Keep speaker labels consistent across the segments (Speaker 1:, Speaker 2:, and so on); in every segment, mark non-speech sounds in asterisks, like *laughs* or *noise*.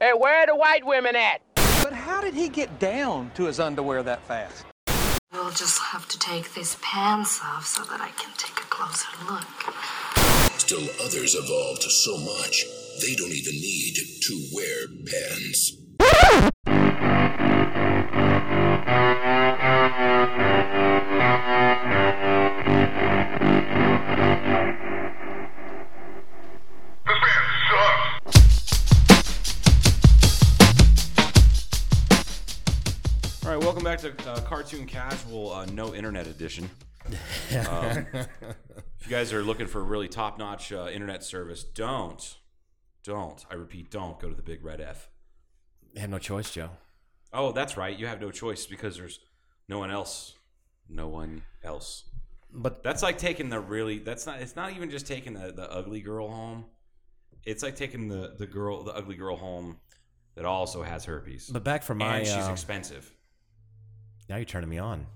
Speaker 1: Hey, where are the white women at?
Speaker 2: But how did he get down to his underwear that fast?
Speaker 3: We'll just have to take these pants off so that I can take a closer look.
Speaker 4: Still others evolved so much they don't even need to wear pants.
Speaker 5: All right, welcome back to uh, Cartoon Casual, uh, no internet edition.
Speaker 6: *laughs*
Speaker 5: Um, if you guys are looking for a really top notch uh, internet service, don't, don't, I repeat, don't go to the big red F.
Speaker 6: I have no choice, Joe.
Speaker 5: Oh, that's right. You have no choice because there's no one else. No one else.
Speaker 6: But
Speaker 5: That's like taking the really, that's not, it's not even just taking the, the ugly girl home. It's like taking the, the girl, the ugly girl home that also has herpes.
Speaker 6: but back from my
Speaker 5: and she's
Speaker 6: uh,
Speaker 5: expensive.
Speaker 6: now you're turning me on.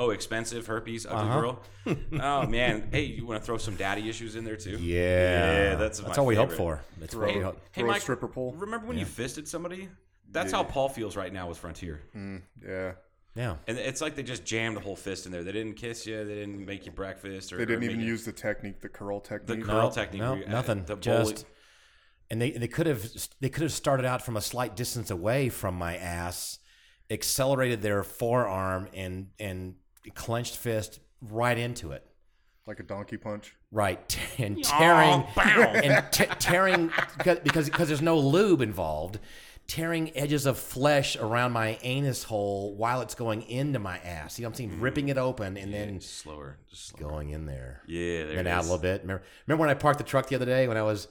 Speaker 5: Oh, expensive herpes, ugly
Speaker 6: Uh-huh.
Speaker 5: girl.
Speaker 6: *laughs*
Speaker 5: oh man, hey, you want to throw some daddy issues in there too? yeah, that's
Speaker 6: that's
Speaker 5: my
Speaker 6: all we hope
Speaker 5: favorite.
Speaker 6: for. That's what we
Speaker 5: Hey,
Speaker 6: hope.
Speaker 5: hey
Speaker 7: throw a
Speaker 5: Mike,
Speaker 7: stripper pole.
Speaker 5: Remember when you fisted somebody? That's how Paul feels right now with Frontier,
Speaker 6: Hmm.
Speaker 7: Yeah.
Speaker 6: Yeah,
Speaker 5: and it's like they just jammed the whole fist in there. They didn't kiss you, they didn't make you breakfast, or
Speaker 7: They didn't
Speaker 5: or
Speaker 7: even
Speaker 5: make you-
Speaker 7: use the technique, the curl
Speaker 5: the
Speaker 7: technique.
Speaker 5: curl
Speaker 6: Nope,
Speaker 5: technique.
Speaker 6: nope,
Speaker 5: where you-
Speaker 6: nothing.
Speaker 5: The bully-
Speaker 6: just and they they could have they could have started out from a slight distance away from my ass, accelerated their forearm and and clenched fist right into it.
Speaker 7: like a donkey punch.
Speaker 6: Right, *laughs*
Speaker 5: *laughs*
Speaker 6: and tearing and te- tearing because because there's no lube involved, tearing edges of flesh around my anus hole while it's going into my ass. You know, what I'm
Speaker 5: Mm-hmm.
Speaker 6: saying ripping it open and then
Speaker 5: just slower, just slower.
Speaker 6: going in there.
Speaker 5: Yeah, there
Speaker 6: then
Speaker 5: it
Speaker 6: out a
Speaker 5: is.
Speaker 6: little bit. Remember, remember when I parked the truck the other day when I was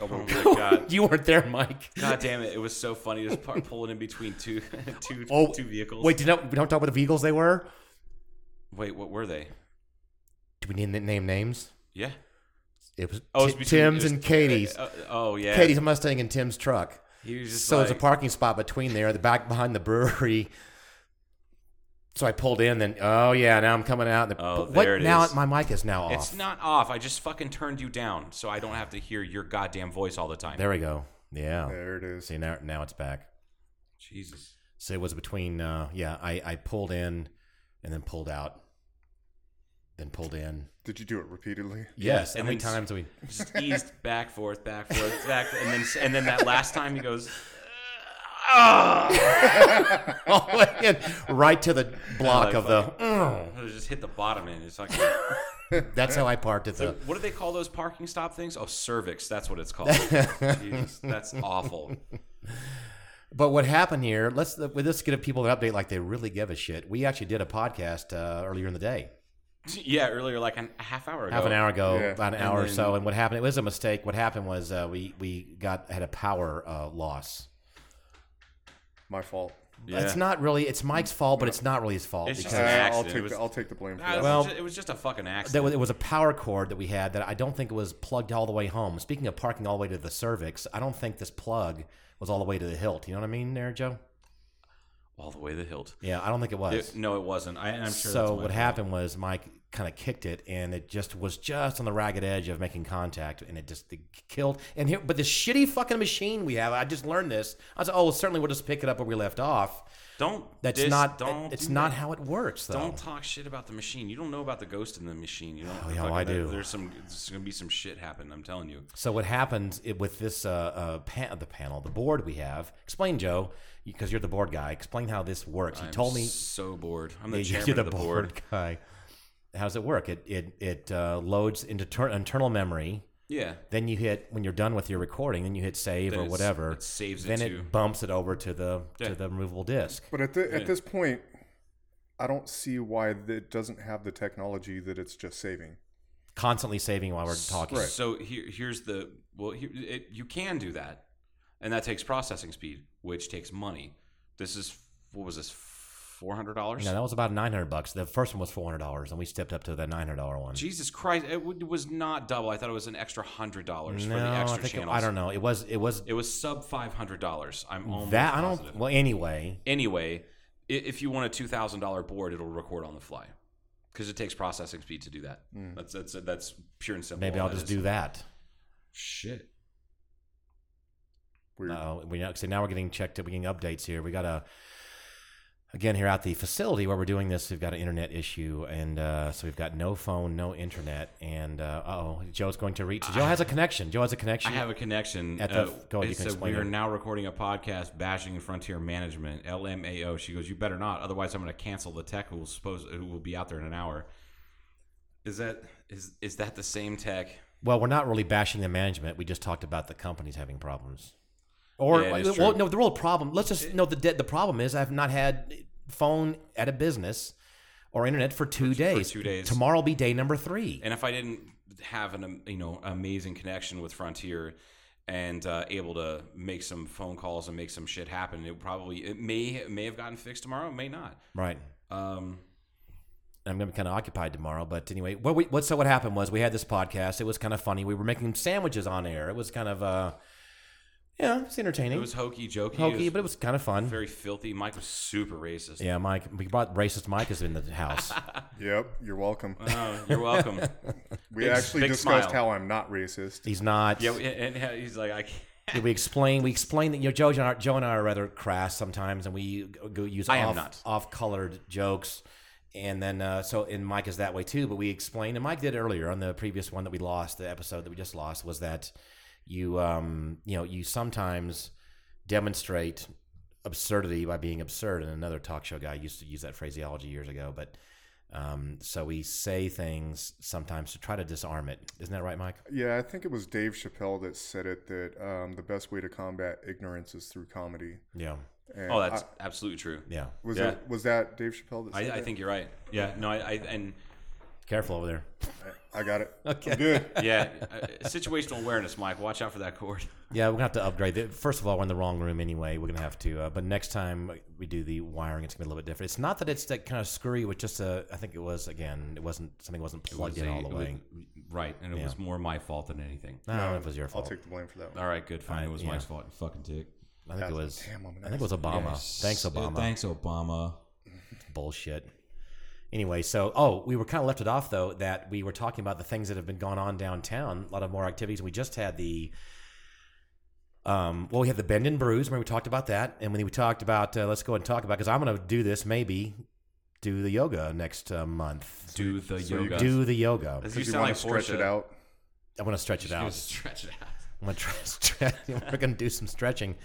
Speaker 5: Oh
Speaker 6: *laughs*
Speaker 5: my god.
Speaker 6: you weren't there,
Speaker 5: *laughs*
Speaker 6: Mike.
Speaker 5: God damn it! It was so funny just par- pulling in between two, *laughs* two, two vehicles.
Speaker 6: Oh, Wait, did not, we don't talk about the vehicles they were.
Speaker 5: wait, what were they?
Speaker 6: Do we need to name names?
Speaker 5: Yeah.
Speaker 6: It was
Speaker 5: Oh, it was
Speaker 6: Ti-
Speaker 5: between-
Speaker 6: Tim's
Speaker 5: it was-
Speaker 6: and Katie's.
Speaker 5: uh, oh yeah.
Speaker 6: Katie's Mustang and Tim's truck.
Speaker 5: He was just
Speaker 6: so there's a
Speaker 5: like-
Speaker 6: parking spot between there, the back behind the brewery. So I pulled in, then oh yeah, now I'm coming out. And the,
Speaker 5: Oh,
Speaker 6: but what
Speaker 5: there it
Speaker 6: now?
Speaker 5: is.
Speaker 6: My mic is now off.
Speaker 5: It's not off. I just fucking turned you down so I don't have to hear your goddamn voice all the time.
Speaker 6: There we go.
Speaker 5: Oh.
Speaker 6: Yeah.
Speaker 7: There it is.
Speaker 6: See now, now it's back.
Speaker 5: Jesus.
Speaker 6: So it was between. Uh, yeah, I, I pulled in, and then pulled out, then pulled in.
Speaker 7: Did you do it repeatedly?
Speaker 6: Yes.
Speaker 5: and
Speaker 6: How many
Speaker 5: then s-
Speaker 6: times *laughs* we?
Speaker 5: Just eased back forth, back forth, back, and then and then that last time he goes, "Ah."
Speaker 6: all the way in, oh, right
Speaker 5: *laughs*
Speaker 6: to the block
Speaker 5: Like
Speaker 6: of the. Mm.
Speaker 5: It just hit the bottom and it's like,
Speaker 6: *laughs* That's how I parked at
Speaker 5: *laughs*
Speaker 6: the.
Speaker 5: what do they call those parking stop things? Oh, cervix. That's what it's called. Jesus, that's awful. *laughs*
Speaker 6: But what happened here? Let's with this give people an update like they really give a shit. We actually did a podcast uh, earlier in the day,
Speaker 5: Yeah, earlier like an, a half hour ago.
Speaker 6: half an hour ago,
Speaker 7: Yeah.
Speaker 6: about an
Speaker 5: And
Speaker 6: hour or
Speaker 5: then-
Speaker 6: so. And what happened? It was a mistake. What happened was uh, we we got had a power uh, loss.
Speaker 7: My fault.
Speaker 5: Yeah.
Speaker 6: It's not really it's Mike's fault, but it's not really his fault
Speaker 5: It's just
Speaker 7: Uh,
Speaker 5: an
Speaker 6: because
Speaker 7: I'll
Speaker 5: accident. It
Speaker 7: take
Speaker 5: was-
Speaker 7: the, I'll take the blame for
Speaker 5: Nah, it,
Speaker 7: that.
Speaker 5: was
Speaker 6: Well-
Speaker 5: just, it was just a fucking accident.
Speaker 6: there was, it was a power cord that we had that I don't think it was plugged all the way home. Speaking of parking all the way to the cervix, I don't think this plug was all the way to the hilt. You know what I mean, there, Joe?
Speaker 5: all the way to the hilt.
Speaker 6: Yeah, I don't think it was.
Speaker 5: It- no, it wasn't. I, I'm sure. that's
Speaker 6: so
Speaker 5: my
Speaker 6: what
Speaker 5: fault.
Speaker 6: happened was Mike kind of kicked it, and it just was just on the ragged edge of making contact, and it just it killed. And here, but this shitty fucking machine we have, I just learned this. I was like, oh, well, certainly we'll just pick it up where we left off.
Speaker 5: Don't.
Speaker 6: That's
Speaker 5: diss-
Speaker 6: not.
Speaker 5: Don't.
Speaker 6: it's
Speaker 5: do
Speaker 6: not
Speaker 5: that.
Speaker 6: how it works, though.
Speaker 5: Don't talk shit about the machine. You don't know about the ghost in the machine. You don't.
Speaker 6: Oh, yeah, well, I
Speaker 5: fucking-
Speaker 6: do.
Speaker 5: There's some. There's gonna be some shit happen. I'm telling you.
Speaker 6: So what happens i- with this uh, uh, pan- the panel, the board we have? Explain, Joe, because you're the board guy. Explain how this works. You told me
Speaker 5: So bored. I'm the
Speaker 6: Yeah,
Speaker 5: chairman
Speaker 6: *laughs* you're the,
Speaker 5: of the
Speaker 6: board,
Speaker 5: board.
Speaker 6: guy. How does it work? It it it uh, loads into ter- internal memory.
Speaker 5: Yeah.
Speaker 6: Then you hit when you're done with your recording, then you hit save
Speaker 5: Then
Speaker 6: or
Speaker 5: it's-
Speaker 6: whatever.
Speaker 5: it saves it
Speaker 6: Then
Speaker 5: to-
Speaker 6: it bumps it over to the
Speaker 5: Yeah.
Speaker 6: to the removable disc.
Speaker 7: But at, the, at this point, I don't see why it doesn't have the technology that it's just saving.
Speaker 6: Constantly saving while we're talking.
Speaker 5: So here, here's the. Well, here, it, you can do that, and that takes processing speed, which takes money. This is what was this, four hundred dollars?
Speaker 6: No, that was about nine hundred bucks. The first one was four hundred dollars, and we stepped up to the nine hundred dollar one.
Speaker 5: Jesus Christ! It w- was not double. I thought it was an extra hundred dollars
Speaker 6: no,
Speaker 5: for the
Speaker 6: I
Speaker 5: extra
Speaker 6: think it,
Speaker 5: channels.
Speaker 6: I don't know. It was it was
Speaker 5: It was sub five hundred dollars. I'm almost
Speaker 6: that I don't.
Speaker 5: positive.
Speaker 6: Well, anyway,
Speaker 5: anyway, i- if you want a two thousand dollar board, it'll record on the fly because it takes processing speed to do that.
Speaker 6: Mm.
Speaker 5: That's that's that's pure and simple.
Speaker 6: maybe
Speaker 5: all
Speaker 6: I'll just
Speaker 5: is.
Speaker 6: do that.
Speaker 5: Shit.
Speaker 7: Weird.
Speaker 6: Uh, we know, so now we're getting checked. We're getting updates here. We got a again here at the facility where we're doing this. We've got an internet issue, and uh, so we've got no phone, no internet, and uh oh, Joe's going to reach. Joe has a connection. Joe has a
Speaker 5: I
Speaker 6: connection.
Speaker 5: have a connection. uh,
Speaker 6: At the- go ahead, you
Speaker 5: it
Speaker 6: can
Speaker 5: said,
Speaker 6: explain
Speaker 5: we are
Speaker 6: it."
Speaker 5: now recording a podcast bashing Frontier Management (LMAO). She goes, "You better not, otherwise I'm going to cancel the tech who will suppose who will be out there in an hour." Is that is is that the same tech?
Speaker 6: well, we're not really bashing the management. We just talked about the companies having problems. Or
Speaker 5: Yeah, it is
Speaker 6: well,
Speaker 5: true.
Speaker 6: no, the real problem. Let's just no. The de- the problem is I've not had phone at a business or internet for two days.
Speaker 5: two days.
Speaker 6: Tomorrow will be day number three.
Speaker 5: And if I didn't have an um, you know amazing connection with Frontier and uh, able to make some phone calls and make some shit happen, it probably it may it may have gotten fixed tomorrow, it may not.
Speaker 6: right.
Speaker 5: Um,
Speaker 6: I'm gonna be kind of occupied tomorrow, but anyway, what we what so what happened was we had this podcast. It was kind of funny. We were making sandwiches on air. It was kind of uh, yeah, it's entertaining,
Speaker 5: it was hokey jokey,
Speaker 6: hokey,
Speaker 5: it
Speaker 6: but it was kind of fun.
Speaker 5: very filthy. Mike was super racist.
Speaker 6: yeah, Mike, we brought racist Mike is in the house.
Speaker 7: Yep, you're welcome.
Speaker 5: Oh, you're
Speaker 6: *laughs*
Speaker 5: welcome.
Speaker 7: we
Speaker 5: big-
Speaker 7: actually
Speaker 5: big
Speaker 7: discussed
Speaker 5: smile.
Speaker 7: how I'm not racist.
Speaker 6: He's
Speaker 5: *laughs*
Speaker 6: not.
Speaker 5: yeah, we- and and he's like, I can't.
Speaker 6: we explain we explain that you know Joe and I, Joe and I are rather crass sometimes, and we go use
Speaker 5: I am not.
Speaker 6: off off colored jokes, and then uh, so and Mike is that way too. But we explain, and Mike did earlier on the previous one that we lost, the episode that we just lost, was that you um you know you sometimes demonstrate absurdity by being absurd. And another talk show guy used to use that phraseology years ago, but. Um, so we say things sometimes to try to disarm it. Isn't that right, Mike?
Speaker 7: Yeah, I think it was Dave Chappelle that said it that um, the best way to combat ignorance is through comedy.
Speaker 6: Yeah.
Speaker 7: And
Speaker 5: Oh, that's
Speaker 7: I-
Speaker 5: absolutely true.
Speaker 6: Yeah.
Speaker 7: was
Speaker 5: yeah.
Speaker 7: that was that Dave Chappelle that
Speaker 5: I,
Speaker 7: said
Speaker 5: I
Speaker 7: that?
Speaker 5: think you're right. Yeah, no, I, I and
Speaker 6: Careful over there.
Speaker 7: I
Speaker 5: *laughs*
Speaker 7: got it. Okay, I'm good.
Speaker 5: yeah, uh, situational awareness, Mike. Watch out for that cord.
Speaker 6: Yeah, we're gonna have to upgrade. The, first of all, we're in the wrong room anyway. We're gonna have to. Uh, but next time we do the wiring, it's gonna be a little bit different. It's not that it's that kind of screwy with just a. I think it was again. It wasn't something wasn't plugged in
Speaker 5: Say-
Speaker 6: all the way.
Speaker 5: Right, and it
Speaker 6: Yeah.
Speaker 5: was more my fault than anything.
Speaker 6: I don't know if it was your
Speaker 7: I'll
Speaker 6: fault.
Speaker 7: take the blame for that. One.
Speaker 5: All right, good, fine.
Speaker 6: I-
Speaker 5: it was
Speaker 6: yeah.
Speaker 5: Mike's fault. You fucking dick.
Speaker 6: I think it was.
Speaker 7: Damn, I'm an
Speaker 6: I think it was Obama.
Speaker 5: Yes.
Speaker 6: Thanks,
Speaker 5: Yeah,
Speaker 6: Obama.
Speaker 5: thanks, Obama.
Speaker 6: Bullshit. Anyway, so oh, we were kind of left it off though that we were talking about the things that have been going on downtown. A lot of more activities. We just had the. Um, well, we had the bend and bruise. Remember, we talked about that, and when we talked about, uh, let's go ahead and talk about because I'm going to do this. Maybe do the yoga next uh, month.
Speaker 5: Do the
Speaker 7: so you
Speaker 5: yoga.
Speaker 6: Do the yoga.
Speaker 5: Does
Speaker 7: So
Speaker 5: you
Speaker 7: if you
Speaker 5: sound
Speaker 7: want
Speaker 5: like
Speaker 7: to stretch
Speaker 5: Portia.
Speaker 7: it out,
Speaker 6: I want to stretch it
Speaker 5: You *laughs*
Speaker 6: out.
Speaker 5: stretch it out.
Speaker 6: I'm gonna try to stretch. *laughs* We're gonna do some stretching.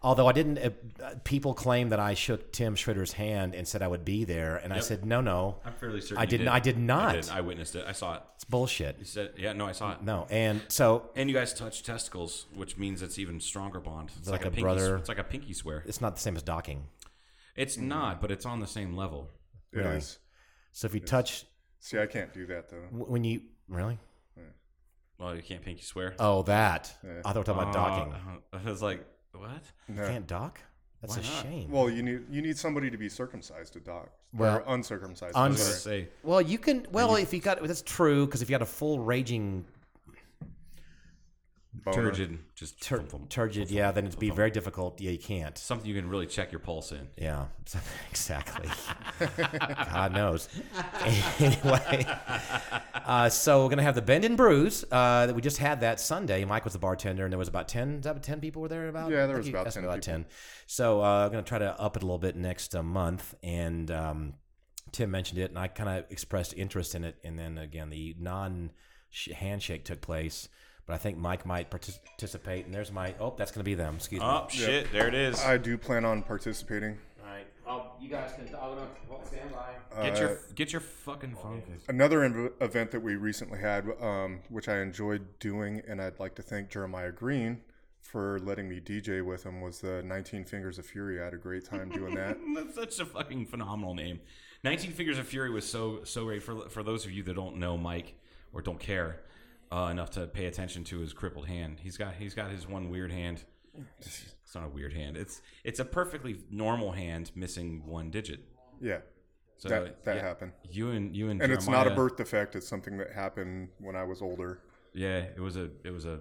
Speaker 6: Although I didn't, uh, uh, people claim that I shook Tim Schritter's hand and said I would be there, and I said no, no.
Speaker 5: I'm fairly certain.
Speaker 6: I
Speaker 5: you
Speaker 6: did not- I did not.
Speaker 5: I, did. I witnessed it. I saw it.
Speaker 6: It's bullshit.
Speaker 5: You said, yeah, no, I saw it.
Speaker 6: No, and so
Speaker 5: And you guys touched testicles, which means it's even stronger bond. It's like,
Speaker 6: Like
Speaker 5: a,
Speaker 6: a
Speaker 5: pinky,
Speaker 6: brother. Mm.
Speaker 5: It's like a pinky swear.
Speaker 6: it's not the same as docking.
Speaker 5: It's not, but it's on the same level.
Speaker 7: it is.
Speaker 6: So if you touch
Speaker 7: See, I can't do that though.
Speaker 6: w- when you really,
Speaker 5: Well, you can't pinky swear.
Speaker 6: oh that I thought we were talking about docking.
Speaker 5: Uh, *laughs* I was like, what?
Speaker 6: You can't dock. That's a shame. Well,
Speaker 7: Well, you need you need somebody to be circumcised to dock.
Speaker 6: Well,
Speaker 7: or uncircumcised.
Speaker 5: I
Speaker 7: I'm
Speaker 5: was
Speaker 6: uns-
Speaker 5: gonna
Speaker 7: sorry.
Speaker 5: say,
Speaker 6: you can. Well, if you got that's true because if you got a full raging
Speaker 7: Boner.
Speaker 5: turgid, just
Speaker 6: tur-
Speaker 5: thump, thump.
Speaker 6: turgid, yeah, then it'd be very difficult. Yeah, you can't.
Speaker 5: something you can really check your pulse in.
Speaker 6: Yeah, *laughs* so- exactly. God knows. anyway, uh, so we're gonna have the Bend and Brews. Uh, that we just had that Sunday. Mike was the bartender, and there was about ten. Is that about ten people were there about?
Speaker 7: Yeah,
Speaker 6: I
Speaker 7: there
Speaker 6: think
Speaker 7: was
Speaker 6: you-
Speaker 7: about
Speaker 6: that's
Speaker 7: 10
Speaker 6: About
Speaker 7: people.
Speaker 6: ten. So uh, I'm gonna try to up it a little bit next uh, month, and um, Tim mentioned it, and I kind of expressed interest in it, and then again the non sh- handshake took place. But I think Mike might partic- participate, and there's my oh, that's gonna be them. Excuse me.
Speaker 5: Oh shit! There it is.
Speaker 7: I do plan on participating.
Speaker 5: get your get your fucking
Speaker 7: Oh,
Speaker 5: phone.
Speaker 7: Another inv- event that we recently had, um, which I enjoyed doing, and I'd like to thank Jeremiah Green for letting me DJ with him, was the 19 Fingers of Fury. I had a great time
Speaker 6: *laughs*
Speaker 7: doing that.
Speaker 5: *laughs* That's such a fucking phenomenal name. 19 Figures of Fury was so so great for for those of you that don't know Mike or don't care uh, enough to pay attention to his crippled hand. He's got he's got his one weird hand. It's not a weird hand. It's it's a perfectly normal hand missing one digit.
Speaker 7: Yeah,
Speaker 5: So
Speaker 7: that that
Speaker 5: yeah,
Speaker 7: happened.
Speaker 5: You and you and
Speaker 7: And it's not a
Speaker 5: Jeremiah-
Speaker 7: birth defect. It's something that happened when I was older.
Speaker 5: Yeah, it was a it was a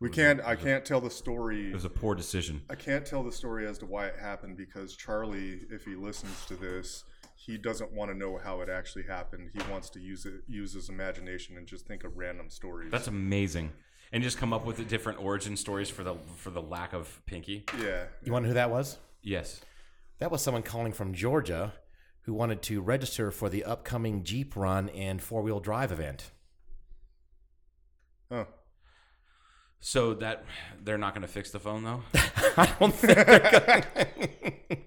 Speaker 7: We can't. I can't tell the story.
Speaker 5: it was a poor decision.
Speaker 7: I can't tell the story as to why it happened because Charlie, if he listens to this, he doesn't want to know how it actually happened. He wants to use it, use his imagination, and just think of random stories.
Speaker 5: That's amazing. and just come up with the different origin stories for the for the lack of Pinky.
Speaker 7: Yeah.
Speaker 6: You want to know who that was?
Speaker 5: Yes.
Speaker 6: That was someone calling from Georgia who wanted to register for the upcoming Jeep run and four wheel drive event. *laughs*
Speaker 7: Oh.
Speaker 5: So that they're not going to fix the phone though.
Speaker 6: I don't think they're going. *laughs*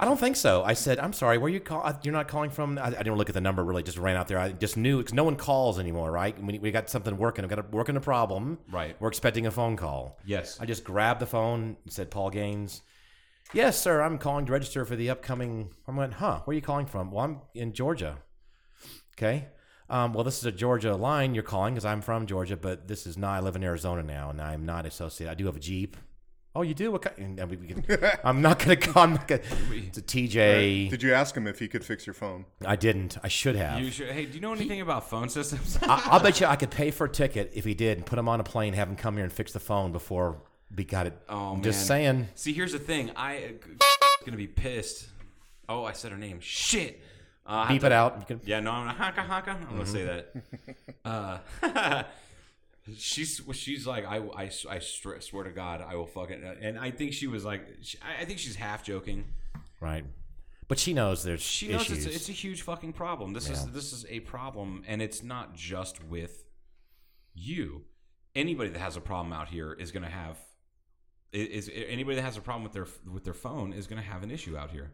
Speaker 6: I don't think so. I said, I'm sorry. Where you call? I- You're not calling from? I, I didn't look at the number. Really, just ran out there. I just knew because no one calls anymore, right? We, we got something working. We got a, working a problem.
Speaker 5: Right.
Speaker 6: We're expecting a phone call.
Speaker 5: Yes.
Speaker 6: I just grabbed the phone and said, Paul Gaines. Yes, sir. I'm calling to register for the upcoming. I went, huh? Where are you calling from? Well, I'm in Georgia. Okay. Um, well, this is a Georgia line you're calling because I'm from Georgia, but this is not. I live in Arizona now, and I'm not associated. I do have a Jeep. Oh, you do? What kind? And then we, we can, I'm not gonna. call- I'm not gonna. It's a
Speaker 5: uh,
Speaker 6: TJ.
Speaker 7: Did you ask him if he could fix your phone?
Speaker 6: I didn't. I should have.
Speaker 5: You should, hey, do you know anything about phone systems?
Speaker 6: I, I'll bet you I could pay for a ticket if he did and put him on a plane, have him come here and fix the phone before we got it.
Speaker 5: Oh man.
Speaker 6: Just saying.
Speaker 5: See, here's the thing. I going to be pissed. Oh, I said her name. Shit. Uh, I have
Speaker 6: Beep
Speaker 5: to-
Speaker 6: it out. You can,
Speaker 5: Yeah, no, I'm gonna haka haka. I'm gonna say that. Uh, *laughs* she's well, she's like I I I str- swear to God I will fucking and I think she was like she, I I think she's half joking.
Speaker 6: Right. But she knows there's
Speaker 5: She knows
Speaker 6: issues.
Speaker 5: it's a, it's a huge fucking problem. This is this is a problem, and it's not just with you. Anybody that has a problem out here is gonna have is, is anybody that has a problem with their with their phone is gonna have an issue out here.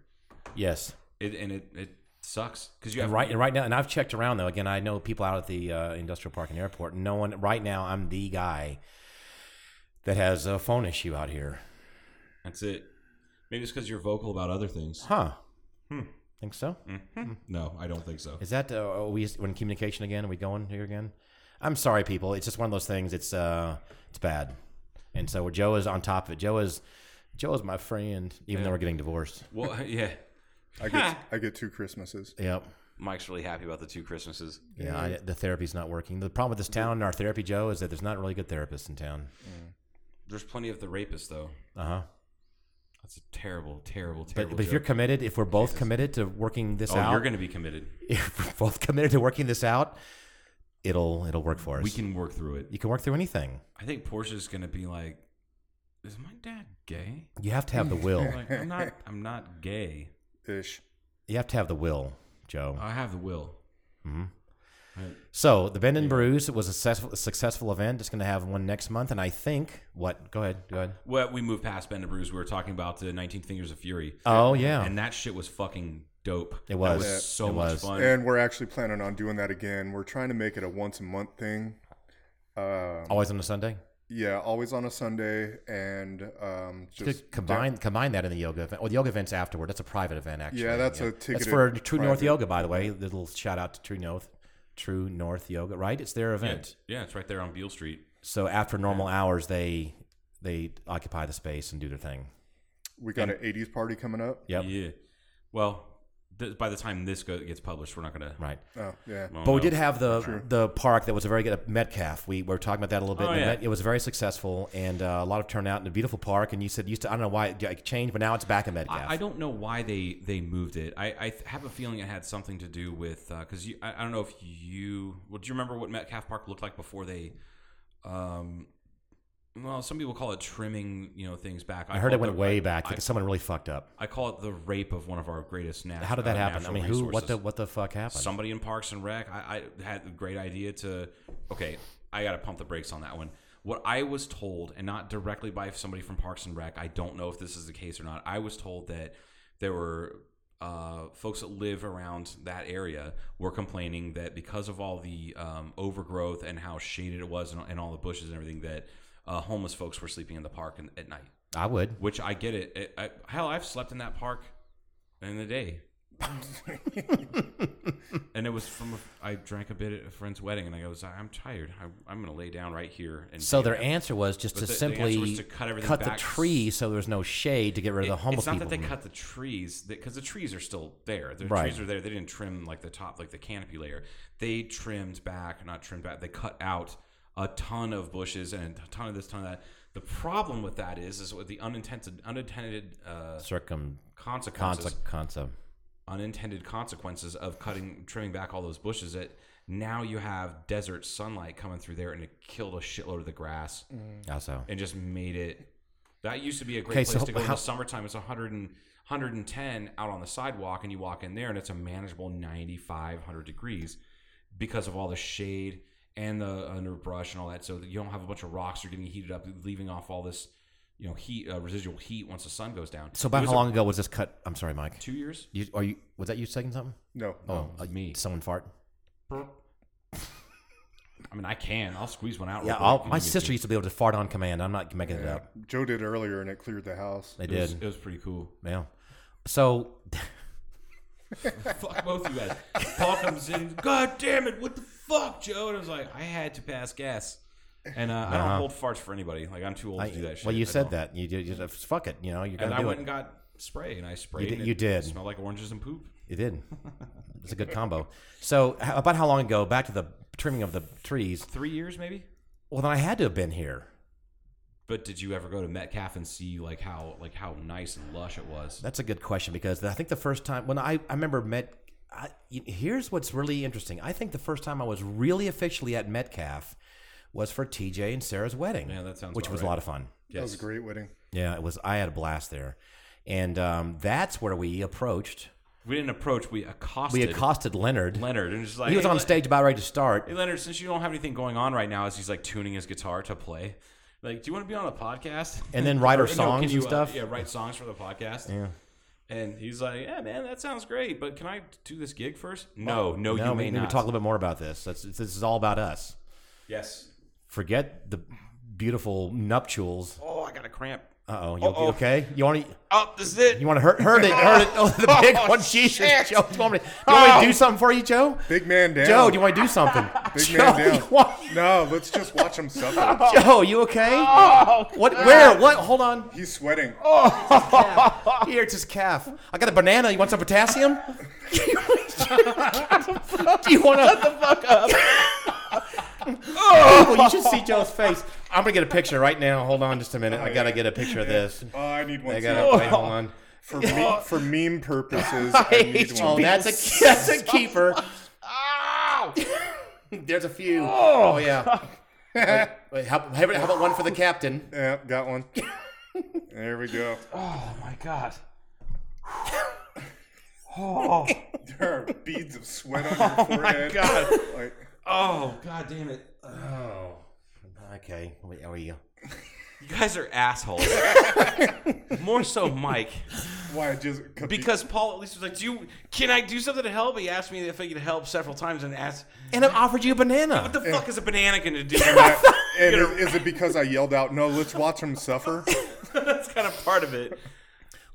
Speaker 6: yes.
Speaker 5: It, and it it sucks because you have
Speaker 6: And right, and right now, and I've checked around though. Again, I know people out at the uh, industrial park and airport. and No one right now. I'm the guy that has a phone issue out here,
Speaker 5: That's it. Maybe it's because you're vocal about other things.
Speaker 6: huh?
Speaker 5: Hmm.
Speaker 6: Think so?
Speaker 5: No, I don't think so.
Speaker 6: Is that uh, are we? We're in communication again? Are we going here again? I'm sorry, people. It's just one of those things. It's uh, it's bad, and so Joe is on top of it. Joe is, Joe is my friend, even though we're getting divorced.
Speaker 5: Well, *laughs* yeah.
Speaker 7: I get I get two Christmases.
Speaker 6: Yep.
Speaker 5: Mike's really happy about the two Christmases.
Speaker 6: Yeah, I, the therapy's not working. The problem with this town and our therapy, Joe, is that there's not really good therapists in town.
Speaker 5: There's plenty of the rapists, though.
Speaker 6: Uh huh.
Speaker 5: That's a terrible, terrible,
Speaker 6: But,
Speaker 5: terrible.
Speaker 6: but if you're
Speaker 5: joke.
Speaker 6: committed, if we're both committed to working this
Speaker 5: oh,
Speaker 6: out,
Speaker 5: you're going to be committed.
Speaker 6: *laughs* if we're both committed to working this out, it'll it'll work for us.
Speaker 5: We can work through it.
Speaker 6: you can work through anything.
Speaker 5: I think Portia's going to be like, "Is my dad gay?"
Speaker 6: You have to
Speaker 5: *laughs*
Speaker 6: have the will.
Speaker 5: Like, I'm not. I'm not gay.
Speaker 7: Ish.
Speaker 6: you have to have the will, Joe. Mm-hmm.
Speaker 5: I have the will.
Speaker 6: So the Bend and Bruise was a successful, a successful event. It's going to have one next month, and I think what? Go ahead, go ahead.
Speaker 5: Well, we moved past Bender Brews. We were talking about the 19 Fingers of Fury,
Speaker 6: Oh yeah,
Speaker 5: and that shit was fucking dope.
Speaker 6: It was.
Speaker 5: That was so
Speaker 6: It
Speaker 5: much
Speaker 6: was.
Speaker 5: fun.
Speaker 7: And we're actually planning on doing that again. We're trying to make it a once a month thing. Uh,
Speaker 6: always on a Sunday.
Speaker 7: yeah, always on a Sunday, and um,
Speaker 6: You could
Speaker 7: just
Speaker 6: combine combine that in the yoga event. Well, the yoga event's afterward. That's a private event, actually.
Speaker 7: Yeah, that's a
Speaker 6: That's
Speaker 7: ticketed
Speaker 6: for True North
Speaker 7: private.
Speaker 6: Yoga, by the way. Little shout out to True North, True North Yoga. Right, it's their
Speaker 5: yeah,
Speaker 6: event.
Speaker 5: it's- yeah, it's right there on Beale Street.
Speaker 6: So after normal hours, they they occupy the space and do their thing.
Speaker 7: we got an '80s party coming up.
Speaker 6: Yep.
Speaker 5: Yeah. Well, th- by the time this go- gets published, we're not gonna.
Speaker 6: Right.
Speaker 7: Oh yeah,
Speaker 5: Well,
Speaker 6: But we
Speaker 5: no.
Speaker 6: did have the the park that was a very good Metcalf. We were talking about that a little bit.
Speaker 5: Oh,
Speaker 6: and the
Speaker 5: yeah.
Speaker 6: Met- it was very successful and uh, a lot of turnout and a beautiful park. And you said used to I don't know why it like, changed, but now it's back in Metcalf.
Speaker 5: I, I don't know why they they moved it. I, I th- have a feeling it had something to do with because you I, I don't know if you well do you remember what Metcalf Park looked like before they um well some people call it trimming you know things back.
Speaker 6: I heard
Speaker 5: call
Speaker 6: it went
Speaker 5: the-
Speaker 6: way back
Speaker 5: I,
Speaker 6: because someone really fucked up.
Speaker 5: I call it the rape of one of our greatest nat-
Speaker 6: How did that
Speaker 5: uh,
Speaker 6: happen? I
Speaker 5: natural
Speaker 6: mean, who? What
Speaker 5: resources.
Speaker 6: the what the fuck happened?
Speaker 5: somebody in Parks and Rec. I, I had the great idea to. Okay, I got to pump the brakes on that one. What I was told, and not directly by somebody from Parks and Rec, I don't know if this is the case or not. I was told that there were uh, folks that live around that area were complaining that because of all the um, overgrowth and how shaded it was and, and all the bushes and everything, that uh, homeless folks were sleeping in the park in, at night.
Speaker 6: I would.
Speaker 5: Which I get it. it I, hell, I've slept in that park in the
Speaker 6: *laughs*
Speaker 5: day. and it was from a, I drank a bit at a friend's wedding, and I goes, I'm tired. I, I'm going to lay down right here. And
Speaker 6: So
Speaker 5: take a
Speaker 6: their
Speaker 5: nap."
Speaker 6: answer was just
Speaker 5: But
Speaker 6: to
Speaker 5: the- the
Speaker 6: simply
Speaker 5: answer was to cut everything
Speaker 6: the
Speaker 5: back.
Speaker 6: tree so there's no shade to get rid of
Speaker 5: It-
Speaker 6: the homeless
Speaker 5: it's not
Speaker 6: people.
Speaker 5: that they cut the trees because the trees are still there. The
Speaker 6: Right.
Speaker 5: trees are there. They didn't trim like the top, like the canopy layer. They trimmed back, not trimmed back. They cut out a ton of bushes and a ton of this, ton of that. The problem with that is, is with the unintended, unintended uh,
Speaker 6: Circum
Speaker 5: consequences.
Speaker 6: concept concept.
Speaker 5: unintended consequences of cutting trimming back all those bushes that Now you have desert sunlight coming through there, and it killed a shitload of the grass
Speaker 6: Also,
Speaker 5: and just made it. That used to be a great
Speaker 6: Okay,
Speaker 5: place
Speaker 6: so
Speaker 5: to go in
Speaker 6: how-
Speaker 5: the summertime. It's 100 and, 110 out on the sidewalk, and you walk in there, and it's a manageable 95, 100 degrees because of all the shade and the underbrush and all that. So that you don't have a bunch of rocks that are getting heated up, leaving off all this, you know, heat, uh, residual heat once the sun goes down. It
Speaker 6: so about
Speaker 5: was a-
Speaker 6: how long ago was this cut? I'm sorry, Mike.
Speaker 5: Two years.
Speaker 6: You, are you? Was that you saying something?
Speaker 7: No.
Speaker 6: Oh, uh,
Speaker 5: me.
Speaker 6: Someone fart.
Speaker 5: I mean, I can. I'll squeeze one out.
Speaker 6: Yeah,
Speaker 5: real quick
Speaker 6: I'll,
Speaker 5: if you
Speaker 6: my
Speaker 5: need me
Speaker 6: sister
Speaker 5: to.
Speaker 6: used to be able to fart on command. I'm not making it up.
Speaker 7: Joe did earlier, and it cleared the house.
Speaker 6: They
Speaker 5: It was,
Speaker 6: did.
Speaker 5: it was pretty cool. *laughs*
Speaker 6: yeah. So
Speaker 5: fuck both of you guys. Paul comes in, God damn it, what the fuck, Joe? And I was like, I had to pass gas. And uh, I don't hold farts for anybody. Like I'm too old
Speaker 6: Uh-huh. I,
Speaker 5: to do that shit.
Speaker 6: well, you
Speaker 5: I
Speaker 6: said
Speaker 5: don't.
Speaker 6: that. You did. You just, fuck it. You know, you're
Speaker 5: And
Speaker 6: gonna
Speaker 5: I
Speaker 6: do
Speaker 5: went
Speaker 6: it.
Speaker 5: and got spray, and I sprayed.
Speaker 6: did-
Speaker 5: and
Speaker 6: you
Speaker 5: it
Speaker 6: did.
Speaker 5: Smelled like oranges and poop.
Speaker 6: it did.
Speaker 5: *laughs*
Speaker 6: It's a good combo. So h- about how long ago? Back to the trimming of the trees.
Speaker 5: Three years maybe.
Speaker 6: Well, then I had to have been here.
Speaker 5: But did you ever go to Metcalf and see like how like how nice and lush it was?
Speaker 6: That's a good question because I think the first time when I, I remember Met. I, y- here's what's really interesting. I think the first time I was really officially at Metcalf was for TJ and Sarah's wedding.
Speaker 5: Yeah, that sounds
Speaker 6: which
Speaker 5: about
Speaker 6: was
Speaker 5: right.
Speaker 6: a lot of fun.
Speaker 7: That was a great wedding.
Speaker 6: Yeah, it was. I had a blast there, and um, that's where we approached.
Speaker 5: We didn't approach. We accosted.
Speaker 6: We accosted Leonard.
Speaker 5: Leonard and just like
Speaker 6: he was
Speaker 5: "Hey,
Speaker 6: on
Speaker 5: Le-
Speaker 6: stage about ready to start.
Speaker 5: Hey Leonard, since you don't have anything going on right now, as he's like tuning his guitar to play, like, do you want to be on a podcast
Speaker 6: And then write
Speaker 5: *laughs*
Speaker 6: our
Speaker 5: Or, no,
Speaker 6: songs
Speaker 5: can uh,
Speaker 6: and stuff?
Speaker 5: yeah, write songs for the podcast. Yeah. And he's like, "Yeah, man, that sounds great, but can I do this gig first? No, no,
Speaker 6: no,
Speaker 5: you
Speaker 6: we
Speaker 5: may
Speaker 6: need
Speaker 5: not.
Speaker 6: to talk a little bit more about this. That's, this is all about us.
Speaker 5: yes.
Speaker 6: Forget the beautiful nuptials.
Speaker 5: Oh, I got a cramp.
Speaker 6: Uh oh, you okay? You want to
Speaker 5: Oh, this is it.
Speaker 6: you want to hurt hurt it hurt it? Oh, the big one, Jesus, Joe. Do you want me to, do, you want me to do something for you, Joe?
Speaker 7: Big man down.
Speaker 6: Joe, do you want to do something?
Speaker 7: Big
Speaker 6: Joe,
Speaker 7: man
Speaker 6: you
Speaker 7: down.
Speaker 6: want-
Speaker 7: *laughs*
Speaker 6: Oh.
Speaker 7: No, let's just watch
Speaker 6: *laughs*
Speaker 7: him suffer.
Speaker 6: Joe, you okay? what? Where? What? Hold on.
Speaker 7: He's sweating.
Speaker 6: Oh. Here, it's his calf. I got a banana. You want some potassium? Do you want to? Shut the fuck up. *laughs* oh, you should see Joe's face. I'm gonna get a picture right now. Hold on, just a minute. I gotta get a picture of this.
Speaker 7: Oh, I need one
Speaker 6: I
Speaker 7: too.
Speaker 6: gotta wait. Hold on.
Speaker 7: For, me, for meme purposes,
Speaker 6: *laughs*
Speaker 7: I need
Speaker 6: Oh,
Speaker 7: one.
Speaker 6: that's a *laughs* that's a keeper.
Speaker 5: *laughs*
Speaker 6: There's a few. *laughs* Oh, yeah. Wait, wait, how, how about one for the captain?
Speaker 7: Yeah, got one. There we go.
Speaker 5: my God.
Speaker 7: There are beads of sweat
Speaker 6: *laughs*
Speaker 7: on your forehead. Like,
Speaker 5: Oh, God damn it.
Speaker 6: Oh, okay. Wait, How are you?
Speaker 5: You guys are
Speaker 6: *laughs*
Speaker 5: assholes. More so, Mike,
Speaker 7: why just could be-
Speaker 5: because Paul at least was like, "Do you? Can I do something to help?" He asked me if I could help several times, and asked,
Speaker 6: And I offered you a banana.
Speaker 5: "What the fuck is a banana going
Speaker 6: *laughs*
Speaker 5: to do?"
Speaker 7: *laughs*
Speaker 5: *laughs*
Speaker 7: and is, is it because I yelled out, "No, let's watch him suffer"?
Speaker 5: *laughs* That's kind of part of it.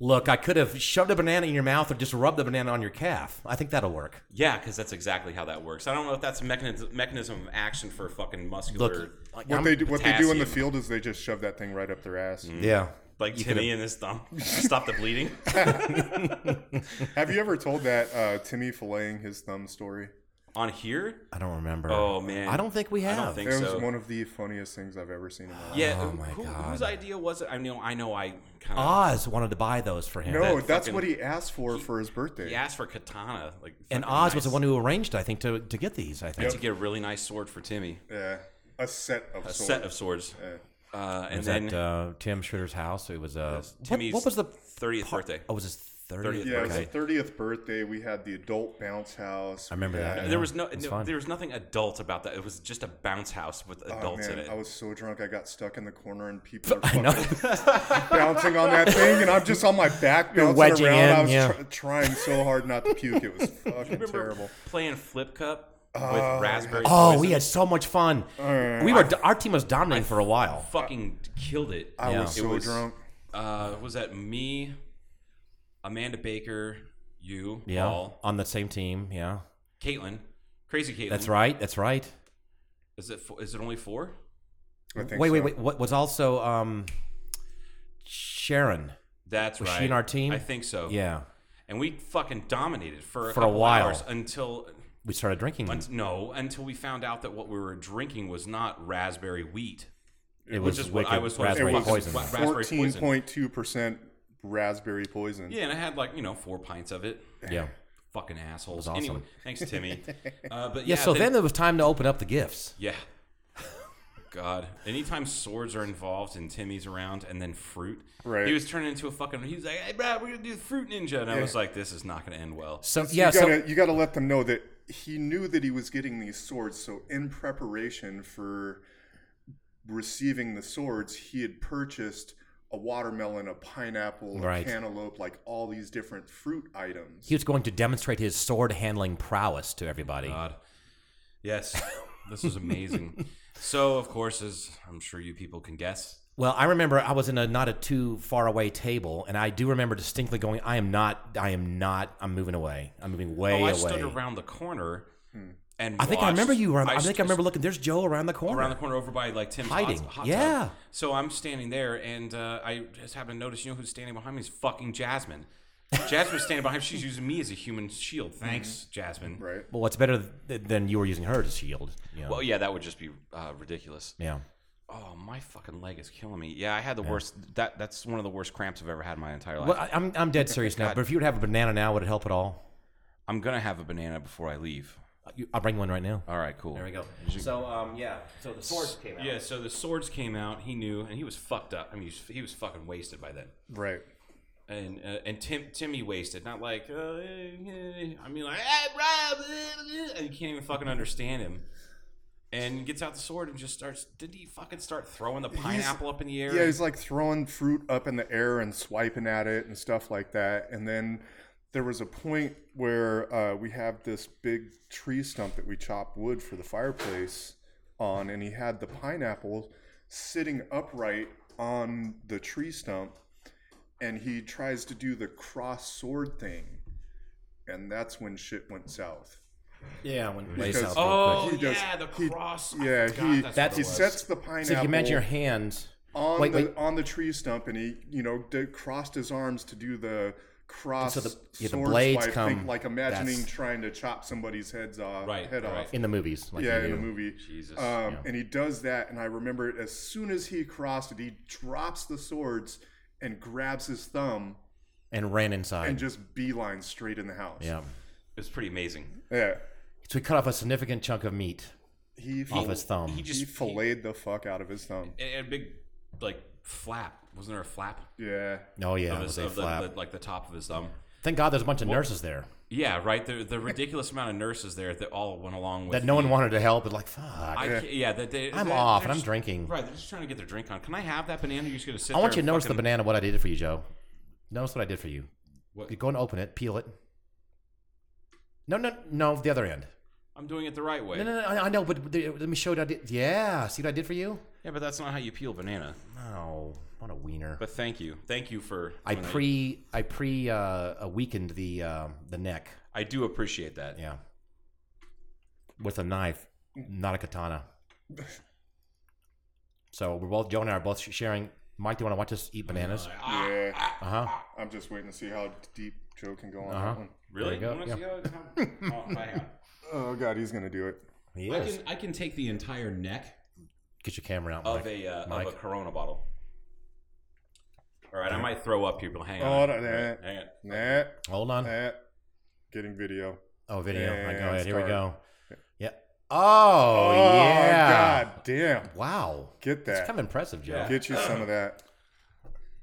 Speaker 6: Look, I could have shoved a banana in your mouth or just rubbed the banana on your calf. I think that'll work.
Speaker 5: Yeah, because that's exactly how that works. I don't know if that's a mechanism mechanism of action for fucking muscular,
Speaker 6: Look, *laughs* like,
Speaker 7: What
Speaker 6: I'm-
Speaker 7: they do, what they do in the
Speaker 5: potassium.
Speaker 7: field is they just shove that thing right up their ass.
Speaker 6: yeah.
Speaker 5: like Timmy and his
Speaker 6: *laughs*
Speaker 5: thumb. Stop the bleeding.
Speaker 7: Have you ever told that uh, Timmy filleting his thumb story?
Speaker 5: On here?
Speaker 6: I don't remember.
Speaker 5: Oh man,
Speaker 6: I don't think we
Speaker 5: I
Speaker 6: have.
Speaker 5: don't think
Speaker 7: It was
Speaker 5: so.
Speaker 7: one of the funniest things I've ever seen in my life.
Speaker 5: yeah,
Speaker 6: Oh, my
Speaker 5: who,
Speaker 6: God.
Speaker 5: whose idea was it? I know, I know, I kind of
Speaker 6: Oz wanted to buy those for him.
Speaker 7: No,
Speaker 5: that
Speaker 7: that's
Speaker 5: fucking-
Speaker 7: what he asked for for his birthday.
Speaker 5: he asked for katana, like,
Speaker 6: and
Speaker 5: fucking
Speaker 6: Oz
Speaker 5: nice-
Speaker 6: was the one who arranged, I think, to, to get these, I think.
Speaker 5: to get a really nice sword for Timmy,
Speaker 7: Yeah, a set of
Speaker 5: a
Speaker 7: swords.
Speaker 5: set of swords, uh, and
Speaker 6: was
Speaker 5: then
Speaker 6: at uh, Tim Schroeder's house. It was uh, what-
Speaker 5: Timmy's
Speaker 6: what, was the
Speaker 5: 30th birthday.
Speaker 6: Oh, it was his 30th,
Speaker 5: 30th,
Speaker 7: yeah,
Speaker 6: birthday.
Speaker 7: it was the 30th birthday. We had the adult bounce house.
Speaker 6: I remember
Speaker 7: We
Speaker 6: that,
Speaker 7: had-
Speaker 6: yeah.
Speaker 5: there was no,
Speaker 6: It's
Speaker 5: no-
Speaker 6: fun.
Speaker 5: there was nothing adult about that. It was just a bounce house with
Speaker 7: Oh,
Speaker 5: adults
Speaker 7: man,
Speaker 5: in it.
Speaker 7: I was so drunk I got stuck in the corner and
Speaker 5: *laughs*
Speaker 7: people were fucking bouncing on that thing and I'm just on my
Speaker 6: *laughs*
Speaker 7: back bouncing
Speaker 6: wedging
Speaker 7: around. I
Speaker 6: in,
Speaker 7: was
Speaker 6: yeah.
Speaker 7: tr- trying so hard not to puke.
Speaker 5: *laughs*
Speaker 7: It was fucking terrible.
Speaker 5: Playing flip cup with raspberry.
Speaker 6: Oh,
Speaker 5: poison.
Speaker 6: we had so much fun.
Speaker 7: Oh,
Speaker 6: we were our team was dominating for a while.
Speaker 5: fucking killed it.
Speaker 7: I
Speaker 6: Yeah.
Speaker 7: was
Speaker 5: It
Speaker 7: so
Speaker 5: was-
Speaker 7: drunk.
Speaker 5: Uh, was that me, Amanda Baker, you,
Speaker 6: Yeah,
Speaker 5: Paul,
Speaker 6: on the same team. Yeah,
Speaker 5: Caitlin, crazy Caitlin?
Speaker 6: that's right. That's right.
Speaker 5: Is it fo- is it only four?
Speaker 7: I think
Speaker 6: Wait, wait,
Speaker 7: so.
Speaker 6: wait. What was also um, Sharon?
Speaker 5: That's
Speaker 6: Was
Speaker 5: right.
Speaker 6: she in our team?
Speaker 5: I think so.
Speaker 6: Yeah,
Speaker 5: and we fucking dominated for a
Speaker 6: For a
Speaker 5: couple
Speaker 6: while.
Speaker 5: hours until
Speaker 6: we started drinking.
Speaker 5: un- no until we found out that what we were drinking was not raspberry wheat.
Speaker 6: it
Speaker 5: which
Speaker 6: was,
Speaker 5: is what
Speaker 6: wicked.
Speaker 5: I was told.
Speaker 6: raspberry
Speaker 7: It was
Speaker 6: poison.
Speaker 5: wa- raspberry
Speaker 7: Fourteen
Speaker 5: poison.
Speaker 7: point two percent raspberry poison.
Speaker 5: Yeah, and I had like you know four pints of it.
Speaker 6: Yeah,
Speaker 5: Fucking assholes.
Speaker 6: awesome.
Speaker 5: Anyway, thanks,
Speaker 6: *laughs*
Speaker 5: Timmy. uh, but
Speaker 6: Yeah,
Speaker 5: yeah,
Speaker 6: so then there was time to open up the gifts.
Speaker 5: Yeah. God. Anytime swords are involved and Timmy's around and then fruit.
Speaker 7: Right.
Speaker 5: He was turning into a fucking he was like, Hey Brad, we're gonna do the fruit ninja and I was like, This is not gonna end well.
Speaker 6: Some, yeah,
Speaker 7: you
Speaker 6: so
Speaker 7: gotta, you gotta let them know that he knew that he was getting these swords so in preparation for receiving the swords he had purchased a watermelon a pineapple
Speaker 6: Right.
Speaker 7: a cantaloupe like all these different fruit items
Speaker 6: he was going to demonstrate his sword handling prowess to everybody.
Speaker 5: God. Yes. this was amazing.
Speaker 6: *laughs*
Speaker 5: so of course, as I'm sure you people can guess,
Speaker 6: Well, I remember I was in a not a too far away table, and I do remember distinctly going, "I am not. I am not. I'm moving away. I'm moving way
Speaker 5: oh, I
Speaker 6: away." Hmm.
Speaker 5: stood around the corner and
Speaker 6: I think I remember
Speaker 5: watched-
Speaker 6: you. Around, I, think I
Speaker 5: st-
Speaker 6: remember looking. There's Joe around the corner.
Speaker 5: around the corner over by like Tim's
Speaker 6: Hiding.
Speaker 5: Hot, hot
Speaker 6: Yeah.
Speaker 5: Tub. So I'm standing there, and uh, I just happened to notice. You know who's standing behind me is fucking *laughs* Jasmine. Jasmine's standing behind. me. She's using me as a human shield. Thanks, Jasmine.
Speaker 7: right
Speaker 6: Well, what's better th- than you were using her to shield? You know?
Speaker 5: Well, yeah, that would just be uh, ridiculous.
Speaker 6: yeah.
Speaker 5: Oh, my fucking leg is killing me. Yeah, I had the worst. That that's one of the worst cramps I've ever had in my entire life.
Speaker 6: Well, I, I'm I'm dead serious now. But if you would have a banana now, would it help at all?
Speaker 5: I'm gonna have a banana before I leave.
Speaker 6: You- I'll bring one right now.
Speaker 5: All right, cool.
Speaker 6: There we go. So um yeah. So the swords came out.
Speaker 5: Yeah, so the swords came out. He knew, and he was fucked up. I mean, he was, he was fucking wasted by then.
Speaker 7: right
Speaker 5: and uh, and Tim Timmy wasted, not like uh, eh, eh, I mean like "Hey, Rob," eh, eh," and you can't even fucking understand him. And gets out the sword and just starts. Did he fucking start throwing the pineapple up in the air?
Speaker 7: yeah he's like throwing fruit up in the air and swiping at it and stuff like that and then there was a point where uh, we have this big tree stump that we chop wood for the fireplace on and he had the pineapple sitting upright on the tree stump and he tries to do the cross sword thing and that's when shit went south
Speaker 6: Yeah. When
Speaker 7: Because-
Speaker 6: out real
Speaker 5: oh
Speaker 6: quick.
Speaker 7: He does-
Speaker 5: yeah, the
Speaker 7: he-
Speaker 5: cross.
Speaker 7: yeah
Speaker 5: God,
Speaker 7: he,
Speaker 5: that's
Speaker 6: That's-
Speaker 5: what
Speaker 7: he
Speaker 5: it was.
Speaker 7: sets the pineapple
Speaker 6: So if you imagine your hands.
Speaker 7: on
Speaker 6: Wait,
Speaker 7: the
Speaker 6: wait.
Speaker 7: on the tree stump, and he you know did, crossed his arms to do the cross
Speaker 6: And so the- yeah, the
Speaker 7: sword
Speaker 6: blades
Speaker 7: swipe
Speaker 6: come-
Speaker 7: thing, like imagining
Speaker 6: that's-
Speaker 7: trying to chop somebody's heads off,
Speaker 5: Right,
Speaker 7: head
Speaker 5: right.
Speaker 7: off.
Speaker 6: in the movies. Like
Speaker 7: yeah,
Speaker 6: you
Speaker 7: in the
Speaker 6: do.
Speaker 7: movie.
Speaker 5: Jesus.
Speaker 7: Um, And he does that, and I remember as soon as he crossed it, he drops the swords and grabs his thumb
Speaker 6: And ran inside.
Speaker 7: and just beelines straight in the house.
Speaker 6: yeah.
Speaker 5: It was pretty amazing.
Speaker 7: Yeah.
Speaker 6: So he cut off a significant chunk of meat
Speaker 7: He,
Speaker 6: off his thumb.
Speaker 5: He just
Speaker 7: he filleted the fuck out of his thumb.
Speaker 5: he- a, a big like flap. Wasn't there a flap?
Speaker 7: Yeah.
Speaker 6: oh yeah,
Speaker 5: of
Speaker 6: it
Speaker 5: his,
Speaker 6: was a
Speaker 5: of the-
Speaker 6: flap.
Speaker 5: the- like the top of his thumb.
Speaker 6: Thank God there's a bunch of nurses there
Speaker 5: Yeah, right. The the ridiculous amount of nurses there that all went along with
Speaker 6: that no
Speaker 5: the-
Speaker 6: one wanted to help. But like, fuck.
Speaker 5: I
Speaker 6: I,
Speaker 5: can't, yeah, that they,
Speaker 6: I'm
Speaker 5: they're-
Speaker 6: off
Speaker 5: they're
Speaker 6: and I'm
Speaker 5: just-
Speaker 6: drinking.
Speaker 5: Right, they're just trying to get their drink on. Can I have that banana? You're just gonna sit.
Speaker 6: want
Speaker 5: there
Speaker 6: you to
Speaker 5: and
Speaker 6: notice the
Speaker 5: fucking-
Speaker 6: banana. What I did for you, Joe. Notice what I did for you.
Speaker 5: What?
Speaker 6: You go and open it, peel it. No, no, no, the other end.
Speaker 5: I'm doing it the right way.
Speaker 6: No, no, no. I, I know, but the, let me show you. What I did. Yeah, see what I did for you?
Speaker 5: Yeah, but that's not how you peel banana.
Speaker 6: No, what a wiener.
Speaker 5: But thank you, thank you for.
Speaker 6: I
Speaker 5: doing that.
Speaker 6: pre, I pre, uh, uh, weakened the uh, the neck.
Speaker 5: I do appreciate that.
Speaker 6: Yeah. With a knife, not a katana. So we're both Joe and I are both sh- sharing. Mike, do you want to watch us eat bananas?
Speaker 7: Yeah.
Speaker 6: Uh huh.
Speaker 7: I'm just waiting to see how deep Joe can go on
Speaker 6: Uh-huh.
Speaker 7: that one.
Speaker 5: Really?
Speaker 6: There you go,
Speaker 5: Wanna see
Speaker 6: *laughs*
Speaker 5: how- how- oh, hang on.
Speaker 7: Oh god, he's gonna do it.
Speaker 6: He
Speaker 5: I
Speaker 6: is.
Speaker 5: can I can take the entire neck
Speaker 6: Get your camera out,
Speaker 7: Oh,
Speaker 6: Mike.
Speaker 5: of a uh,
Speaker 6: Mike.
Speaker 5: of a Corona bottle. All right, I might throw up, people. Hang on.
Speaker 7: Oh, no,
Speaker 5: All right,
Speaker 7: no.
Speaker 5: hang on.
Speaker 7: Nah,
Speaker 6: Hold on.
Speaker 7: nah. Getting video.
Speaker 6: Oh, video.
Speaker 7: Yeah,
Speaker 6: Like, go ahead. Here we go.
Speaker 7: start.
Speaker 6: Yeah. Oh, yeah.
Speaker 7: God damn.
Speaker 6: Wow.
Speaker 7: Get
Speaker 6: It's
Speaker 7: that.
Speaker 6: kind of impressive, Joe.
Speaker 7: Get you some of that.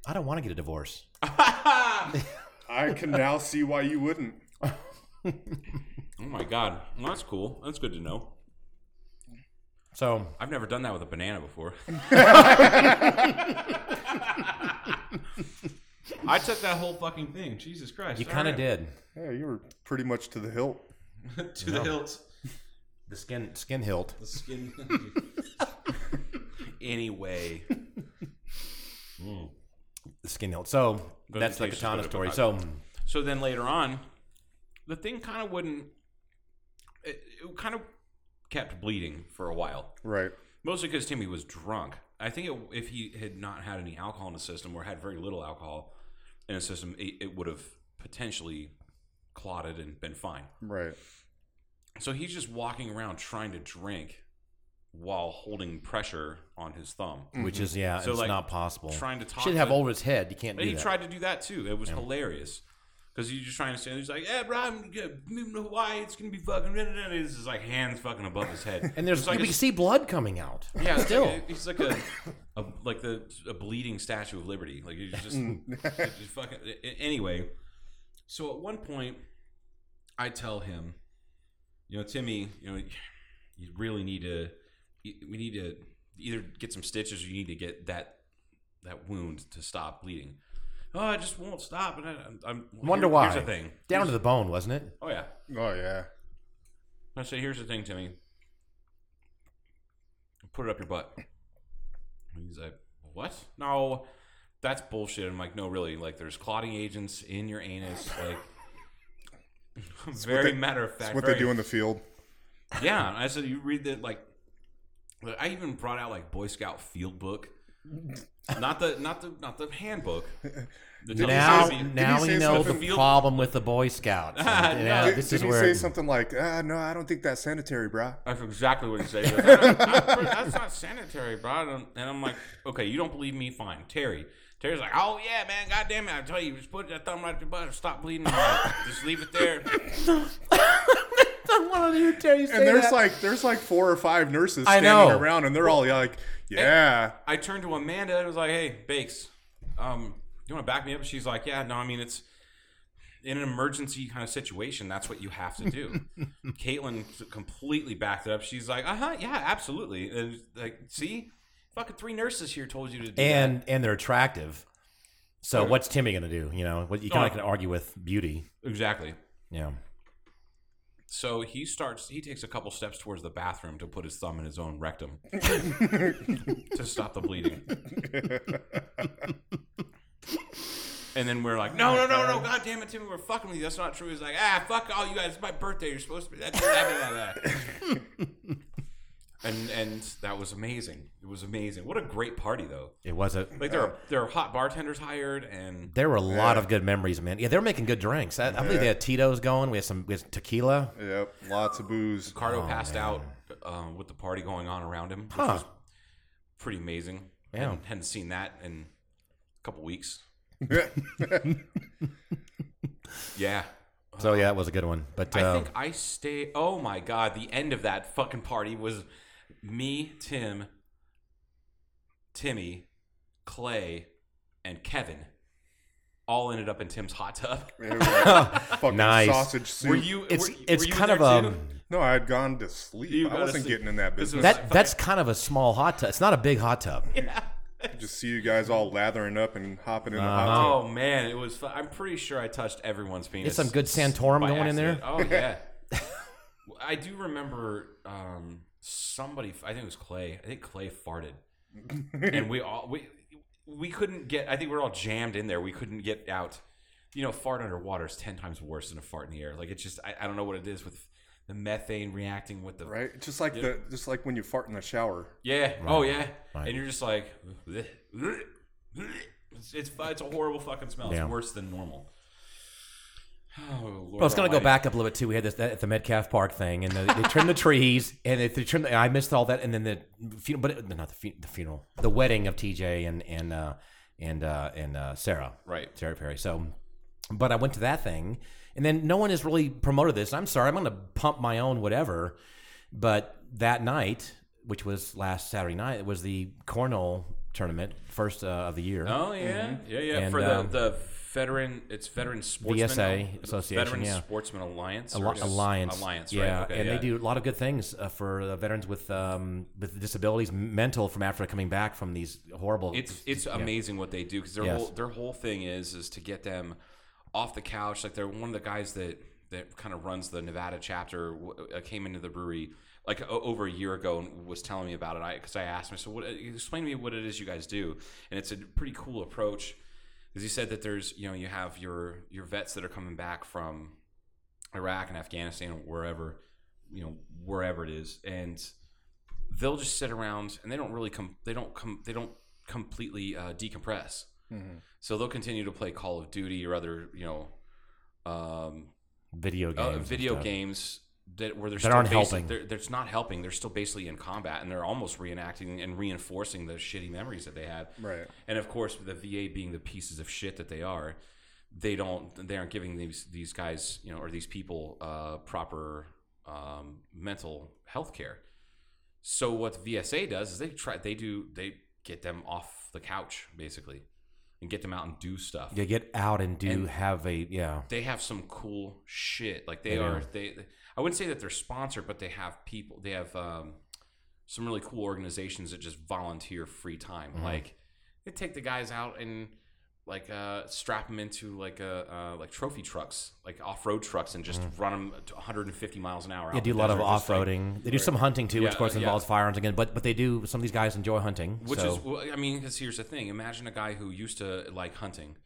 Speaker 6: I don't want to get a divorce.
Speaker 7: I
Speaker 6: *laughs*
Speaker 7: can now see why you wouldn't.
Speaker 5: *laughs* Oh my God, well, that's cool. That's good to know.
Speaker 6: So
Speaker 5: I've never done that with a banana before. I took that whole fucking thing. Jesus Christ.
Speaker 6: you kind of
Speaker 5: All right.
Speaker 6: did.
Speaker 7: Yeah, you were pretty much to the hilt.
Speaker 5: to the hilt.
Speaker 6: The skin skin hilt.
Speaker 5: The skin. *laughs* anyway,
Speaker 6: The skin hilt. So that's the
Speaker 5: taste as
Speaker 6: katana
Speaker 5: good,
Speaker 6: story.
Speaker 5: but
Speaker 6: So
Speaker 5: so then later on, the thing kind of wouldn't. It, it kind of kept bleeding for a while,
Speaker 7: Right.
Speaker 5: mostly because Timmy was drunk. I think it, if he had not had any alcohol in his system or had very little alcohol in his system, it, it would have potentially clotted and been fine.
Speaker 7: Right. *laughs*
Speaker 5: So he's just walking around trying to drink while holding pressure on his thumb.
Speaker 6: which is yeah,
Speaker 5: Mm-hmm. So,
Speaker 6: it's
Speaker 5: like,
Speaker 6: not possible.
Speaker 5: trying to talk
Speaker 6: should have
Speaker 5: to-
Speaker 6: over his head. You can't
Speaker 5: But
Speaker 6: do
Speaker 5: he
Speaker 6: that.
Speaker 5: tried to do that too. It was hilarious. Because you just trying to stand. He's like, "Yeah, bro, I'm good. moving to Hawaii. It's gonna be fucking." da, da, da," and He's just like hands fucking above his head,
Speaker 6: *laughs* And there's
Speaker 5: It's like
Speaker 6: you
Speaker 5: a-
Speaker 6: can see blood coming out.
Speaker 5: yeah, it's
Speaker 6: still.
Speaker 5: like a- he's like a, a like the a bleeding Statue of Liberty. Like he's
Speaker 6: *laughs*
Speaker 5: just,
Speaker 7: Oh,
Speaker 6: Mm.
Speaker 5: just fucking. a- a- Anyway, so at one point, I tell him, you know, Timmy, you know, you really need to, you- we need to either get some stitches or you need to get that that wound to stop bleeding. Oh, I just won't stop, and I, I'm, I'm
Speaker 6: Wonder
Speaker 5: here-
Speaker 6: why.
Speaker 5: Here's the thing.
Speaker 6: Down to the bone, wasn't it?
Speaker 5: Oh yeah.
Speaker 7: Oh yeah.
Speaker 5: I say, here's the thing, Timmy. Put it up your butt. And he's like, what? No, that's bullshit. I'm like, no, really. Like, there's clotting agents in your anus. Like, *laughs* very
Speaker 7: they-
Speaker 5: matter of
Speaker 7: That's
Speaker 5: fact.
Speaker 7: what they
Speaker 5: very-
Speaker 7: do in the field.
Speaker 5: *laughs* Yeah, and I said you read that. Like, like, I even brought out like Boy Scout field book. Not the not the not the
Speaker 7: *laughs*
Speaker 5: handbook. The
Speaker 6: Now,
Speaker 5: Tennessee-
Speaker 6: now
Speaker 7: he
Speaker 6: we
Speaker 7: say
Speaker 6: know
Speaker 5: something?
Speaker 6: the
Speaker 5: Field-
Speaker 6: problem with the Boy Scouts. And, you know,
Speaker 5: *laughs* No.
Speaker 6: this
Speaker 7: Did
Speaker 6: is
Speaker 7: he
Speaker 6: where
Speaker 7: say something like, ah, no, I don't think that's sanitary, brah?
Speaker 5: That's exactly what he said. He goes, "That's not- That's not sanitary, bro. And I'm- And I'm like, okay, you don't believe me? Fine. Terry. Terry's like, oh, yeah, man. God damn it. I tell you, just put that thumb right up your butt or stop bleeding. I'm like, *laughs* just leave it there.
Speaker 6: *laughs* I want to hear Terry say
Speaker 7: And there's
Speaker 6: that.
Speaker 7: like there's like four or five nurses
Speaker 6: I
Speaker 7: standing
Speaker 6: know.
Speaker 7: around, and they're all like, "Yeah,
Speaker 5: I turned to Amanda and was like, hey, Bakes, um, you want to back me up? She's like, yeah, no, I mean, it's in an emergency kind of situation. That's what you have to do. Caitlin completely backed it up. She's like, uh huh, yeah, absolutely. And like, see? Fucking three nurses here told you to do that."
Speaker 6: and and they're attractive. So what's Timmy gonna do? You know, what you kind
Speaker 5: Oh.
Speaker 6: of can argue with beauty.
Speaker 5: Exactly.
Speaker 6: Yeah.
Speaker 5: So he starts. He takes a couple steps towards the bathroom to put his thumb in his own rectum to stop the bleeding. and then we're like, "No, no, no, no! God damn it, Timmy, we're fucking with you. That's not true." He's like, "Ah, fuck all you guys. It's my birthday. You're supposed to be." That's that, that, that." and and that was amazing. It was amazing. What a great party, though.
Speaker 6: It was a
Speaker 5: Like there are there are hot bartenders hired, and
Speaker 6: there were a lot of good memories, man. Yeah, they're making good drinks. I, I believe they had Tito's going. We had some we had tequila.
Speaker 7: yep, lots
Speaker 6: *laughs*
Speaker 7: of booze." *laughs*
Speaker 5: Cardo passed out uh, with the party going on around him, which
Speaker 6: Huh.
Speaker 5: was pretty amazing.
Speaker 6: Yeah.
Speaker 5: Hadn't, hadn't seen that in a couple weeks. yeah.
Speaker 6: So yeah, it was a good one. But
Speaker 5: I
Speaker 6: uh,
Speaker 5: think I stay. Oh my God. The end of that fucking party was me, Tim, Timmy, Clay, and Kevin all ended up in Tim's hot tub.
Speaker 7: They
Speaker 6: *laughs*
Speaker 7: were like, fucking
Speaker 6: Nice.
Speaker 7: sausage soup.
Speaker 5: Were you?
Speaker 6: it's
Speaker 5: were,
Speaker 6: it's
Speaker 5: were you
Speaker 6: kind
Speaker 5: there
Speaker 6: of um, a
Speaker 5: too?
Speaker 7: no, I had gone to sleep.
Speaker 5: You
Speaker 7: I
Speaker 5: gotta
Speaker 7: wasn't
Speaker 5: sleep.
Speaker 7: getting in that
Speaker 5: This
Speaker 7: business.
Speaker 5: was- *laughs*
Speaker 6: that that's kind of a small hot tub. It's not a big hot tub.
Speaker 7: Just see you guys all lathering up and hopping in the hot tub.
Speaker 5: Oh man, it was. Fu- I'm pretty sure I touched everyone's penis.
Speaker 6: some good Santorum
Speaker 5: by
Speaker 6: going in there?
Speaker 5: accident. Oh
Speaker 6: *laughs*
Speaker 5: yeah. I do remember um, somebody. I think it was Clay. I think Clay farted, and we all we we couldn't get. I think we were all jammed in there. We couldn't get out. You know, fart underwater is ten times worse than a fart in the air. Like it's just. I, I don't know what it is with the methane reacting with the
Speaker 7: Right, just like the just like when you fart in the shower.
Speaker 5: yeah. Oh yeah.
Speaker 6: Right.
Speaker 5: And you're just like, "Bleh, bleh, bleh." it's, it's fu- it's a horrible fucking smell.
Speaker 6: Yeah.
Speaker 5: It's worse than normal. *sighs* Oh, Lord
Speaker 6: Well, I was going to go
Speaker 5: almighty.
Speaker 6: back up a little bit too. We had this that, at the Metcalf Park thing, and the, they trimmed the trees, *laughs* and if they trimmed, the, I missed all that, and then the funeral, but it, not the, fu- the funeral, the wedding of TJ and and uh, and uh, and uh, Sarah,
Speaker 5: Right.
Speaker 6: Sarah Perry. So, but I went to that thing, and then no one has really promoted this. I'm sorry, I'm going to pump my own whatever, but that night, which was last Saturday night, it was the Cornell tournament, first uh, of the year.
Speaker 5: Oh yeah, yeah, yeah.
Speaker 6: And,
Speaker 5: For the
Speaker 6: um,
Speaker 5: the veteran, it's veteran sportsman
Speaker 6: VSA Association,
Speaker 5: Veteran
Speaker 6: yeah.
Speaker 5: Sportsman Alliance,
Speaker 6: Al-
Speaker 5: or is-
Speaker 6: Alliance,
Speaker 5: Alliance,
Speaker 6: yeah,
Speaker 5: right? Okay,
Speaker 6: and
Speaker 5: yeah.
Speaker 6: they do a lot of good things uh, for uh, veterans with um, with disabilities, mental from after coming back from these horrible.
Speaker 5: It's it's amazing what they do because their
Speaker 6: Yes.
Speaker 5: whole their whole thing is is to get them off the couch. Like they're one of the guys that that kind of runs the Nevada chapter. w- uh, Came into the brewery like o- over a year ago and was telling me about it. I because I asked him, so what? uh, Explain to me what it is you guys do. And it's a pretty cool approach because he said that there's you know you have your your vets that are coming back from Iraq and Afghanistan or wherever you know wherever it is and they'll just sit around and they don't really come they don't come they don't completely uh, decompress
Speaker 6: Mm-hmm.
Speaker 5: so they'll continue to play call of duty or other you know um,
Speaker 6: video games,
Speaker 5: uh,
Speaker 6: and
Speaker 5: video
Speaker 6: stuff.
Speaker 5: games that where they're
Speaker 6: That
Speaker 5: still
Speaker 6: aren't
Speaker 5: basi-
Speaker 6: helping.
Speaker 5: They're, they're just not helping. They're still basically in combat, and they're almost reenacting and reinforcing the shitty memories that they had.
Speaker 7: Right.
Speaker 5: And of course, the VA being the pieces of shit that they are, they don't they aren't giving these these guys you know or these people uh, proper um, mental health care. So what VSA does is they try they do they get them off the couch basically and get them out and do stuff.
Speaker 6: You get out and do
Speaker 5: And-
Speaker 6: have a yeah.
Speaker 5: They have some cool shit. Like they
Speaker 6: They
Speaker 5: are
Speaker 6: do.
Speaker 5: they I wouldn't say that they're sponsored, but they have people they have um, some really cool organizations that just volunteer free time.
Speaker 6: Mm-hmm.
Speaker 5: Like they take the guys out and like uh, strap them into like a uh, like trophy trucks, like off road trucks, and just run 'em run them to 150 miles an hour. out
Speaker 6: They
Speaker 5: in
Speaker 6: Mm-hmm. do a
Speaker 5: the
Speaker 6: lot of
Speaker 5: desert,
Speaker 6: off
Speaker 5: just, like,
Speaker 6: roading. they do some hunting too, which
Speaker 5: Yeah,
Speaker 6: of course
Speaker 5: yeah.
Speaker 6: involves firearms again. But but they do. Some of these guys enjoy hunting,
Speaker 5: Which
Speaker 6: so-
Speaker 5: is, well, I mean, because here's the thing: imagine a guy who used to like hunting,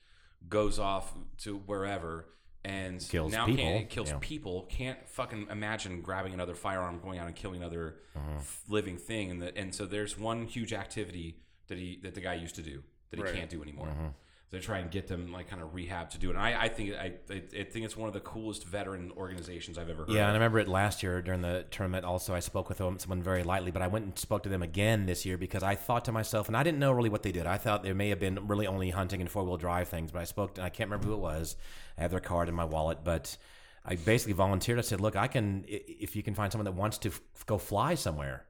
Speaker 5: goes off to wherever and
Speaker 6: Kills
Speaker 5: now
Speaker 6: people,
Speaker 5: Can't, kills
Speaker 6: yeah.
Speaker 5: people. Can't fucking imagine grabbing another firearm, going out and killing another
Speaker 6: Mm-hmm.
Speaker 5: f- living thing. And the, and so there's one huge activity that he that the guy used to do that he
Speaker 7: Right.
Speaker 5: can't do anymore.
Speaker 6: Mm-hmm.
Speaker 5: So they try and get them like kind of rehab to do it. And I, I think I, I I think it's one of the coolest veteran organizations I've ever heard.
Speaker 6: Yeah, and I
Speaker 5: of.
Speaker 6: remember it last year during the tournament. Also, I spoke with them, someone very lightly, but I went and spoke to them again this year because I thought to myself, and I didn't know really what they did. I thought there may have been really only hunting and four wheel drive things, but I spoke to, I can't remember who it was. I have their card in my wallet, but I basically volunteered. I said, look, I can, i- if you can find someone that wants to f- go fly somewhere,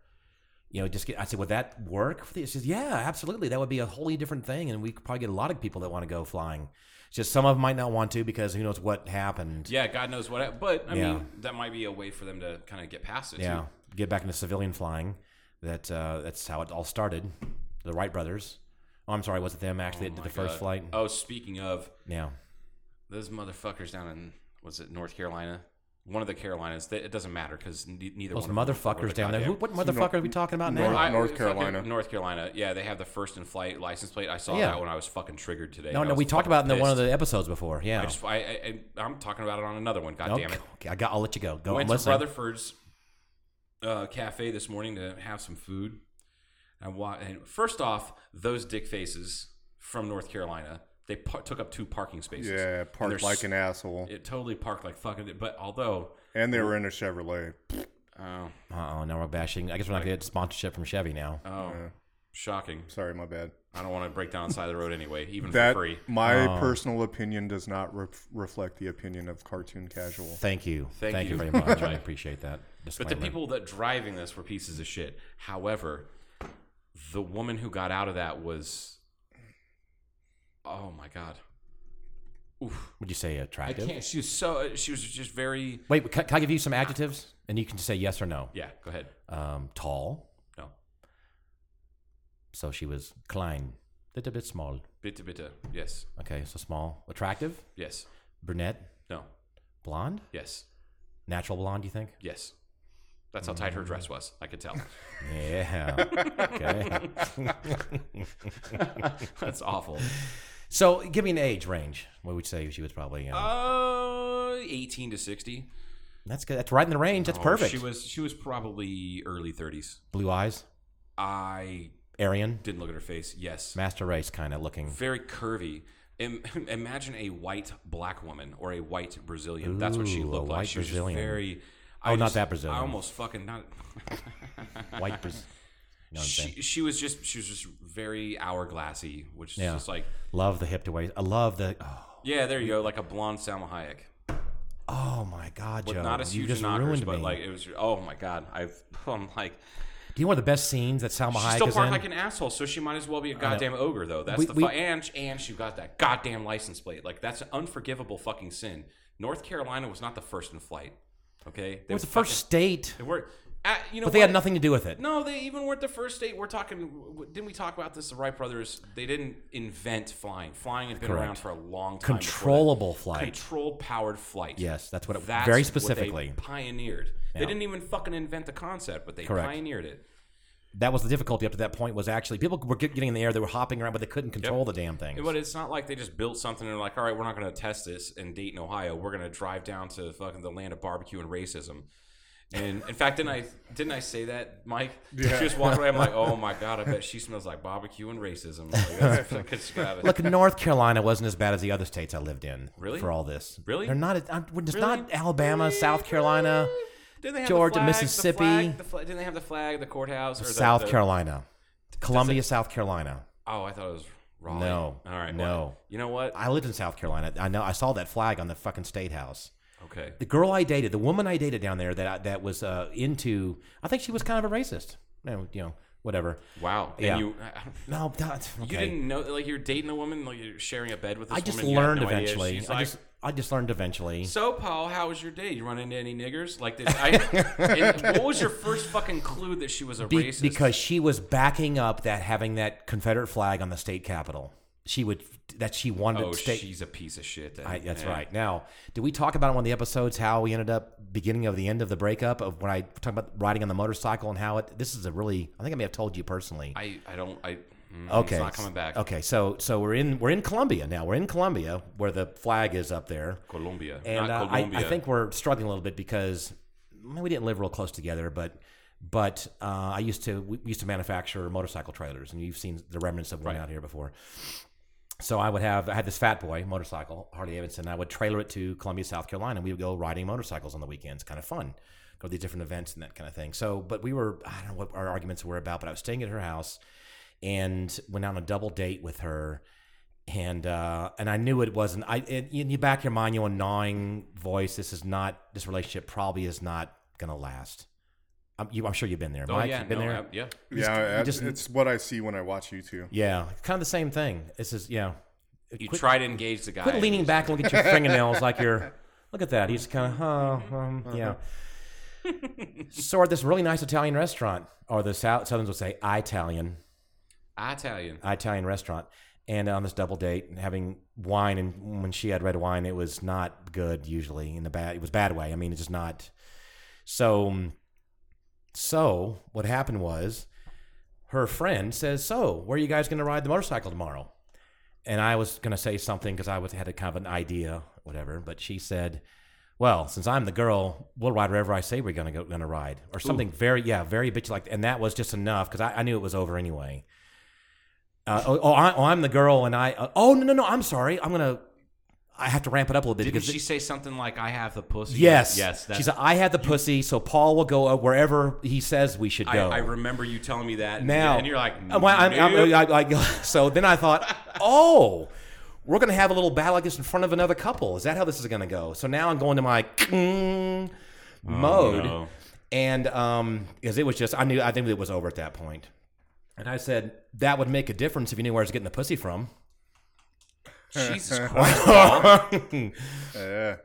Speaker 6: you know, just get, I said, would that work? For this? She says, yeah, absolutely. That would be a wholly different thing. And we could probably get a lot of people that want to go flying. It's just some of them might not want to because who knows what happened.
Speaker 5: Yeah, God knows what. I- But I
Speaker 6: Yeah.
Speaker 5: mean, that might be a way for them to kind of get past it.
Speaker 6: Yeah,
Speaker 5: too.
Speaker 6: get back into civilian flying. That uh, that's how it all started. The Wright brothers. Oh, I'm sorry, was it them actually that did the first
Speaker 5: God.
Speaker 6: flight?
Speaker 5: Oh, speaking of
Speaker 6: Yeah,
Speaker 5: those motherfuckers down in was it North Carolina? One of the Carolinas. They, it doesn't matter because ne- neither
Speaker 6: those
Speaker 5: one of them were
Speaker 6: motherfuckers
Speaker 5: the
Speaker 6: down there. Who,
Speaker 5: goddamn-
Speaker 6: what motherfucker are we talking about
Speaker 7: North-
Speaker 6: now?
Speaker 5: I-
Speaker 7: North
Speaker 5: fucking
Speaker 7: Carolina.
Speaker 5: North Carolina. Yeah, they have the first in flight license plate. I saw
Speaker 6: Yeah.
Speaker 5: that when I was fucking triggered today.
Speaker 6: no,
Speaker 5: I
Speaker 6: no,
Speaker 5: was
Speaker 6: we talked about it in the, one of
Speaker 5: fucking
Speaker 6: the episodes before. Yeah,
Speaker 5: pissed. I just, I, I, I, I'm talking about it on another one. God
Speaker 6: Oh,
Speaker 5: damn it.
Speaker 6: okay, I got. I'll let you go. Go
Speaker 5: went
Speaker 6: and listen.
Speaker 5: to Rutherford's uh, cafe this morning to have some food. I wa- and first off, those dick faces from North Carolina, they par- took up two parking spaces.
Speaker 7: Yeah,
Speaker 5: And
Speaker 7: parked
Speaker 5: they're
Speaker 7: like
Speaker 5: s-
Speaker 7: an asshole.
Speaker 5: It totally parked like fucking. But although,
Speaker 7: and they were in a Chevrolet.
Speaker 5: oh,
Speaker 6: Uh-oh, now Uh-uh, we're bashing. I guess we're not gonna get sponsorship from Chevy now.
Speaker 5: oh, shocking.
Speaker 7: Sorry, my bad.
Speaker 5: I don't want to break down the side of the road anyway, even
Speaker 7: That
Speaker 5: for free.
Speaker 7: my
Speaker 6: Oh.
Speaker 7: personal opinion does not ref reflect the opinion of Cartoon Casual.
Speaker 6: Thank you.
Speaker 5: Thank
Speaker 6: you.
Speaker 5: you. *laughs*
Speaker 6: very much. I appreciate that.
Speaker 5: But the
Speaker 6: disclaimer.
Speaker 5: people that driving this were pieces of shit. However, the woman who got out of that was, oh my god,
Speaker 6: would you say
Speaker 5: I
Speaker 6: attractive?
Speaker 5: can't. She was so. uh, She was just very.
Speaker 6: Wait, but can, can I give you some adjectives and you can just say yes or no?
Speaker 5: Yeah, go ahead.
Speaker 6: Um, tall.
Speaker 5: No,
Speaker 6: So she was klein, little bit small.
Speaker 5: bitte bitte. Yes,
Speaker 6: Okay, so small, attractive,
Speaker 5: yes.
Speaker 6: brunette,
Speaker 5: No,
Speaker 6: blonde,
Speaker 5: yes,
Speaker 6: natural blonde. You think?
Speaker 5: yes. That's how tight her dress was. I could tell. *laughs*
Speaker 6: Yeah. okay.
Speaker 5: That's awful.
Speaker 6: So give me an age range. What would you say she was probably? Uh,
Speaker 5: Uh, eighteen to sixty.
Speaker 6: that's good. That's right in the range. That's
Speaker 5: Oh,
Speaker 6: perfect.
Speaker 5: She was she was probably early thirties.
Speaker 6: Blue eyes,
Speaker 5: I
Speaker 6: Aryan,
Speaker 5: didn't look at her face. Yes,
Speaker 6: master race kind of looking.
Speaker 5: very curvy. Im- *laughs* imagine a white black woman or a white Brazilian. That's what she
Speaker 6: Ooh, a
Speaker 5: looked like.
Speaker 6: white
Speaker 5: She was just
Speaker 6: Brazilian.
Speaker 5: very.
Speaker 6: Oh, not
Speaker 5: just-
Speaker 6: that Brazilian.
Speaker 5: I almost fucking not.
Speaker 6: *laughs* White. Braz- you know what I'm saying?
Speaker 5: *laughs* she, she was just she was just very hourglassy, which is
Speaker 6: Yeah.
Speaker 5: just like
Speaker 6: Love the hip to waist. I love the. Oh,
Speaker 5: yeah, there you go, like a blonde Salma Hayek,
Speaker 6: oh my God,
Speaker 5: but
Speaker 6: Joe!
Speaker 5: not as
Speaker 6: you
Speaker 5: huge
Speaker 6: just
Speaker 5: as knockers,
Speaker 6: ruined
Speaker 5: but
Speaker 6: me.
Speaker 5: like it was. Oh my god, I've *laughs* I'm like
Speaker 6: Do you want the best scenes that Salma
Speaker 5: she's
Speaker 6: Hayek
Speaker 5: still
Speaker 6: is
Speaker 5: parked
Speaker 6: in?
Speaker 5: like an asshole, so she might as well be a goddamn ogre though. That's
Speaker 6: We-
Speaker 5: the
Speaker 6: we-
Speaker 5: fu- and and she got that goddamn license plate. Like that's an unforgivable fucking sin. North Carolina was not the first in flight. Okay,
Speaker 6: it
Speaker 5: they
Speaker 6: was the
Speaker 5: fucking-
Speaker 6: first state,
Speaker 5: They were, at, you know,
Speaker 6: but they had
Speaker 5: what?
Speaker 6: nothing to do with it.
Speaker 5: No, they even weren't the first state. We're talking. w- Didn't we talk about this? The Wright brothers. They didn't invent flying. Flying had been
Speaker 6: Correct.
Speaker 5: around for a long time.
Speaker 6: Controllable flight.
Speaker 5: Control powered flight.
Speaker 6: Yes, that's what it-
Speaker 5: That's
Speaker 6: very
Speaker 5: what they
Speaker 6: specifically.
Speaker 5: pioneered. They
Speaker 6: Yeah.
Speaker 5: didn't even fucking invent the concept, but they
Speaker 6: Correct.
Speaker 5: pioneered it.
Speaker 6: that was the difficulty up to that point was actually people were get- getting in the air they were hopping around but they couldn't control
Speaker 5: Yep.
Speaker 6: the damn thing
Speaker 5: But it's not like they just built something and they're like, all right, we're not going to test this in Dayton, Ohio. We're going to drive down to fucking the land of barbecue and racism. And in fact, didn't I didn't I say that, Mike? She was walking away. I'm like, oh my god, I bet she smells like barbecue and racism. Like, that's, 'cause she got it.
Speaker 6: look north carolina wasn't as bad as the other states i lived in
Speaker 5: Really?
Speaker 6: for all this
Speaker 5: Really?
Speaker 6: they're not I- it's
Speaker 5: Really?
Speaker 6: not alabama south carolina
Speaker 5: Didn't they have
Speaker 6: Georgia,
Speaker 5: the flag,
Speaker 6: Mississippi.
Speaker 5: The flag, the flag, didn't they have the flag, the courthouse, or the,
Speaker 6: south
Speaker 5: the-
Speaker 6: carolina columbia south carolina
Speaker 5: Oh, I thought it was Raleigh.
Speaker 6: No.
Speaker 5: All right.
Speaker 6: No.
Speaker 5: well, you know what?
Speaker 6: I lived in South Carolina. I know. I saw that flag on the fucking state house.
Speaker 5: Okay.
Speaker 6: The girl I dated, the woman I dated down there that I, that was uh, into, I think she was kind of a racist. No, you know, whatever.
Speaker 5: Wow.
Speaker 6: Yeah.
Speaker 5: And you,
Speaker 6: No, that's okay.
Speaker 5: you didn't know, like, you're dating a woman, like, you're sharing a bed with this
Speaker 6: I just
Speaker 5: woman, you had
Speaker 6: learned
Speaker 5: no idea.
Speaker 6: eventually.
Speaker 5: She's
Speaker 6: I
Speaker 5: like,
Speaker 6: just I just learned eventually.
Speaker 5: So, Paul, how was your day? You run into any niggers? Like, did
Speaker 6: *laughs*
Speaker 5: I, and what was your first fucking clue that she was a
Speaker 6: Be-
Speaker 5: racist?
Speaker 6: because she was backing up that having that Confederate flag on the state capitol. She would that she wanted
Speaker 5: oh,
Speaker 6: state.
Speaker 5: she's a piece of shit. Then.
Speaker 6: I, that's
Speaker 5: Yeah.
Speaker 6: right. Now, did we talk about in one of the episodes how we ended up beginning of the end of the breakup of when I talked about riding on the motorcycle and how it? This is a really. I think I may have told you personally.
Speaker 5: I, I don't. I. mm,
Speaker 6: okay,
Speaker 5: It's not coming back.
Speaker 6: Okay, so so we're in we're in Colombia now. We're in Colombia where the flag is up there,
Speaker 5: Colombia.
Speaker 6: and
Speaker 5: not
Speaker 6: uh, I,
Speaker 5: Colombia.
Speaker 6: I think we're struggling a little bit because I mean, we didn't live real close together, but. But uh, I used to we used to manufacture motorcycle trailers, and you've seen the remnants of one out here before. So I would have I had this Fat Boy motorcycle, Harley Davidson. and I would trailer it to Columbia, South Carolina, and we would go riding motorcycles on the weekends. Kind of fun, go to these different events and that kind of thing. So, but we were I don't know what our arguments were about, but I was staying at her house and went on a double date with her. And uh, and I knew it wasn't. I it, in your back of your mind, you know, a gnawing voice. This is not. This relationship probably is not gonna last. I'm, you, I'm sure you've been there,
Speaker 5: Oh
Speaker 6: Mike.
Speaker 5: yeah.
Speaker 6: you've been
Speaker 5: no,
Speaker 6: there. Uh,
Speaker 5: I- yeah.
Speaker 7: yeah, I-
Speaker 6: just-
Speaker 7: it's what I see when I watch you two.
Speaker 6: yeah, kind of the same thing. This is yeah.
Speaker 5: You
Speaker 6: Quit-
Speaker 5: try to engage the guy.
Speaker 6: Quit
Speaker 5: and
Speaker 6: leaning
Speaker 5: he's-
Speaker 6: back and look
Speaker 5: *laughs*
Speaker 6: at your fingernails like you're. Look at that. He's kind of, oh,
Speaker 5: Mm-hmm.
Speaker 6: um,
Speaker 5: Uh-huh.
Speaker 6: yeah. so at this really nice Italian restaurant, or the South, Southerns would say Italian,
Speaker 5: Italian.
Speaker 6: Italian restaurant, and on this double date and having wine, and when she had red wine, it was not good usually in the bad. It was bad way. I mean, it's just not. So, so what happened was, her friend says, "So, where are you guys going to ride the motorcycle tomorrow?" and I was going to say something because I was had a kind of an idea, whatever. But she said, "Well, since I'm the girl, we'll ride wherever I say we're going to go, going to ride," or something very, yeah, very bitchy like. And that was just enough because I, I knew it was over anyway. Uh, oh, oh, I, oh, I'm the girl, and I. Uh, oh no, no, no! I'm sorry. I'm gonna. I have to ramp it up a little bit
Speaker 5: Didn't
Speaker 6: because
Speaker 5: she say something like, "I have the pussy"?
Speaker 6: yes,
Speaker 5: Yes. That's,
Speaker 6: She said, "I had the pussy, so Paul will go uh, wherever he says we should
Speaker 5: I,
Speaker 6: go."
Speaker 5: I remember you telling me that. and-
Speaker 6: now
Speaker 5: and you're like,
Speaker 6: Uh, well, I'm- I'm-
Speaker 5: "Nope."
Speaker 6: I- I- I- *laughs* so then i thought oh we're going to have a little battle like this in front of another couple is that how this is going to go so now i'm going to my mode
Speaker 5: Oh, no.
Speaker 6: and um because it was just i knew i think it was over at that point and i said that would make a difference if you knew where i was getting the pussy from
Speaker 5: Jesus
Speaker 7: *laughs*
Speaker 6: *laughs*
Speaker 5: Christ, Paul.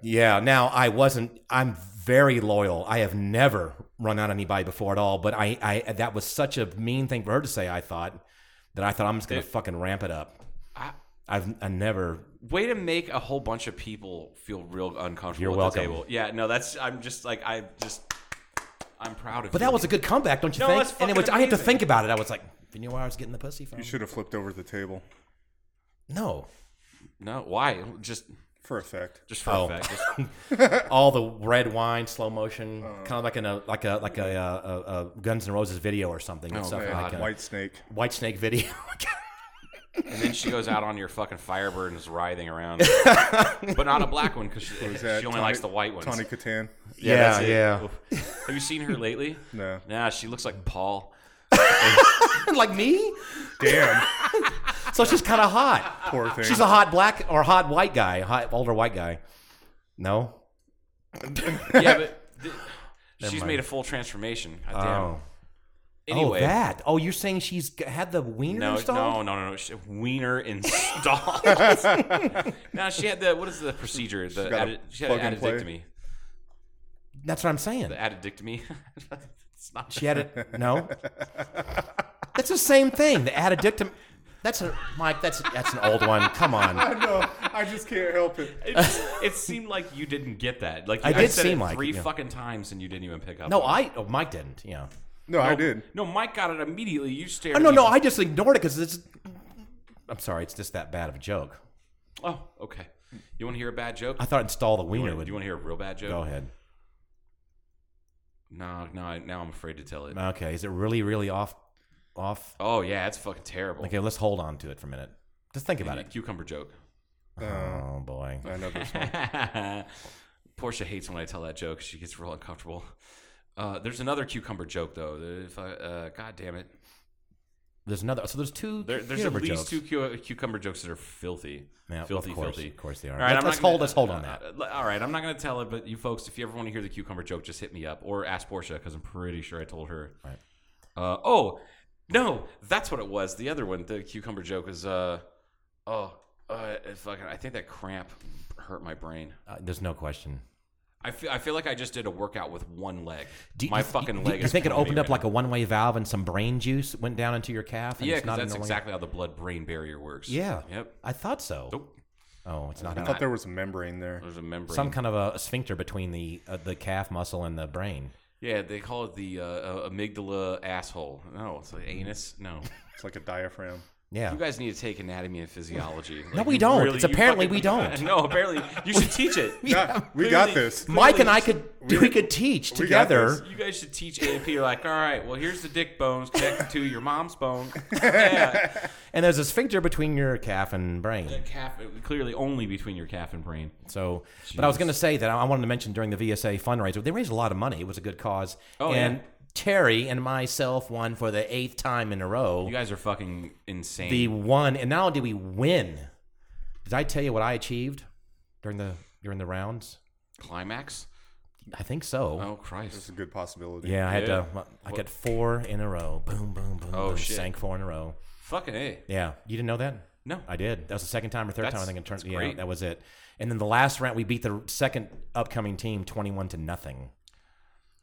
Speaker 6: Yeah, now I wasn't I'm very loyal. I have never run on anybody before at all, but I, I that was such a mean thing for her to say, I thought, that I thought I'm just gonna fucking ramp it up.
Speaker 5: I-
Speaker 6: I've I never
Speaker 5: Way to make a whole bunch of people feel real uncomfortable
Speaker 6: You're
Speaker 5: at
Speaker 6: welcome.
Speaker 5: the table. Yeah, no, that's I'm just like I just I'm proud of
Speaker 6: But
Speaker 5: you.
Speaker 6: that was a good comeback, don't you
Speaker 5: No,
Speaker 6: think?
Speaker 5: that's
Speaker 6: and
Speaker 5: fucking
Speaker 6: it was I had to
Speaker 5: amazing.
Speaker 6: think about it. I was like, you knew where I was getting the pussy from.
Speaker 7: You should have flipped over the table
Speaker 6: No.
Speaker 5: No, why? Just
Speaker 7: for effect.
Speaker 5: just for
Speaker 6: Oh.
Speaker 5: effect. Just,
Speaker 6: All the red wine, slow motion,
Speaker 5: Oh.
Speaker 6: kind of like in a like a like a, uh a, a Guns N' Roses video or something. and stuff
Speaker 5: God.
Speaker 6: like a
Speaker 7: White snake.
Speaker 6: White Snake video. *laughs*
Speaker 5: and then she goes out on your fucking Firebird and is writhing
Speaker 6: *laughs*
Speaker 5: around, but not a black one because she, she only
Speaker 7: Is that Tawny-
Speaker 5: likes the white ones.
Speaker 7: Tawny Catan.
Speaker 6: Yeah,
Speaker 5: that's it.
Speaker 6: yeah.
Speaker 5: Oof. Have you seen her lately?
Speaker 7: *laughs* No.
Speaker 5: Nah, she looks like
Speaker 6: *laughs*
Speaker 5: Paul.
Speaker 6: *laughs* like me?
Speaker 7: Damn.
Speaker 6: So she's kind of hot.
Speaker 7: Poor
Speaker 6: *laughs*
Speaker 7: thing.
Speaker 6: She's a hot black or hot white guy, hot older white guy. No.
Speaker 5: Yeah, but th- she's
Speaker 6: mind.
Speaker 5: made a full transformation. God damn.
Speaker 6: Oh.
Speaker 5: Anyway,
Speaker 6: Oh, that. Oh, you're saying she's g- had the wiener
Speaker 5: no,
Speaker 6: installed?
Speaker 5: no, no, no, no. She,
Speaker 6: *laughs*
Speaker 5: wiener installed. now she had the what is the procedure? The
Speaker 7: got a
Speaker 5: adi- she had
Speaker 7: plug
Speaker 5: an
Speaker 7: and play.
Speaker 5: addictomy.
Speaker 6: That's what I'm saying.
Speaker 5: The addictomy. *laughs* it's
Speaker 6: *laughs*
Speaker 5: not.
Speaker 6: She had
Speaker 5: *laughs*
Speaker 6: it. No. That's the same thing. The addictum. That's a Mike. That's that's an old one.
Speaker 5: *laughs*
Speaker 6: Come on.
Speaker 7: *laughs* no, I just can't help it.
Speaker 5: It, just- it seemed like you didn't get that. Like
Speaker 6: I
Speaker 5: I
Speaker 6: did
Speaker 5: said
Speaker 6: seem
Speaker 5: it
Speaker 6: like it,
Speaker 5: three
Speaker 6: yeah.
Speaker 5: fucking times and you didn't even pick up.
Speaker 6: No,
Speaker 5: on it.
Speaker 6: I. Oh, Mike didn't. Yeah.
Speaker 7: No, I did.
Speaker 5: No, Mike got it immediately. You stared.
Speaker 6: Oh,
Speaker 5: at
Speaker 6: no,
Speaker 5: me.
Speaker 6: no. I just ignored it because it's. I'm sorry. It's just that bad of a joke.
Speaker 5: Oh, okay. You want to hear a bad joke?
Speaker 6: I thought install the
Speaker 5: You
Speaker 6: wiener
Speaker 5: wanna-
Speaker 6: would.
Speaker 5: Do you want to hear a real bad joke?
Speaker 6: Go ahead.
Speaker 5: No, no. I- Now I'm afraid to tell it.
Speaker 6: Okay. Is it really really off? Off.
Speaker 5: Oh yeah, it's fucking terrible.
Speaker 6: Okay, let's hold on to it for a minute. Just think about it.
Speaker 5: Cucumber joke. uh,
Speaker 6: Oh boy.
Speaker 7: I
Speaker 5: *laughs*
Speaker 7: know this.
Speaker 5: Portia hates when I tell that joke. She gets real uncomfortable. Uh, there's another cucumber joke though. that If I, uh, God damn it.
Speaker 6: There's another. So there's two.
Speaker 5: There, there's at
Speaker 6: cucumber
Speaker 5: least
Speaker 6: jokes.
Speaker 5: two cu- cucumber jokes that are filthy.
Speaker 6: Yeah, of
Speaker 5: filthy,
Speaker 6: course,
Speaker 5: filthy.
Speaker 6: of course they are.
Speaker 5: All right,
Speaker 6: Let's-
Speaker 5: I'm not
Speaker 6: let's
Speaker 5: gonna-
Speaker 6: hold- let's hold on that.
Speaker 5: uh, all right, I'm not going to tell it, but you folks, if you ever want to hear the cucumber joke, just hit me up or ask Portia because I'm pretty sure I told her.
Speaker 6: Right.
Speaker 5: Uh, oh, no, that's what it was. The other one, the cucumber joke, is uh, oh, uh, fucking, I think that cramp hurt my brain.
Speaker 6: Uh, there's no question.
Speaker 5: I feel, I feel like I just did a workout with one leg.
Speaker 6: Do you-
Speaker 5: my
Speaker 6: you-
Speaker 5: fucking
Speaker 6: you-
Speaker 5: leg.
Speaker 6: You
Speaker 5: is
Speaker 6: think it
Speaker 5: killing me
Speaker 6: opened
Speaker 5: right
Speaker 6: up like
Speaker 5: now.
Speaker 6: a one-way valve and some brain juice went down into your calf? And
Speaker 5: yeah?
Speaker 6: it's not
Speaker 5: Because
Speaker 6: in
Speaker 5: that's
Speaker 6: the lung?
Speaker 5: exactly how the blood-brain barrier works.
Speaker 6: Yeah.
Speaker 5: Yep.
Speaker 6: I thought so.
Speaker 5: Nope.
Speaker 6: Oh, it's not.
Speaker 7: I thought there was a membrane there.
Speaker 5: There's a membrane.
Speaker 6: Some kind of a, a sphincter between the uh, the calf muscle and the brain.
Speaker 5: Yeah, they call it the uh, uh, amygdala asshole. No, it's like anus. No,
Speaker 7: It's like
Speaker 5: *laughs*
Speaker 7: a diaphragm.
Speaker 6: Yeah.
Speaker 5: you guys need to take anatomy and physiology.
Speaker 6: *laughs* No,
Speaker 5: Like,
Speaker 6: we
Speaker 5: you
Speaker 6: don't. It's
Speaker 5: you
Speaker 6: apparently we
Speaker 5: *laughs*
Speaker 6: don't.
Speaker 5: no, apparently you should teach
Speaker 6: *laughs*
Speaker 5: it.
Speaker 7: Yeah, *laughs* we got
Speaker 5: Clearly- Mm.
Speaker 7: this.
Speaker 6: Mike and
Speaker 5: *laughs*
Speaker 6: I could we, could teach
Speaker 7: we got this.
Speaker 6: together.
Speaker 5: You guys should teach AMP. You're like, all right, well, here's the dick bones connected to your mom's
Speaker 6: *laughs*
Speaker 5: bone. Yeah,
Speaker 6: And there's a sphincter between your calf and brain.
Speaker 5: calf, uh, clearly only between your calf and brain.
Speaker 6: So, but I was going to say that I I wanted to mention during the VSA fundraiser, they raised a lot of money. It was a good cause.
Speaker 5: Oh,
Speaker 6: and
Speaker 5: yeah.
Speaker 6: Terry and myself won for the eighth time in a row.
Speaker 5: You guys are fucking insane.
Speaker 6: the one, and now did we win? Did I tell you what I achieved during the during the rounds?
Speaker 5: climax.
Speaker 6: I think so.
Speaker 5: Oh
Speaker 7: It's
Speaker 5: Christ.
Speaker 7: a good possibility.
Speaker 6: Yeah, I had
Speaker 5: Yeah.
Speaker 6: to. I got four in a row. Boom, boom, boom.
Speaker 5: Oh,
Speaker 6: boom.
Speaker 5: shit.
Speaker 6: Sank four in a row.
Speaker 5: Fucking a.
Speaker 6: Yeah, you didn't know that.
Speaker 5: No,
Speaker 6: I did. That was the second time or third time I
Speaker 5: That's-
Speaker 6: think it turned.
Speaker 5: that's
Speaker 6: Yeah,
Speaker 5: great.
Speaker 6: that was it. And then the last round, we beat the second upcoming team twenty-one to nothing.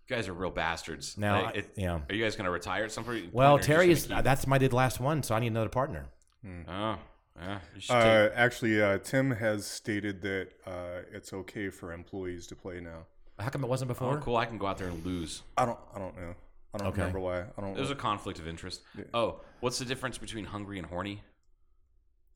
Speaker 5: you guys are real bastards.
Speaker 6: Now,
Speaker 5: Like,
Speaker 6: I- yeah.
Speaker 5: Are you guys gonna retire at some point?
Speaker 6: Well,
Speaker 5: Or just
Speaker 6: Terry
Speaker 5: gonna
Speaker 6: is uh,
Speaker 5: keep-
Speaker 6: that's my did last one, so I need another partner.
Speaker 5: Oh, yeah. You should take-
Speaker 7: Uh, actually, uh, Tim has stated that uh, it's okay for employees to play now.
Speaker 6: How come it wasn't
Speaker 5: Oh,
Speaker 6: before?
Speaker 5: cool. I can go out there and lose.
Speaker 7: I don't. I don't know. I don't
Speaker 6: Okay.
Speaker 7: remember why. I don't.
Speaker 5: There's a conflict of interest. Oh, what's the difference between hungry and horny?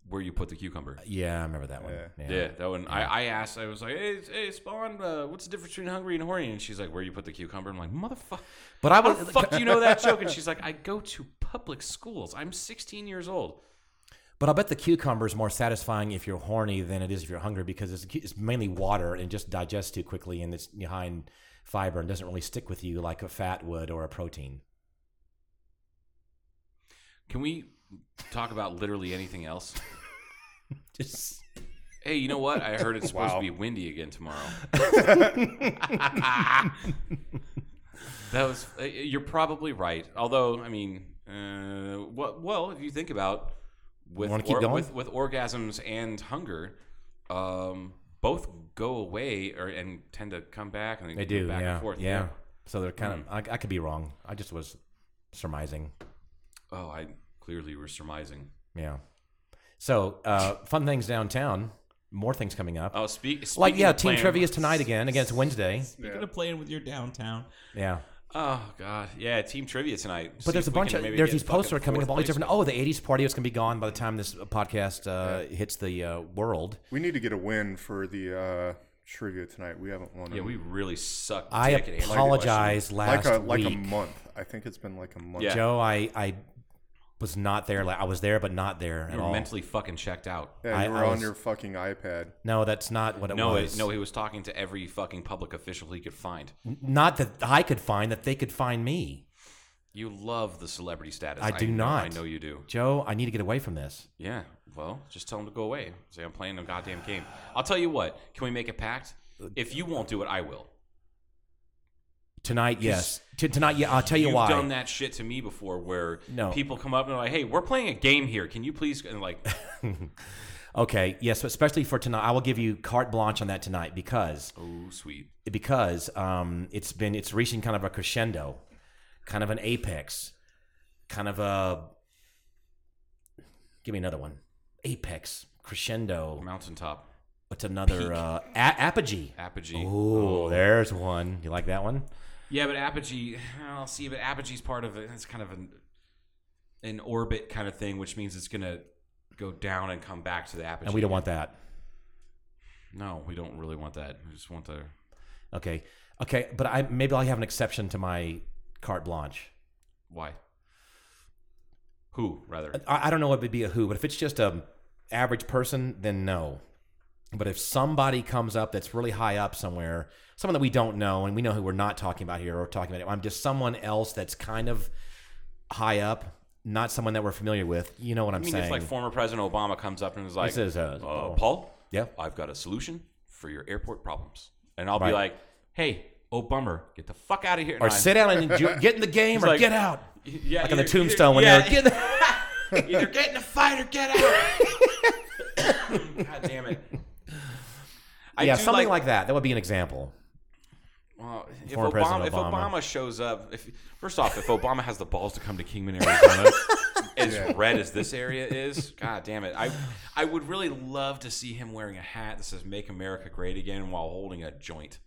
Speaker 5: Where you put the cucumber.
Speaker 6: Yeah, I remember that one.
Speaker 7: Yeah.
Speaker 6: Yeah.
Speaker 5: Yeah, that one. I, I asked, I was like, hey, hey Spawn, uh, what's the difference between hungry and horny? And she's like, where you put the cucumber? I'm like, motherfucker.
Speaker 6: But I
Speaker 5: How
Speaker 6: would.
Speaker 5: the fuck do you know
Speaker 6: *laughs*
Speaker 5: that joke? And she's like, I go to public schools. I'm 16 years old.
Speaker 6: But I bet the cucumber is more satisfying if you're horny than it is if you're hungry because it's, it's mainly water and just digests too quickly and it's high in fiber and doesn't really stick with you like a fat would or a protein.
Speaker 5: Can we talk about literally anything else? *laughs*
Speaker 6: Just *laughs*
Speaker 5: Hey, you know what? I heard it's supposed
Speaker 7: Wow.
Speaker 5: to be windy again tomorrow. that was. uh, You're probably right. Although, I mean, uh, what? Well, if you think about with
Speaker 6: Wanna keep going?
Speaker 5: with with orgasms and hunger, um, both go away or and tend to come back and
Speaker 6: they do.
Speaker 5: back
Speaker 6: yeah.
Speaker 5: and forth. Mm.
Speaker 6: yeah. So they're kind of. I, I could be wrong. I just was surmising.
Speaker 5: Oh, I clearly were surmising.
Speaker 6: Yeah. So uh, fun things downtown. More things coming up.
Speaker 5: Oh, speak.
Speaker 6: like
Speaker 5: speaking
Speaker 6: yeah,
Speaker 5: of
Speaker 6: team
Speaker 5: playing-
Speaker 6: trivia is tonight again. Again, it's Wednesday.
Speaker 1: You're gonna play in with your downtown.
Speaker 6: Yeah.
Speaker 5: Oh God, yeah, team trivia tonight.
Speaker 6: But there's a bunch of there's these posts that are coming up all these different. Oh, the '80s party is going to be gone by the time this podcast uh, hits the uh, world.
Speaker 7: we need to get a win for the uh, trivia tonight. We haven't won.
Speaker 5: Yeah,
Speaker 7: in,
Speaker 5: we really suck.
Speaker 6: I
Speaker 5: dick at answering
Speaker 6: apologize
Speaker 7: like
Speaker 6: last
Speaker 7: a like
Speaker 6: week,
Speaker 7: a month. I think it's been like a month.
Speaker 5: Yeah.
Speaker 6: Joe. I I was not there. Like I was there, but not there
Speaker 5: You
Speaker 6: at
Speaker 5: were
Speaker 6: all.
Speaker 5: mentally fucking checked out.
Speaker 7: Yeah,
Speaker 6: I-
Speaker 7: you were
Speaker 6: I
Speaker 7: on
Speaker 6: was-
Speaker 7: your fucking iPad.
Speaker 6: no, that's not what it
Speaker 5: No,
Speaker 6: was.
Speaker 5: it, no, he was talking to every fucking public official he could find.
Speaker 6: not that I could find that they could find me.
Speaker 5: You love the celebrity status.
Speaker 6: I do
Speaker 5: know-
Speaker 6: not.
Speaker 5: I know you do.
Speaker 6: Joe, I need to get away from this.
Speaker 5: Yeah. Well, just tell him to go away. Say I'm playing a goddamn game. I'll tell you what. Can we make a pact? If you won't do it, I will.
Speaker 6: Tonight, yes. T- tonight, yeah. I'll tell you
Speaker 5: You've
Speaker 6: why.
Speaker 5: done that shit to me before, where
Speaker 6: No.
Speaker 5: people come up and are like, "Hey, we're playing a game here. Can you please?" And like,
Speaker 6: *laughs* Okay, yes, especially for tonight. I will give you carte blanche on that tonight because
Speaker 5: oh sweet.
Speaker 6: because um, it's been it's reaching kind of a crescendo, kind of an apex, kind of a. Give me another one. Apex crescendo.
Speaker 5: Mountaintop
Speaker 6: What's another uh, a- apogee?
Speaker 5: apogee. Oh.
Speaker 6: Ooh, there's one. You like that one?
Speaker 5: Yeah, but Apogee, I'll see. But Apogee's part of it. It's kind of an an orbit kind of thing, which means it's gonna go down and come back to the Apogee.
Speaker 6: And we don't want that.
Speaker 5: No, we don't really want that. We just want the.
Speaker 6: Okay, okay, but I maybe I'll have an exception to my carte blanche.
Speaker 5: Why? Who rather?
Speaker 6: I, I don't know if it'd be a who, but if it's just a average person, then no. But if somebody comes up that's really high up somewhere, someone that we don't know, and we know who we're not talking about here or talking about, I'm just someone else that's kind of high up. not someone that we're familiar with, you know what I'm
Speaker 5: I mean,
Speaker 6: saying?
Speaker 5: if like former President Obama comes up and is like,
Speaker 6: This is a-
Speaker 5: uh, Paul,
Speaker 6: Yeah.
Speaker 5: I've got a solution for your airport problems, and I'll
Speaker 6: Right.
Speaker 5: be like, Hey, oh bummer, get the fuck out of here,
Speaker 6: or
Speaker 5: And I-
Speaker 6: sit down and enjoy, get in the game,
Speaker 5: He's
Speaker 6: or
Speaker 5: like-
Speaker 6: get out.
Speaker 5: *laughs* yeah,
Speaker 6: Like on the
Speaker 5: either- *laughs*
Speaker 6: tombstone when
Speaker 5: yeah,
Speaker 6: they're
Speaker 5: *laughs*
Speaker 6: like,
Speaker 5: either get in a fight or get out. *coughs* God damn it. I
Speaker 6: yeah,
Speaker 5: do
Speaker 6: something like, that. That would be an example.
Speaker 5: Well, if
Speaker 6: Former
Speaker 5: Obama,
Speaker 6: President
Speaker 5: if
Speaker 6: Obama.
Speaker 5: Obama shows up, if first off, if Obama has the balls to come to Kingman,
Speaker 6: *laughs*
Speaker 5: Arizona, as red as this area is, god damn it, I I would really love to see him wearing a hat that says "Make America Great Again" while holding a joint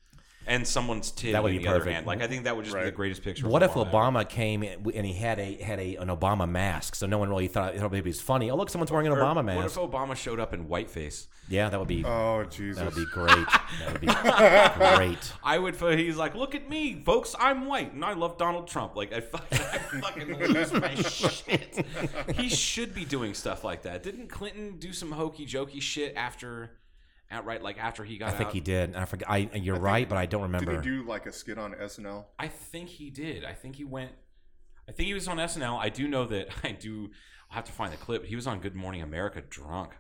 Speaker 5: and someone's titty
Speaker 6: That would
Speaker 5: in
Speaker 6: be
Speaker 5: the other
Speaker 6: perfect.
Speaker 5: hand. Like I think that would just be the greatest picture. of
Speaker 6: What if Obama came and he had a had a an Obama mask, so no one really thought it maybe was funny. Oh look, someone's wearing an
Speaker 5: Or
Speaker 6: Obama
Speaker 5: What
Speaker 6: mask.
Speaker 5: if Obama showed up in whiteface?
Speaker 6: yeah, that would be that
Speaker 7: Oh
Speaker 6: would
Speaker 7: Jesus!
Speaker 6: be great. that
Speaker 5: *laughs*
Speaker 6: would be great.
Speaker 5: I would. He's like, look at me, folks. I'm white, and I love Donald Trump. Like I, fuck, *laughs* I fucking lose my shit. He should be doing stuff like that. Didn't Clinton do some hokey jokey shit after, outright like after he got
Speaker 6: I think
Speaker 5: out?
Speaker 6: he did. I forget. I you're right, but I don't
Speaker 7: Did
Speaker 6: remember.
Speaker 7: he do like a skit on SNL?
Speaker 5: I think he did. I think he went. I think he was on SNL. I do know that. *laughs* I do. I'll have to find the clip. He was on Good Morning America drunk.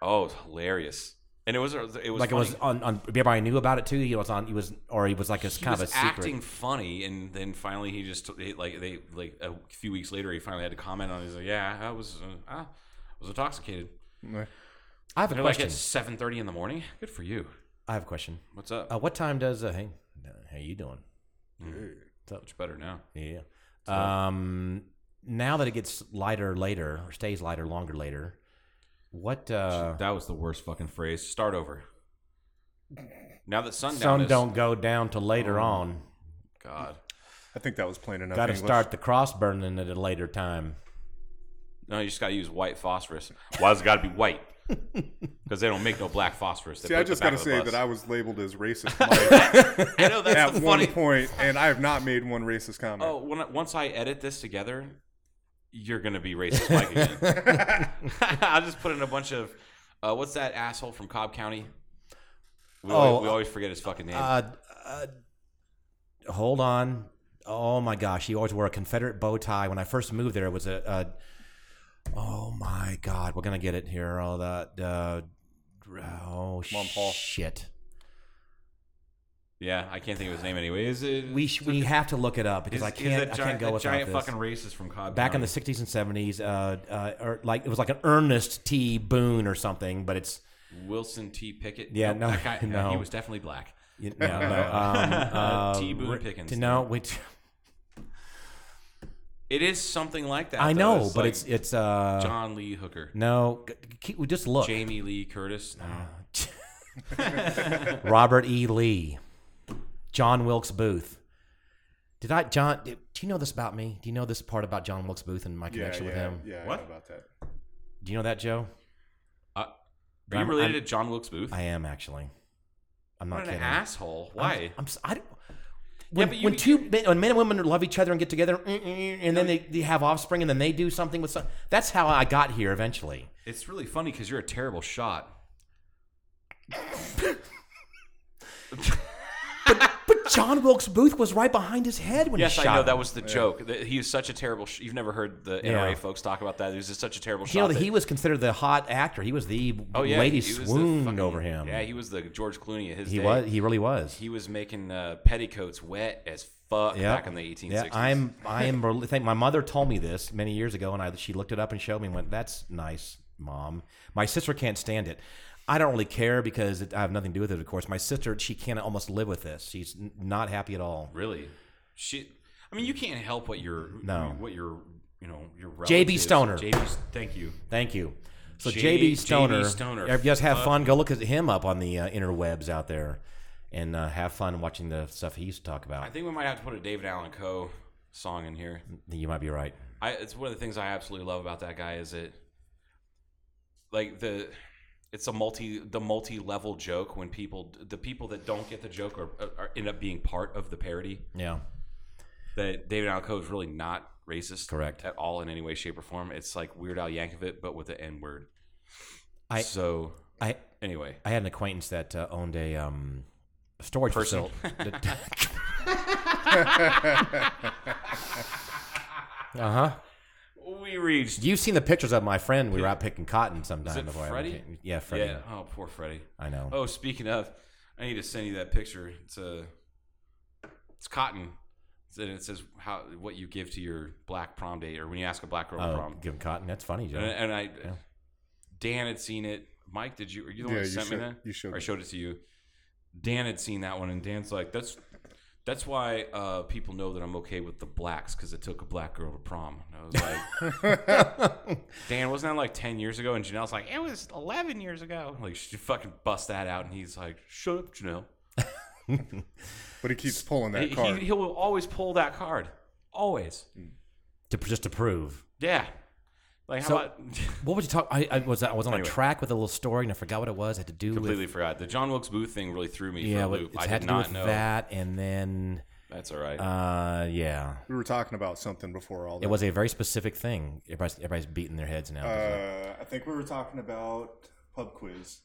Speaker 5: Oh, it was hilarious. And it was. It was
Speaker 6: like
Speaker 5: funny.
Speaker 6: it was on, on. Everybody knew about it too. He was on. He was or he was like it's
Speaker 5: he
Speaker 6: kind
Speaker 5: was
Speaker 6: of a secret.
Speaker 5: acting funny, and then finally he just he, like they like a few weeks later he finally had to comment on. it. He's like, "Yeah, I was uh, I was intoxicated."
Speaker 6: Mm. I have a
Speaker 5: They're like
Speaker 6: question.
Speaker 5: at seven thirty in the morning. Good for you.
Speaker 6: I have a question.
Speaker 5: What's up?
Speaker 6: Uh, what time does uh, hey? How you doing?
Speaker 5: Much better now.
Speaker 6: Yeah. Um, now that it gets lighter later, or stays lighter longer later, what? Uh,
Speaker 5: that was the worst fucking phrase. Start over. Now that sundown
Speaker 6: sun
Speaker 5: is
Speaker 6: don't go down till later on.
Speaker 5: God.
Speaker 7: I think that was plain enough.
Speaker 6: Got to
Speaker 7: English.
Speaker 6: start the cross burning at a later *laughs* time.
Speaker 5: No, you just got to use white phosphorus. Why does it got to be
Speaker 6: *laughs*
Speaker 5: white? Because they don't make no black phosphorus. They
Speaker 7: See,
Speaker 5: put it
Speaker 7: I
Speaker 5: in
Speaker 7: just
Speaker 5: the back
Speaker 7: got to
Speaker 5: of the
Speaker 7: say
Speaker 5: bus.
Speaker 7: that I was labeled as racist Mike
Speaker 5: *laughs* I know that's
Speaker 7: at
Speaker 5: the
Speaker 7: one
Speaker 5: funny.
Speaker 7: point, and I have not made one racist comment.
Speaker 5: Oh, when I, once I edit this together, you're gonna be racist Mike again.
Speaker 6: Uh,
Speaker 5: *laughs* I'll just put in a bunch of uh, what's that asshole from Cobb County? We,
Speaker 6: Oh,
Speaker 5: always, we always forget his fucking name.
Speaker 6: Uh, uh, hold on. Oh my gosh, he always wore a Confederate bow tie. When I first moved there, it was a. a oh my God, we're gonna get it here. All that. Uh, oh
Speaker 7: Paul.
Speaker 6: shit.
Speaker 5: yeah, I can't think of his name anyway. Is it?
Speaker 6: We sh- we have to look it up because
Speaker 5: is,
Speaker 6: I
Speaker 5: is
Speaker 6: can't
Speaker 5: that
Speaker 6: I can't
Speaker 5: giant-
Speaker 6: go
Speaker 5: that
Speaker 6: without
Speaker 5: giant
Speaker 6: this.
Speaker 5: fucking racist from Cobb.
Speaker 6: Back in
Speaker 5: County.
Speaker 6: the '60s and '70s, uh, uh, or like it was like an Ernest T. Boone or something, but it's
Speaker 5: Wilson T. Pickett.
Speaker 6: Yeah,
Speaker 5: Nope,
Speaker 6: no,
Speaker 5: that
Speaker 6: *laughs*
Speaker 5: guy,
Speaker 6: no.
Speaker 5: he was definitely black.
Speaker 6: you
Speaker 5: *laughs*
Speaker 6: no, no, um, uh,
Speaker 5: T. Boone
Speaker 6: re-
Speaker 5: Pickens.
Speaker 6: No, wait,
Speaker 5: It is something like that.
Speaker 6: I
Speaker 5: though.
Speaker 6: know, but
Speaker 5: like
Speaker 6: it's it's uh,
Speaker 5: John Lee Hooker,
Speaker 6: no. g- g- Keep, just look.
Speaker 5: Jamie Lee Curtis. *laughs* No.
Speaker 6: Robert E. Lee, John Wilkes Booth. Did I John? Do you know this about me? Do you know this part about John Wilkes Booth and my
Speaker 7: yeah,
Speaker 6: connection
Speaker 7: yeah,
Speaker 6: with him?
Speaker 7: yeah. I
Speaker 5: What?
Speaker 7: know about that?
Speaker 6: Do you know that, Joe?
Speaker 5: Uh, are you
Speaker 6: I'm-
Speaker 5: related
Speaker 6: I'm-
Speaker 5: to John Wilkes Booth?
Speaker 6: I am actually. I'm not
Speaker 5: what an
Speaker 6: kidding.
Speaker 5: asshole!
Speaker 6: I'm-
Speaker 5: Why?
Speaker 6: I'm, s- I am when,
Speaker 5: but you-
Speaker 6: when two men, when men and women love each other and get together, mm, mm, mm, and then they, they have offspring, and then they do something with some. That's how I got here eventually.
Speaker 5: It's really funny because you're a terrible shot.
Speaker 6: *laughs*
Speaker 5: *laughs*
Speaker 6: But John Wilkes Booth was right behind his head when
Speaker 5: Yes,
Speaker 6: he
Speaker 5: I
Speaker 6: shot.
Speaker 5: know
Speaker 6: him.
Speaker 5: that was the joke. That He is such a terrible. Sh- You've never heard the NRA
Speaker 6: Yeah.
Speaker 5: folks talk about that. He was just such a terrible shot.
Speaker 6: You know that
Speaker 5: that-
Speaker 6: he was considered the hot actor. He was the
Speaker 5: Oh yeah,
Speaker 6: lady
Speaker 5: he was the
Speaker 6: swooned
Speaker 5: fucking-
Speaker 6: over him.
Speaker 5: Yeah, he was the George Clooney of his
Speaker 6: He
Speaker 5: day.
Speaker 6: was. He really was.
Speaker 5: He was making uh, petticoats wet as fuck
Speaker 6: Yeah.
Speaker 5: back in the 1860s.
Speaker 6: Yeah,
Speaker 5: *laughs*
Speaker 6: I'm. I am. really- think my mother told me this many years ago, and I she looked it up and showed me. and Went, that's nice, mom. My sister can't stand it. I don't really care because it, I have nothing to do with it. Of course, my sister she can't almost live with this. She's n- not happy at all.
Speaker 5: really. She. I mean, you can't help what your
Speaker 6: No.
Speaker 5: what your you know your
Speaker 6: J.B.
Speaker 5: relatives-
Speaker 6: Stoner.
Speaker 5: J.B. Thank you.
Speaker 6: Thank you. So
Speaker 5: J-
Speaker 6: JB
Speaker 5: JB
Speaker 6: Stoner,
Speaker 5: Stoner. Uh,
Speaker 6: Everybody Just have fun. Go look at him up on the uh, interwebs out there, and uh, have fun watching the stuff he used to talk
Speaker 5: I
Speaker 6: about.
Speaker 5: think we might have to put a David Allen Coe song in here.
Speaker 6: you might be right.
Speaker 5: I it's one of the things I absolutely love about that guy is it like the it's a multi the multi level joke when people the people that don't get the joke are, are end up being part of the parody
Speaker 6: Yeah.
Speaker 5: that David Alco is really not racist
Speaker 6: Correct.
Speaker 5: at all in any way shape or form it's like Weird Al Yankovic but with the N word
Speaker 6: I-
Speaker 5: so
Speaker 6: I
Speaker 5: anyway
Speaker 6: I had an acquaintance that uh, owned a um, storage
Speaker 5: Person.
Speaker 6: facility.
Speaker 5: *laughs*
Speaker 6: *laughs* uh huh.
Speaker 5: we be reached.
Speaker 6: You've seen the pictures of my friend. We were out picking cotton sometime.
Speaker 5: Is it
Speaker 6: before I
Speaker 5: Freddie?
Speaker 6: went- yeah, Freddie.
Speaker 5: Yeah. Oh, poor Freddie.
Speaker 6: I know.
Speaker 5: Oh, speaking of, I need to send you that picture. It's a, it's cotton. It's- And it says how what you give to your black prom date, or when you ask a black girl to
Speaker 6: Oh,
Speaker 5: prom.
Speaker 6: give him cotton. That's funny, Joe.
Speaker 5: And, and I, Dan had seen it. Mike, did you? Are you the one
Speaker 7: Yeah,
Speaker 5: who
Speaker 7: you
Speaker 5: sent
Speaker 7: showed-
Speaker 5: me that?
Speaker 7: you showed
Speaker 5: Or I
Speaker 7: me.
Speaker 5: showed it to you. Dan had seen that one, and Dan's like, "That's that's why uh, people know that I'm okay with the blacks because it took a black girl to prom." And I was like,
Speaker 7: *laughs*
Speaker 5: "Dan, wasn't that like ten years ago?" And Janelle's like, "It was eleven years ago." Like she fucking bust that out, and he's like, "Shut up, Janelle."
Speaker 7: *laughs* But he keeps pulling that
Speaker 5: He,
Speaker 7: card. Mm.
Speaker 5: he, he will always pull that card, always.
Speaker 6: to, just to prove.
Speaker 5: Yeah. Like how
Speaker 6: So-
Speaker 5: about?
Speaker 6: What would you talk? I, I was I was on
Speaker 5: Anyway.
Speaker 6: a track with a little story and I forgot what it was. It had to do
Speaker 5: completely
Speaker 6: with
Speaker 5: forgot the John Wilkes Booth thing. Really threw me
Speaker 6: yeah,
Speaker 5: for a
Speaker 6: what-
Speaker 5: loop.
Speaker 6: it
Speaker 5: I did
Speaker 6: had to do
Speaker 5: not
Speaker 6: with
Speaker 5: know.
Speaker 6: that, and then
Speaker 5: That's all right.
Speaker 6: uh, yeah,
Speaker 7: We were talking about something before all that.
Speaker 6: it was a very specific thing. Everybody's, everybody's beating their heads now.
Speaker 7: Uh, I think we were talking about pub quiz,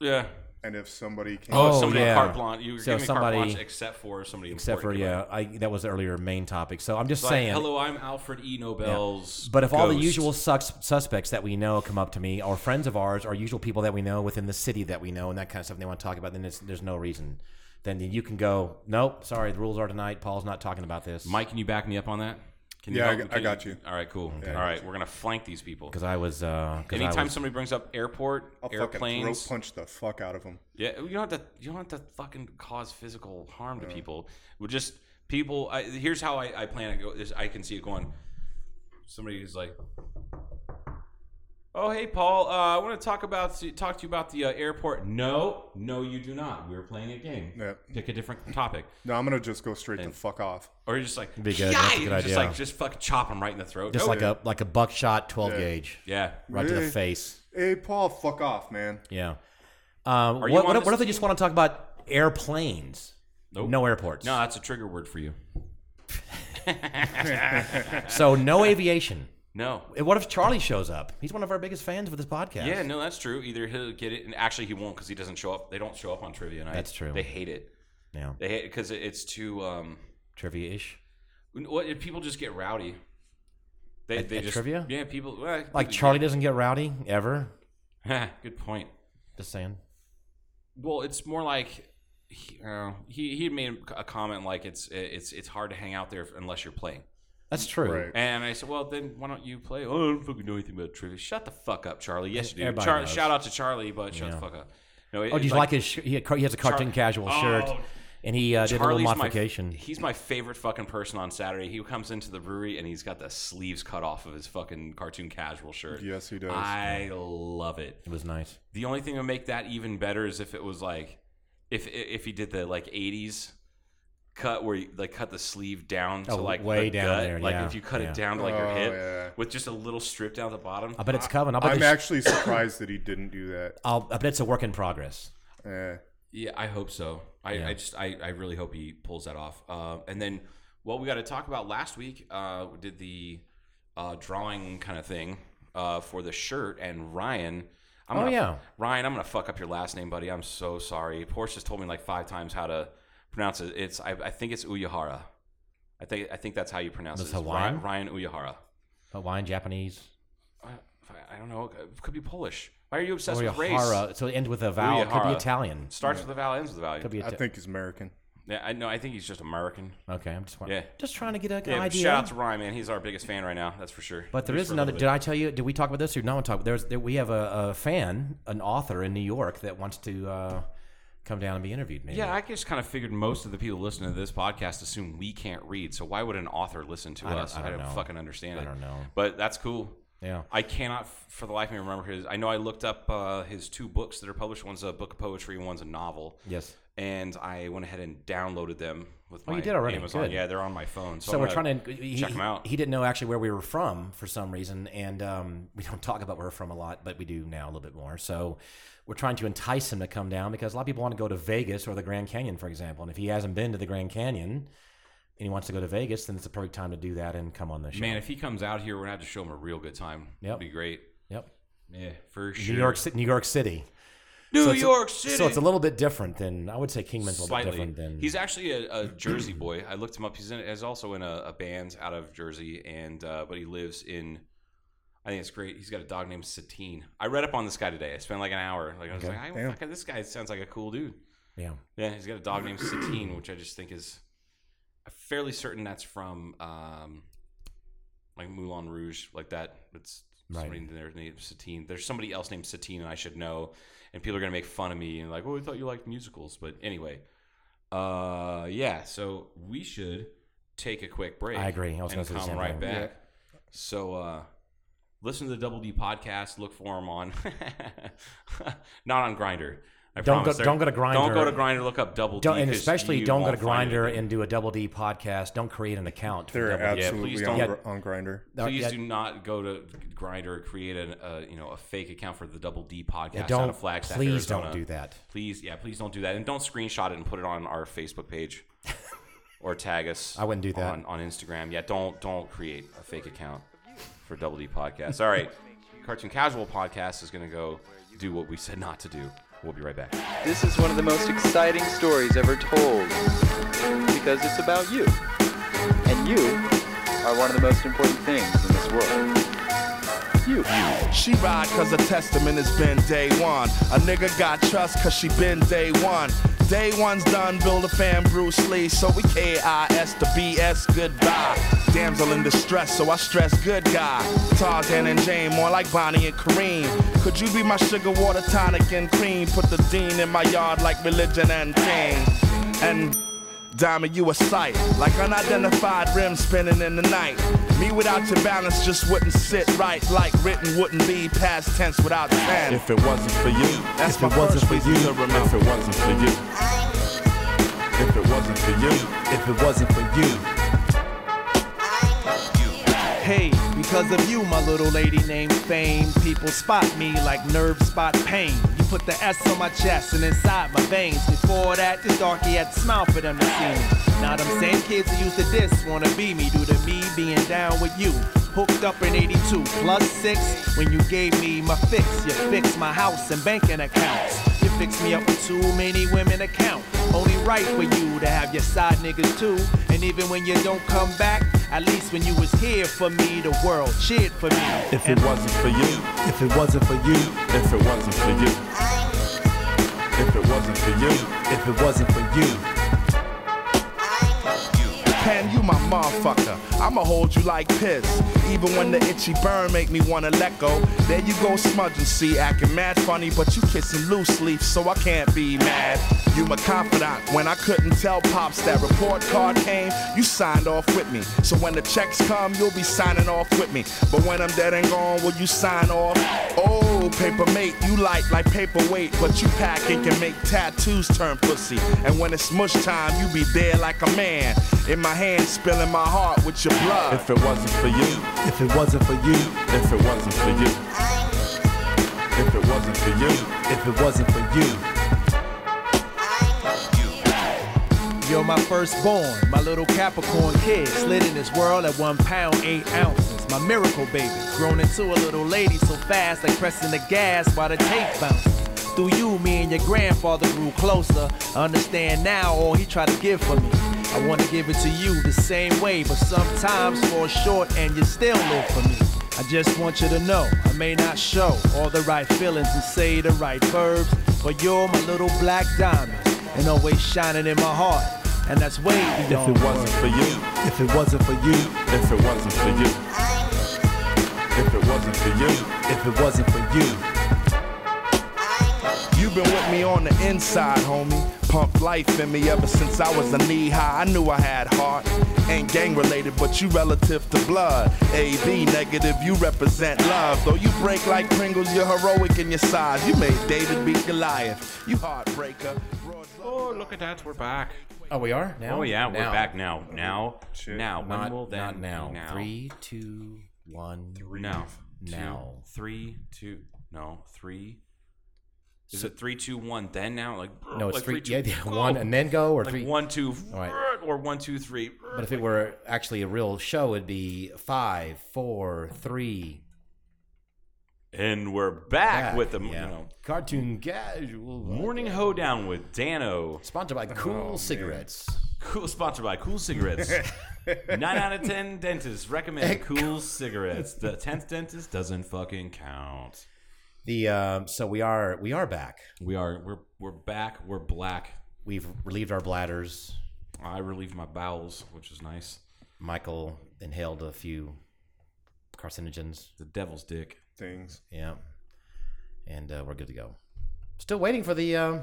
Speaker 5: yeah.
Speaker 7: and if somebody came.
Speaker 6: Oh,
Speaker 5: somebody
Speaker 6: yeah.
Speaker 5: carte blanche. You were
Speaker 6: So
Speaker 5: giving
Speaker 6: somebody-
Speaker 5: carte blanche except for somebody
Speaker 6: Except for
Speaker 5: important. You're
Speaker 6: yeah,
Speaker 5: like,
Speaker 6: I, that was the earlier main topic. So I'm just
Speaker 5: like,
Speaker 6: saying.
Speaker 5: hello, I'm Alfred E. Nobel's.
Speaker 6: But if all the
Speaker 5: ghost."
Speaker 6: usual sus- suspects that we know come up to me, or friends of ours, or usual people that we know within the city that we know, and that kind of stuff, and they want to talk about, then it's, there's no reason. Then you can go. Nope, sorry, the rules are tonight. Paul's not talking about this.
Speaker 5: Mike, can you back me up on that? Can
Speaker 7: Yeah, I
Speaker 5: help-
Speaker 7: got- I
Speaker 5: can
Speaker 7: got you.
Speaker 5: All right, cool. all right, we're gonna flank these people.
Speaker 6: because I was. Uh, 'cause I
Speaker 5: Anytime
Speaker 6: was-
Speaker 5: somebody brings up airport,
Speaker 7: I'll fucking throat
Speaker 5: airplanes,
Speaker 7: punch the fuck out of him.
Speaker 5: yeah, you don't have to. You don't have to fucking cause physical harm
Speaker 6: Mm.
Speaker 5: to people. We're just people. I, here's how I, I plan it. Go, is I can see it going. Somebody who's like, "Oh, hey, Paul, uh, I want to talk about talk to you about the uh, airport." No, no, you do not. We're playing a game.
Speaker 7: Yeah.
Speaker 5: Pick a different topic,
Speaker 7: No, I'm gonna just go straight the fuck off.
Speaker 5: or you're just like,
Speaker 6: Be good. That's
Speaker 5: "Yeah!"
Speaker 6: a good
Speaker 5: just
Speaker 6: idea.
Speaker 5: like just fucking chop him right in the throat.
Speaker 6: just
Speaker 5: No.
Speaker 6: like a like a buckshot 12 gauge
Speaker 5: yeah.
Speaker 6: right to the
Speaker 7: Really?
Speaker 6: face.
Speaker 7: Hey, Paul, fuck off, man.
Speaker 6: Yeah. Um,
Speaker 5: Are
Speaker 6: what,
Speaker 5: you on
Speaker 6: what, if,
Speaker 5: this-
Speaker 6: what if they just want to talk about airplanes?
Speaker 5: Nope.
Speaker 6: No airports.
Speaker 5: No, that's a trigger word
Speaker 6: *laughs*
Speaker 5: for you. *laughs* *laughs*
Speaker 6: So no aviation.
Speaker 5: No.
Speaker 6: And What if Charlie shows up? He's one of our biggest fans of this podcast.
Speaker 5: Yeah, no, that's true. Either he'll get it, and actually he won't because he doesn't show up. They don't show up on trivia night.
Speaker 6: That's true.
Speaker 5: They hate it.
Speaker 6: Yeah.
Speaker 5: They hate because it's too. Um,
Speaker 6: Trivia ish.
Speaker 5: what if people just get rowdy? They,
Speaker 6: At-
Speaker 5: they
Speaker 6: at
Speaker 5: just
Speaker 6: trivia?
Speaker 5: Yeah, people well, *laughs*
Speaker 6: Like Charlie doesn't get rowdy ever.
Speaker 5: Good point.
Speaker 6: Just saying.
Speaker 5: Well, it's more like he, uh, he he made a comment like it's it's it's hard to hang out there unless you're playing.
Speaker 6: That's true.
Speaker 7: Right.
Speaker 5: And I said, well, then why don't you play? Oh, I don't fucking know anything about trivia. Shut the fuck up, Charlie. Yes, you do.
Speaker 6: Everybody
Speaker 5: Char-
Speaker 6: knows.
Speaker 5: shout out to Charlie, but shut the fuck up. No, it,
Speaker 6: Oh, do you
Speaker 5: it's
Speaker 6: like, his? Sh- he, had car- he has a cartoon casual shirt, and he uh, did a little
Speaker 5: oh, Charlie's
Speaker 6: modification.
Speaker 5: My, he's my favorite fucking person on Saturday. He comes into the brewery and he's got the sleeves cut off of his fucking cartoon casual shirt.
Speaker 7: Yes, he does.
Speaker 5: I love it.
Speaker 6: it was nice.
Speaker 5: The only thing that would make that even better is if it was like, if if he did the like '80s cut where you like cut the sleeve down to
Speaker 6: Oh,
Speaker 5: like
Speaker 6: way
Speaker 5: the
Speaker 6: down
Speaker 5: gut.
Speaker 6: there,
Speaker 5: like
Speaker 6: yeah,
Speaker 5: if you cut
Speaker 6: yeah.
Speaker 5: it down to like your
Speaker 7: Oh,
Speaker 5: hip
Speaker 7: yeah.
Speaker 5: with just a little strip down the bottom.
Speaker 6: I bet it's coming. I bet,
Speaker 7: I'm
Speaker 6: this-
Speaker 7: actually surprised that he didn't do that.
Speaker 6: I'll, I bet it's a work in progress.
Speaker 7: Eh.
Speaker 5: Yeah, I hope so. I,
Speaker 6: Yeah.
Speaker 5: I just I, I really hope he pulls that off. Uh, and then what we got to talk about last week uh, we did the uh, drawing kind of thing uh, for the shirt and Ryan. I'm
Speaker 6: Oh,
Speaker 5: gonna,
Speaker 6: yeah.
Speaker 5: Ryan. I'm gonna fuck up your last name, buddy. I'm so sorry. Porsche just told me like five times how to pronounce it. It's I, I think it's Uyahara. I think I think that's how you pronounce
Speaker 6: That's
Speaker 5: it. It's Ry-
Speaker 6: Hawaiian?
Speaker 5: Ryan Uyahara.
Speaker 6: Hawaiian, Japanese,
Speaker 5: I, I don't know. It could be Polish. Why are you obsessed with race?
Speaker 6: Orihara. So it ends with a vowel. It Could be
Speaker 5: Uehara.
Speaker 6: Italian.
Speaker 5: Starts with a vowel, ends with a vowel.
Speaker 6: Could be
Speaker 7: I
Speaker 6: Ita-
Speaker 7: think he's American.
Speaker 5: Yeah, I know. I think he's just American.
Speaker 6: Okay, I'm just
Speaker 5: Yeah.
Speaker 6: just trying to get an
Speaker 5: Yeah,
Speaker 6: idea.
Speaker 5: shout out to Ryan, man. He's our biggest fan right now. That's for sure.
Speaker 6: But there is another. Did I tell you? Did we talk about this or no one talk? There's there, we have a, a fan, an author in New York that wants to uh, come down and be interviewed. Maybe.
Speaker 5: Yeah, I just kind of figured most of the people listening to this podcast assume we can't read. So why would an author listen to
Speaker 6: I don't-
Speaker 5: us?
Speaker 6: I don't know.
Speaker 5: fucking understand it.
Speaker 6: I don't know.
Speaker 5: But that's cool.
Speaker 6: yeah.
Speaker 5: I cannot, f- for the life of me, remember his. I know I looked up uh, his two books that are published. One's a book of poetry, and one's a novel.
Speaker 6: Yes.
Speaker 5: And I went ahead and downloaded them with
Speaker 6: Oh,
Speaker 5: my
Speaker 6: you did already.
Speaker 5: Amazon.
Speaker 6: Good.
Speaker 5: Yeah, they're on my phone. So,
Speaker 6: So
Speaker 5: I'm
Speaker 6: we're
Speaker 5: gonna
Speaker 6: trying to he,
Speaker 5: check him out.
Speaker 6: He didn't know actually where we were from for some reason, and um, we don't talk about where we're from a lot, but we do now a little bit more. So we're trying to entice him to come down because a lot of people want to go to Vegas or the Grand Canyon, for example. And if he hasn't been to the Grand Canyon and he wants to go to Vegas, then it's the perfect time to do that and come on the show.
Speaker 5: Man, if he comes out here, we're gonna have to show him a real good time.
Speaker 6: Yep.
Speaker 5: It'd be great.
Speaker 6: yep.
Speaker 5: Yeah, for
Speaker 6: New
Speaker 5: sure.
Speaker 6: York City, New York City.
Speaker 5: New
Speaker 6: So it's a-
Speaker 5: York City.
Speaker 6: So it's a little bit different than I would say Kingman's a little bit
Speaker 5: slightly.
Speaker 6: different than
Speaker 5: he's actually a, a Jersey boy. I looked him up. He's in. He's also in a, a band out of Jersey, and uh, but he lives in I think it's great. He's got a dog named Satine. I read up on this guy today. I spent like an hour. Like I was like, I,
Speaker 7: Damn.
Speaker 5: fucking- this guy sounds like a cool dude.
Speaker 6: Yeah.
Speaker 5: Yeah, he's got a dog named Satine, which I just think is I'm fairly certain that's from um, like Moulin Rouge, like that. It's
Speaker 6: Right.
Speaker 5: somebody in there named Satine. There's somebody else named Satine, and I should know. And people are gonna make fun of me and like, oh, I thought you liked musicals, but anyway, uh, yeah. So we should take a quick break.
Speaker 6: I agree. I was gonna
Speaker 5: and
Speaker 6: say the
Speaker 5: come
Speaker 6: same
Speaker 5: right
Speaker 6: thing.
Speaker 5: back. So. uh Listen to the Double D podcast. Look for him on, *laughs* not on Grinder.
Speaker 6: Don't go- don't go to
Speaker 5: Don't
Speaker 6: Grindr.
Speaker 5: go to Grinder. Look up Double D,
Speaker 6: Don't, and
Speaker 5: 'cause
Speaker 6: especially
Speaker 5: you
Speaker 6: don't go to
Speaker 5: won't find
Speaker 6: Grinder
Speaker 5: anything.
Speaker 6: and do a double D podcast. Don't create an account.
Speaker 7: They're
Speaker 6: double D.
Speaker 5: Yeah,
Speaker 7: absolutely
Speaker 5: please
Speaker 7: on,
Speaker 5: don't-
Speaker 7: Gr- on Grinder.
Speaker 6: No,
Speaker 5: Please
Speaker 6: yeah,
Speaker 5: do not go to Grinder or create an, uh, you know a fake account for the Double D podcast.
Speaker 6: yeah,
Speaker 5: out
Speaker 6: don't.
Speaker 5: of Flagstaff,
Speaker 6: please don't
Speaker 5: Arizona.
Speaker 6: do that.
Speaker 5: Please, yeah, please don't do that, and don't screenshot it and put it on our Facebook
Speaker 6: *laughs*
Speaker 5: page or tag us.
Speaker 6: I wouldn't do that.
Speaker 5: on, on Instagram. Yeah, don't don't create a fake account for Double D podcast. All right, Cartoon Casual podcast is going to go do what we said not to do. We'll be right back.
Speaker 2: This is one of the most exciting stories ever told because it's about you. And you are one of the most important things in this world. You.
Speaker 8: She ride cause her testament has been day one. A nigga got trust cause she been day one. Day one's done, build a fan Bruce Lee. So we KIS the BS goodbye. Damsel in distress, so I stress good guy. Tarzan and Jane, more like Bonnie and Kareem. Could you be my sugar water tonic and cream? Put the dean in my yard like religion and king. And Diamond, you a sight. Like unidentified rims spinning in the night. Me without your balance just wouldn't sit right. Like written wouldn't be past tense without pen.
Speaker 9: If it wasn't for you,
Speaker 8: That's
Speaker 9: if
Speaker 8: my
Speaker 9: it wasn't
Speaker 8: first
Speaker 9: for you,
Speaker 8: reason to remember.
Speaker 9: if it wasn't for you, if it wasn't for you, if it wasn't for you,
Speaker 10: Hey, because of you, my little lady named Fame, people spot me like nerves spot pain. You put the S on my chest and inside my veins. Before that, this darky had to smile for them to see me. Now them same kids who used to diss wanna be me due to me being down with you. Hooked up in 82 plus six when you gave me my fix. You fixed my house and banking accounts. You fixed me up with too many women to count. Only right for you to have your side niggas too. And even when you don't come back, at least when you was here for me, the world cheered for me.
Speaker 9: if it wasn't for you, if it wasn't for you, if it wasn't for you, if it wasn't for you, if it wasn't for you,
Speaker 8: Pan, you my motherfucker. I'ma hold you like piss. Even when the itchy burn make me wanna let go. There you go, smudging, see, acting mad funny, but you kissing loose leaf, so I can't be mad. You my confidant. When I couldn't tell pops that report card came, you signed off with me. So when the checks come, you'll be signing off with me. But when I'm dead and gone, will you sign off? Oh, paper mate, you light like paperweight, but you pack and can make tattoos turn pussy. And when it's mush time, you be there like a man. In my hand, spilling my heart with your blood.
Speaker 9: if it wasn't for you, if it wasn't for you, if it wasn't for you, if it wasn't for you, if it wasn't for you.
Speaker 10: You're my firstborn, my little Capricorn kid. Slid in this world at one pound, eight ounces. My miracle baby, grown into a little lady so fast, like pressing the gas while the tape bounces. Through you, me and your grandfather grew closer. I understand now all he tried to give for me. I want to give it to you the same way, but sometimes fall short and you still live for me. I just want you to know I may not show all the right feelings and say the right verbs, but you're my little black diamond and always shining in my heart. And that's way
Speaker 9: If
Speaker 10: beyond
Speaker 9: it wasn't for you, if it wasn't for you, if it wasn't for you, if it wasn't for you, if it wasn't for you,
Speaker 8: You've been with me on the inside, homie. Pumped life in me ever since I was a knee high. I knew I had heart. Ain't gang related, but you relative to blood. AB negative, you represent love. Though you break like Pringles, you're heroic in your size. You made David beat Goliath. You heartbreaker. Broads love-
Speaker 5: Oh, look at that! We're back.
Speaker 6: Oh, we are now.
Speaker 5: Oh yeah, we're
Speaker 6: Now.
Speaker 5: back now. Now, now. When
Speaker 6: Not,
Speaker 5: will that
Speaker 6: not now.
Speaker 5: be now?
Speaker 6: Three, two, one.
Speaker 5: now.
Speaker 6: Now.
Speaker 5: Two, three, two. No, three. Is it three, two, one? Then now, like
Speaker 6: No, it's
Speaker 5: like
Speaker 6: three.
Speaker 5: two, Oh,
Speaker 6: yeah,
Speaker 5: *laughs*
Speaker 6: yeah,
Speaker 5: go.
Speaker 6: one and then go, or
Speaker 5: like
Speaker 6: three.
Speaker 5: one, two,
Speaker 6: right.
Speaker 5: or one, two, three.
Speaker 6: But if it were actually a real show, it'd be five, four, three.
Speaker 5: And we're back
Speaker 6: back.
Speaker 5: with the
Speaker 6: Yeah.
Speaker 5: you know,
Speaker 6: cartoon casual
Speaker 5: morning hoedown with Dano. Oh,
Speaker 6: sponsored by Cool Cigarettes.
Speaker 5: Cool, sponsored by Cool
Speaker 6: *laughs*
Speaker 5: Cigarettes. Nine out of ten dentists recommend Cool Cigarettes. The tenth dentist doesn't fucking count.
Speaker 6: The um, so we are we are back.
Speaker 5: We are we're we're back. We're black.
Speaker 6: We've relieved our bladders.
Speaker 5: I relieved my bowels, which is nice.
Speaker 6: Michael inhaled a few carcinogens.
Speaker 5: The devil's dick.
Speaker 7: Things.
Speaker 6: Yeah, and uh, we're good to go. Still waiting for the. Um,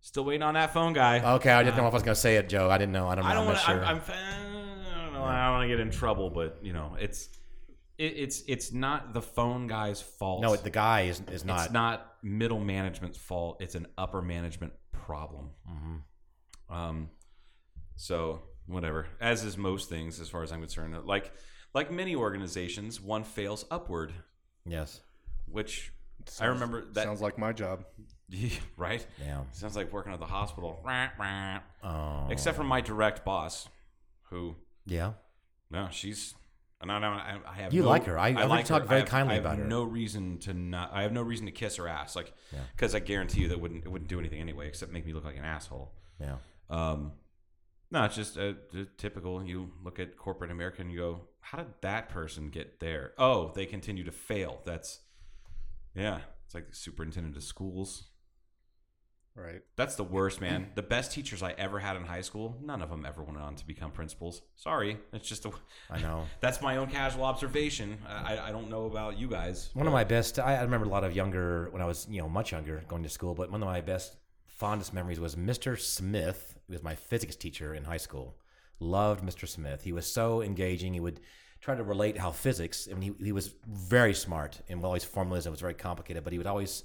Speaker 5: Still waiting on that phone guy.
Speaker 6: okay, I didn't know if I was gonna say it, Joe. I didn't know. I don't know.
Speaker 5: I don't
Speaker 6: Uh, I'm
Speaker 5: want
Speaker 6: not
Speaker 5: to.
Speaker 6: sure.
Speaker 5: I'm, I'm, I don't know. I don't want to get in trouble, but you know, it's it, it's it's not the phone guy's fault.
Speaker 6: no, the guy is is not.
Speaker 5: it's not middle management's fault. It's an upper management problem.
Speaker 6: Mm-hmm.
Speaker 5: Um, so whatever. As is most things, as far as I'm concerned. Like like many organizations, one fails upward,
Speaker 6: Yes.
Speaker 5: which I remember that *laughs*
Speaker 7: Sounds like my job.
Speaker 5: right.
Speaker 6: Yeah.
Speaker 5: Sounds like working at the hospital. Rah, rah.
Speaker 6: Oh.
Speaker 5: Except for my direct boss, who
Speaker 6: yeah.
Speaker 5: No, she's. No, no, I, I have.
Speaker 6: You
Speaker 5: no-
Speaker 6: like her. I- I've talked
Speaker 5: I
Speaker 6: very
Speaker 5: have,
Speaker 6: kindly
Speaker 5: I have
Speaker 6: about her.
Speaker 5: No reason to not. I have no reason to kiss her ass, like, because I guarantee you that wouldn't it wouldn't do anything anyway, except make me look like an asshole.
Speaker 6: Yeah.
Speaker 5: Um, no, it's just uh, t- typical. You look at corporate America and you go, "How did that person get there? Oh, they continue to fail. That's yeah. It's like the superintendent of schools.
Speaker 7: Right.
Speaker 5: That's the worst, man. The best teachers I ever had in high school, none of them ever went on to become principals. Sorry, it's just a.
Speaker 6: I know.
Speaker 5: That's my own casual observation. I, I- I don't know about you guys.
Speaker 6: One of my best. I, I remember a lot of younger when I was you know much younger going to school, but one of my best fondest memories was Mr. Smith, who was my physics teacher in high school. Loved Mr. Smith. He was so engaging. He would try to relate how physics. I mean, he, he was very smart and all his formulas. It was very complicated, but he would always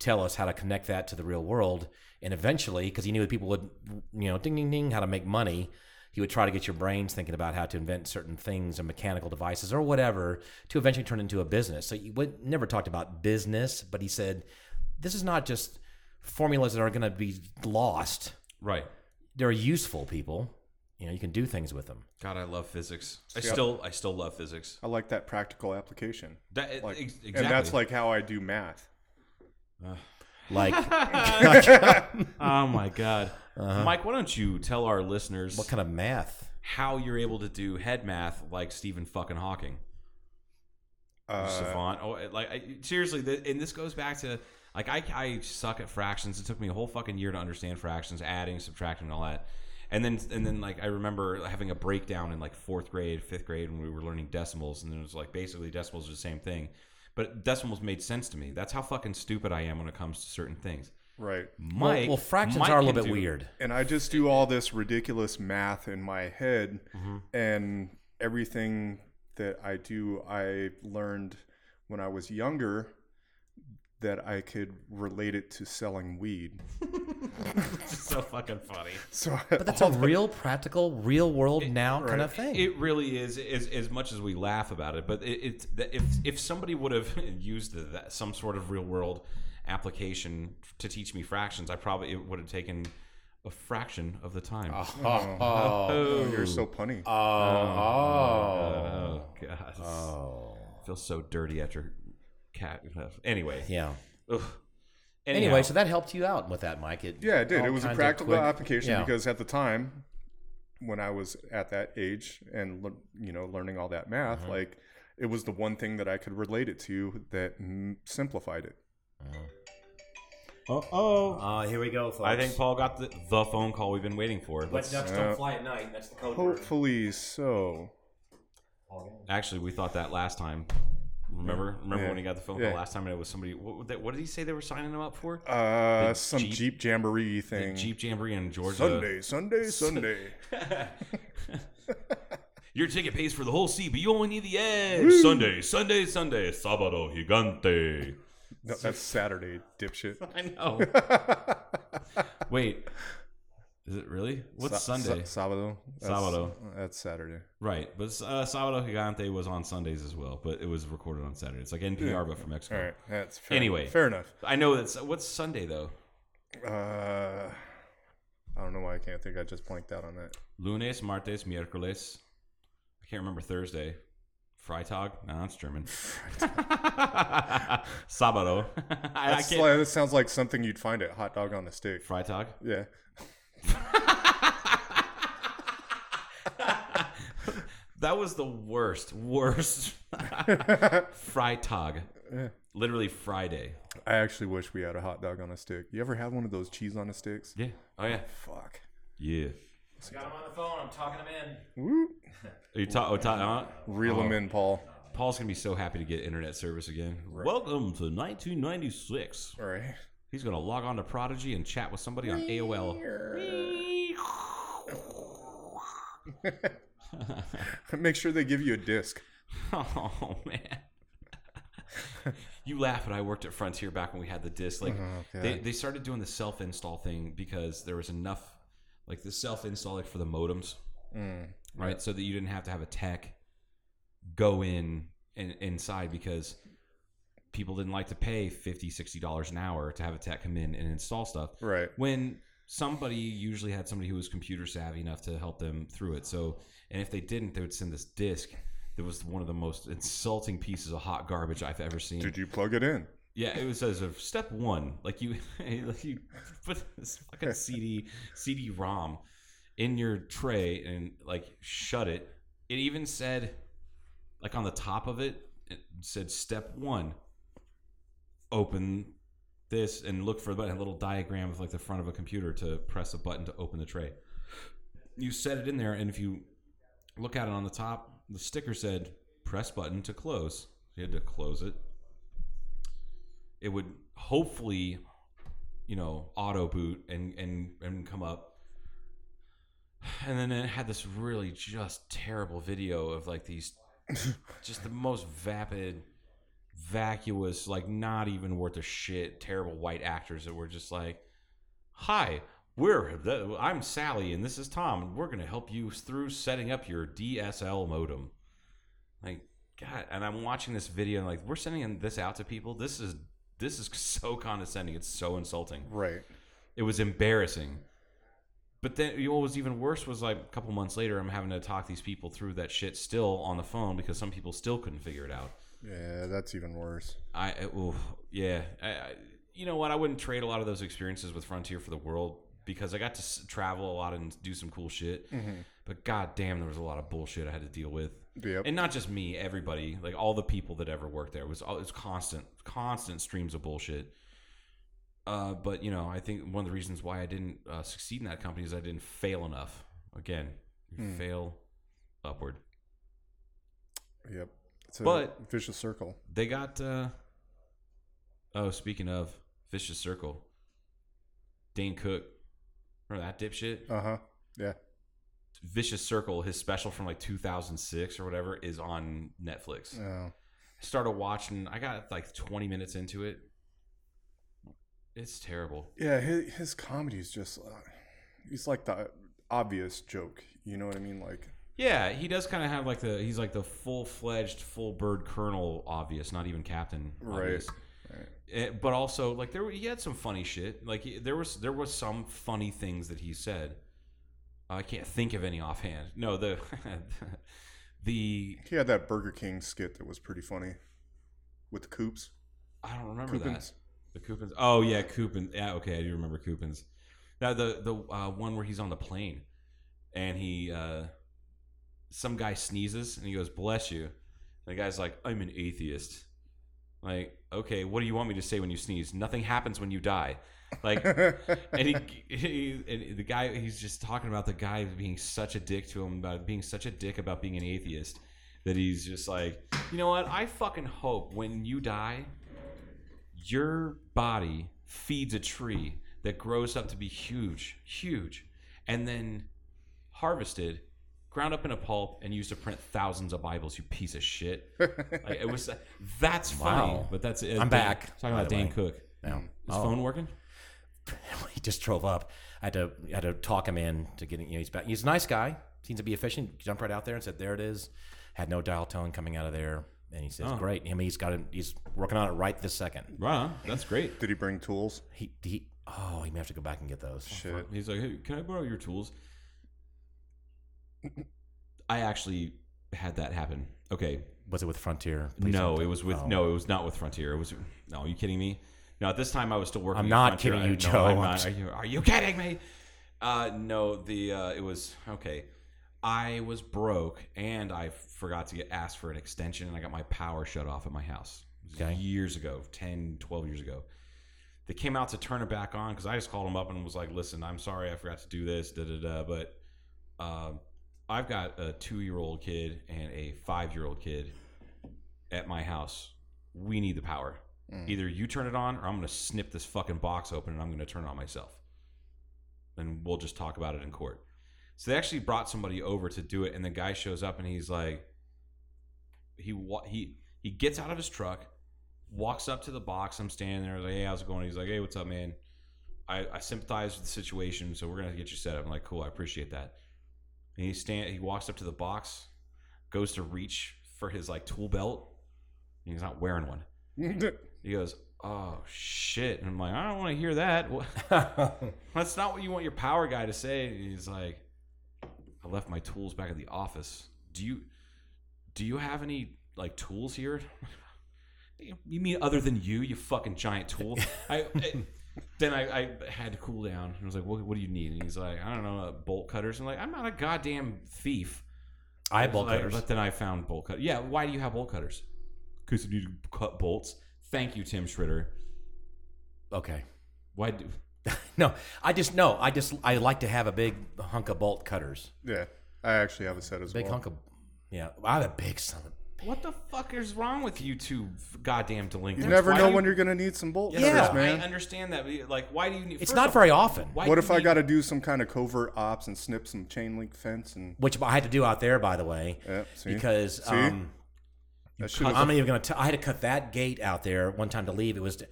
Speaker 6: tell us how to connect that to the real world. And eventually, because he knew that people would, you know, ding, ding, ding, how to make money, he would try to get your brains thinking about how to invent certain things and mechanical devices or whatever to eventually turn into a business. So you would never talked about business, but he said, this is not just formulas that are going to be lost.
Speaker 5: Right.
Speaker 6: They're useful, people. You know, you can do things with them.
Speaker 5: God, I love physics. I still I still love physics.
Speaker 7: I like that practical application.
Speaker 5: That, it-
Speaker 7: Like,
Speaker 5: ex- exactly.
Speaker 7: And that's like how I do math.
Speaker 5: *laughs*
Speaker 6: Like,
Speaker 5: oh my god, Mike, why don't you tell our listeners
Speaker 6: what kind of math?
Speaker 5: how you're able to do head math like Stephen fucking Hawking,
Speaker 7: Uh,
Speaker 5: savant? Oh, it- like I, seriously, th and this goes back to like I I suck at fractions. It took me a whole fucking year to understand fractions, adding, subtracting, and all that. And then, and then, like I remember having a breakdown in like fourth grade, fifth grade, when we were learning decimals, and it was like basically decimals are the same thing, but decimals made sense to me. That's how fucking stupid I am when it comes to certain things.
Speaker 7: right.
Speaker 5: Mike,
Speaker 6: well, well, fractions
Speaker 5: Mike
Speaker 6: are a
Speaker 5: can
Speaker 6: little bit
Speaker 5: do-
Speaker 6: weird.
Speaker 7: and I just do all this ridiculous math in my head,
Speaker 5: Mm-hmm.
Speaker 7: and everything that I do, I learned when I was younger that I could relate it to selling weed.
Speaker 5: *laughs*
Speaker 7: *laughs*
Speaker 5: It's so fucking funny.
Speaker 7: So
Speaker 6: But that's a real, practical, real world now kind of thing.
Speaker 5: It really is, as, as much as we laugh about it. But it, it's that if if somebody would have *laughs* used that, some sort of real world application to teach me fractions, I probably it would have taken a fraction of the time.
Speaker 7: oh, you're so punny.
Speaker 5: Oh, God.
Speaker 7: Oh.
Speaker 5: I feel so dirty at your cat. Anyway.
Speaker 6: yeah.
Speaker 5: Ugh. Anyhow,
Speaker 6: Anyway, so that helped you out with that, Mike. It,
Speaker 7: yeah, it did.
Speaker 6: all
Speaker 7: It was a
Speaker 6: kinds of
Speaker 7: practical
Speaker 6: quick-
Speaker 7: application
Speaker 6: yeah.
Speaker 7: because at the time, when I was at that age and le- you know learning all that math,
Speaker 5: Mm-hmm.
Speaker 7: like it was the one thing that I could relate it to that m- simplified it.
Speaker 1: Uh oh.
Speaker 6: Ah, here we go, folks.
Speaker 5: I think Paul got the, the phone call we've been waiting for. Let's-
Speaker 7: don't
Speaker 6: fly at night. That's the code
Speaker 7: Oh. Hopefully, so.
Speaker 5: Actually, we thought that last time. Remember? Remember
Speaker 7: Yeah.
Speaker 5: when he got the phone
Speaker 7: Yeah.
Speaker 5: call last time and it was somebody. What, what- what did he say they were signing him up for?
Speaker 7: Uh, some
Speaker 5: Jeep-
Speaker 7: Jeep, Jamboree
Speaker 5: The
Speaker 7: thing.
Speaker 5: Jeep Jamboree in Georgia.
Speaker 7: Sunday, Sunday,
Speaker 5: *laughs*
Speaker 7: Sunday.
Speaker 5: Your ticket pays for the whole seat, but you only need the edge. Sunday, Sunday, Sunday, Sábado Gigante.
Speaker 7: No, that's Saturday, dipshit.
Speaker 5: I
Speaker 7: *laughs*
Speaker 5: know. Wait, is it really? What's
Speaker 7: Sa-
Speaker 5: Sunday?
Speaker 7: Sa- sábado. That's,
Speaker 5: Sábado.
Speaker 7: That's Saturday.
Speaker 5: right, but uh, Sábado Gigante was on Sundays as well, but it was recorded on Saturday. It's like NPR, but from Mexico.
Speaker 7: All right, that's fair.
Speaker 5: Anyway.
Speaker 7: fair enough.
Speaker 5: I know that's what's Sunday though.
Speaker 7: Uh, I don't know why I can't think. I just blanked out on that.
Speaker 5: Lunes, martes, miércoles. I can't remember Thursday. Freitag? No, that's
Speaker 7: *laughs*
Speaker 5: German. *laughs* Sábado. I, *laughs* I
Speaker 7: That's
Speaker 5: can't.
Speaker 7: like, that sounds like something you'd find at Hot Dog on the Stick.
Speaker 5: Freitag.
Speaker 7: Yeah.
Speaker 5: That was the worst, worst Freitag. Literally Friday.
Speaker 7: I actually wish we had a hot dog on a stick. You ever have one of those cheese on a sticks?
Speaker 5: Yeah. Oh yeah.
Speaker 7: Fuck.
Speaker 5: Yeah.
Speaker 11: Got him on the phone. I'm talking him in.
Speaker 7: Woo.
Speaker 5: Are you ta- oh, ta- uh,
Speaker 7: Reel them in, Paul.
Speaker 5: Paul's gonna be so happy to get internet service again. Welcome to 1996.
Speaker 7: All right. *laughs*
Speaker 5: He's gonna log on to Prodigy and chat with somebody on AOL.
Speaker 7: Make sure they give you a disc.
Speaker 5: *laughs* Oh man. you laugh, but I worked at Frontier back when we had the disc. Like
Speaker 7: Oh, God.
Speaker 5: they, they started doing the self install thing because there was enough like the self install like for the modems.
Speaker 7: Mm.
Speaker 5: right? So that you didn't have to have a tech go in and inside because people didn't like to pay 50 60 dollars an hour to have a tech come in and install stuff
Speaker 7: Right.
Speaker 5: when somebody usually had somebody who was computer savvy enough to help them through it so and if they didn't they would send this disc that was one of the most insulting pieces of hot garbage i've ever seen
Speaker 7: Did you plug it in?
Speaker 5: yeah, it was as of step one. Like you, *laughs* like you put this fucking CD CD ROM in your tray and like shut it. It even said, like on the top of it, it said step one. Open this and look for the button, a little diagram of like the front of a computer to press a button to open the tray. You set it in there, and if you look at it on the top, the sticker said press button to close. You had to close it it would hopefully you know auto boot and and and come up and then it had this really just terrible video of like these just the most vapid vacuous like not even worth a shit terrible white actors that were just like hi we're the, i'm sally and this is tom and we're going to help you through setting up your dsl modem like god and i'm watching this video and like we're sending this out to people this is this is *laughs* so condescending it's so insulting
Speaker 7: Right.
Speaker 5: it was embarrassing but then you know, what was even worse was like a couple months later i'm having to talk these people through that shit still on the phone because some people still couldn't figure it out
Speaker 7: Yeah, that's even worse.
Speaker 5: I I- oof, yeah. I, I, you know what? I wouldn't trade a lot of those experiences with Frontier for the world because I got to s- travel a lot and do some cool shit. But goddamn, there was a lot of bullshit I had to deal with,
Speaker 7: Yep.
Speaker 5: and not just me. Everybody, like all the people that ever worked there, it was all it was constant, constant streams of bullshit. Uh, but you know, I think one of the reasons why I didn't uh, succeed in that company is I didn't fail enough. Again, you fail upward.
Speaker 7: Yep. It's a
Speaker 5: But-
Speaker 7: vicious circle.
Speaker 5: They got. Uh, oh, speaking of vicious circle, Dane Cook, remember that dipshit?
Speaker 7: Uh huh. Yeah.
Speaker 5: vicious circle, his special from like 2006 or whatever, is on Netflix.
Speaker 7: Oh.
Speaker 5: Started watching. I got like 20 minutes into it. It's terrible.
Speaker 7: Yeah. His, his comedy is just. Uh, he's like the obvious joke. You know what I mean? Like.
Speaker 5: Yeah, he does kind of have like the he's like the full fledged full bird colonel obvious, not even captain
Speaker 7: Right,
Speaker 5: obvious. Eh, but also like there were- he had some funny shit. Like he, there was there was some funny things that he said. I can't think of any offhand. No, the *laughs* the
Speaker 7: He had that Burger King skit that was pretty funny with the coops.
Speaker 5: I don't remember
Speaker 7: Coupons.
Speaker 5: that. The Coupons. Oh yeah, Coupons. Yeah, okay, I do remember Coupons. Now the the uh, one where he's on the plane and he uh, some guy sneezes and he goes, "Bless you." And the guy's like, "I'm an atheist." Like, okay, what do you want me to say when you sneeze? Nothing happens when you die.
Speaker 6: *laughs*
Speaker 5: Like, and he, he and the guy he's just talking about the guy being such a dick to him about being such a dick about being an atheist that he's just like, you know what? I fucking hope when you die, your body feeds a tree that grows up to be huge, huge, and then harvested, ground up in a pulp, and used to print thousands of Bibles. You piece of shit. like, it was that's funny,
Speaker 6: Wow.
Speaker 5: but that's it. Dan-
Speaker 6: I'm back,
Speaker 5: Talking
Speaker 6: by
Speaker 5: about
Speaker 6: the
Speaker 5: Dan
Speaker 6: way.
Speaker 5: Cook.
Speaker 6: Now,
Speaker 5: Is
Speaker 6: oh.
Speaker 5: phone working?
Speaker 6: *laughs* he just drove up. I had to I had to talk him in to getting you know he's back. He's a nice guy. Seems to be efficient. Jumped right out there and said, "There it is." Had no dial tone coming out of there, and he says, "Great." Him, he's got. A, he's working on it right this second.
Speaker 5: Right. on. That's great.
Speaker 7: Did he bring tools?
Speaker 6: He he. Oh, he may have to go back and get those.
Speaker 7: Shit.
Speaker 5: He's like, hey, can I borrow your tools? I actually had that happen. Okay.
Speaker 6: Was it with Frontier? Police
Speaker 5: No,
Speaker 6: Center?
Speaker 5: it was with
Speaker 6: Oh.
Speaker 5: no, it was not with Frontier. It was no. Are you kidding me? No, at this time I was still working.
Speaker 6: I'm
Speaker 5: at
Speaker 6: not
Speaker 5: Frontier.
Speaker 6: kidding
Speaker 5: I-
Speaker 6: you,
Speaker 5: no,
Speaker 6: Joe.
Speaker 5: I'm
Speaker 6: I'm
Speaker 5: not.
Speaker 6: s-
Speaker 5: Are you, are you kidding me? Uh, no, the uh, it was okay. I was broke and I forgot to get asked for an extension and I got my power shut off at my house It was years ago, 10, 12 years ago. They came out to turn it back on because I just called them up and was like, listen, I'm sorry I forgot to do this, da da da. But um, I've got a two year old kid and a five year old kid at my house. We need the power.
Speaker 12: Mm.
Speaker 5: Either you turn it on or I'm going to snip this fucking box open and I'm going to turn it on myself. And we'll just talk about it in court. So they actually brought somebody over to do it, and the guy shows up and he's like, he wa- he he gets out of his truck, walks up to the box. I'm standing there, like, hey, how's it going? He's like, hey, what's up, man? I, I sympathize with the situation, so we're gonna get you set up. I'm like, cool, I appreciate that. And he stand, he walks up to the box, goes to reach for his like tool belt, and he's not wearing one. He goes, "Oh shit!" And I'm like, "I don't want to hear that. What- That's not what you want your power guy to say." And he's like, "I left my tools back at the office. Do you, do you have any like tools here? you mean other than you, you fucking giant tool?" I, I- then I, I had to cool down. I was like, what, "What do you need?" And he's like, "I don't know, uh, bolt cutters." I'm like, "I'm not a goddamn thief."
Speaker 6: I have bolt
Speaker 5: Like,
Speaker 6: cutters.
Speaker 5: But then I found bolt cutters. Yeah, why do you have bolt cutters? Because you need to cut bolts. Thank you, Tim Schritter.
Speaker 6: Okay.
Speaker 5: Why do?
Speaker 6: *laughs* no, I just no. I just I like to have a big hunk of bolt cutters.
Speaker 7: Yeah, I actually have a set as
Speaker 6: big
Speaker 7: well.
Speaker 6: hunk of. Yeah, I have a big son. of-
Speaker 5: What the fuck is wrong with you two f- goddamn
Speaker 7: You
Speaker 5: delinquents?
Speaker 7: never
Speaker 5: Why
Speaker 7: know
Speaker 5: do
Speaker 7: when you're going to need some bolt
Speaker 5: Yeah,
Speaker 7: cutters,
Speaker 5: no, I
Speaker 7: man.
Speaker 5: understand that. but you- Like, why do you need? first off, why
Speaker 7: What
Speaker 5: do
Speaker 7: if
Speaker 5: you
Speaker 7: I
Speaker 5: need-
Speaker 7: got to do some kind of covert ops and snip some chain link fence and
Speaker 6: which I had to do out there, by the way,
Speaker 7: see?
Speaker 6: because
Speaker 7: See?
Speaker 6: um,
Speaker 7: That
Speaker 6: you
Speaker 7: shit
Speaker 6: cut-
Speaker 7: was-
Speaker 6: I'm not even gonna. T- I had to cut that gate out there one time to leave. It was to-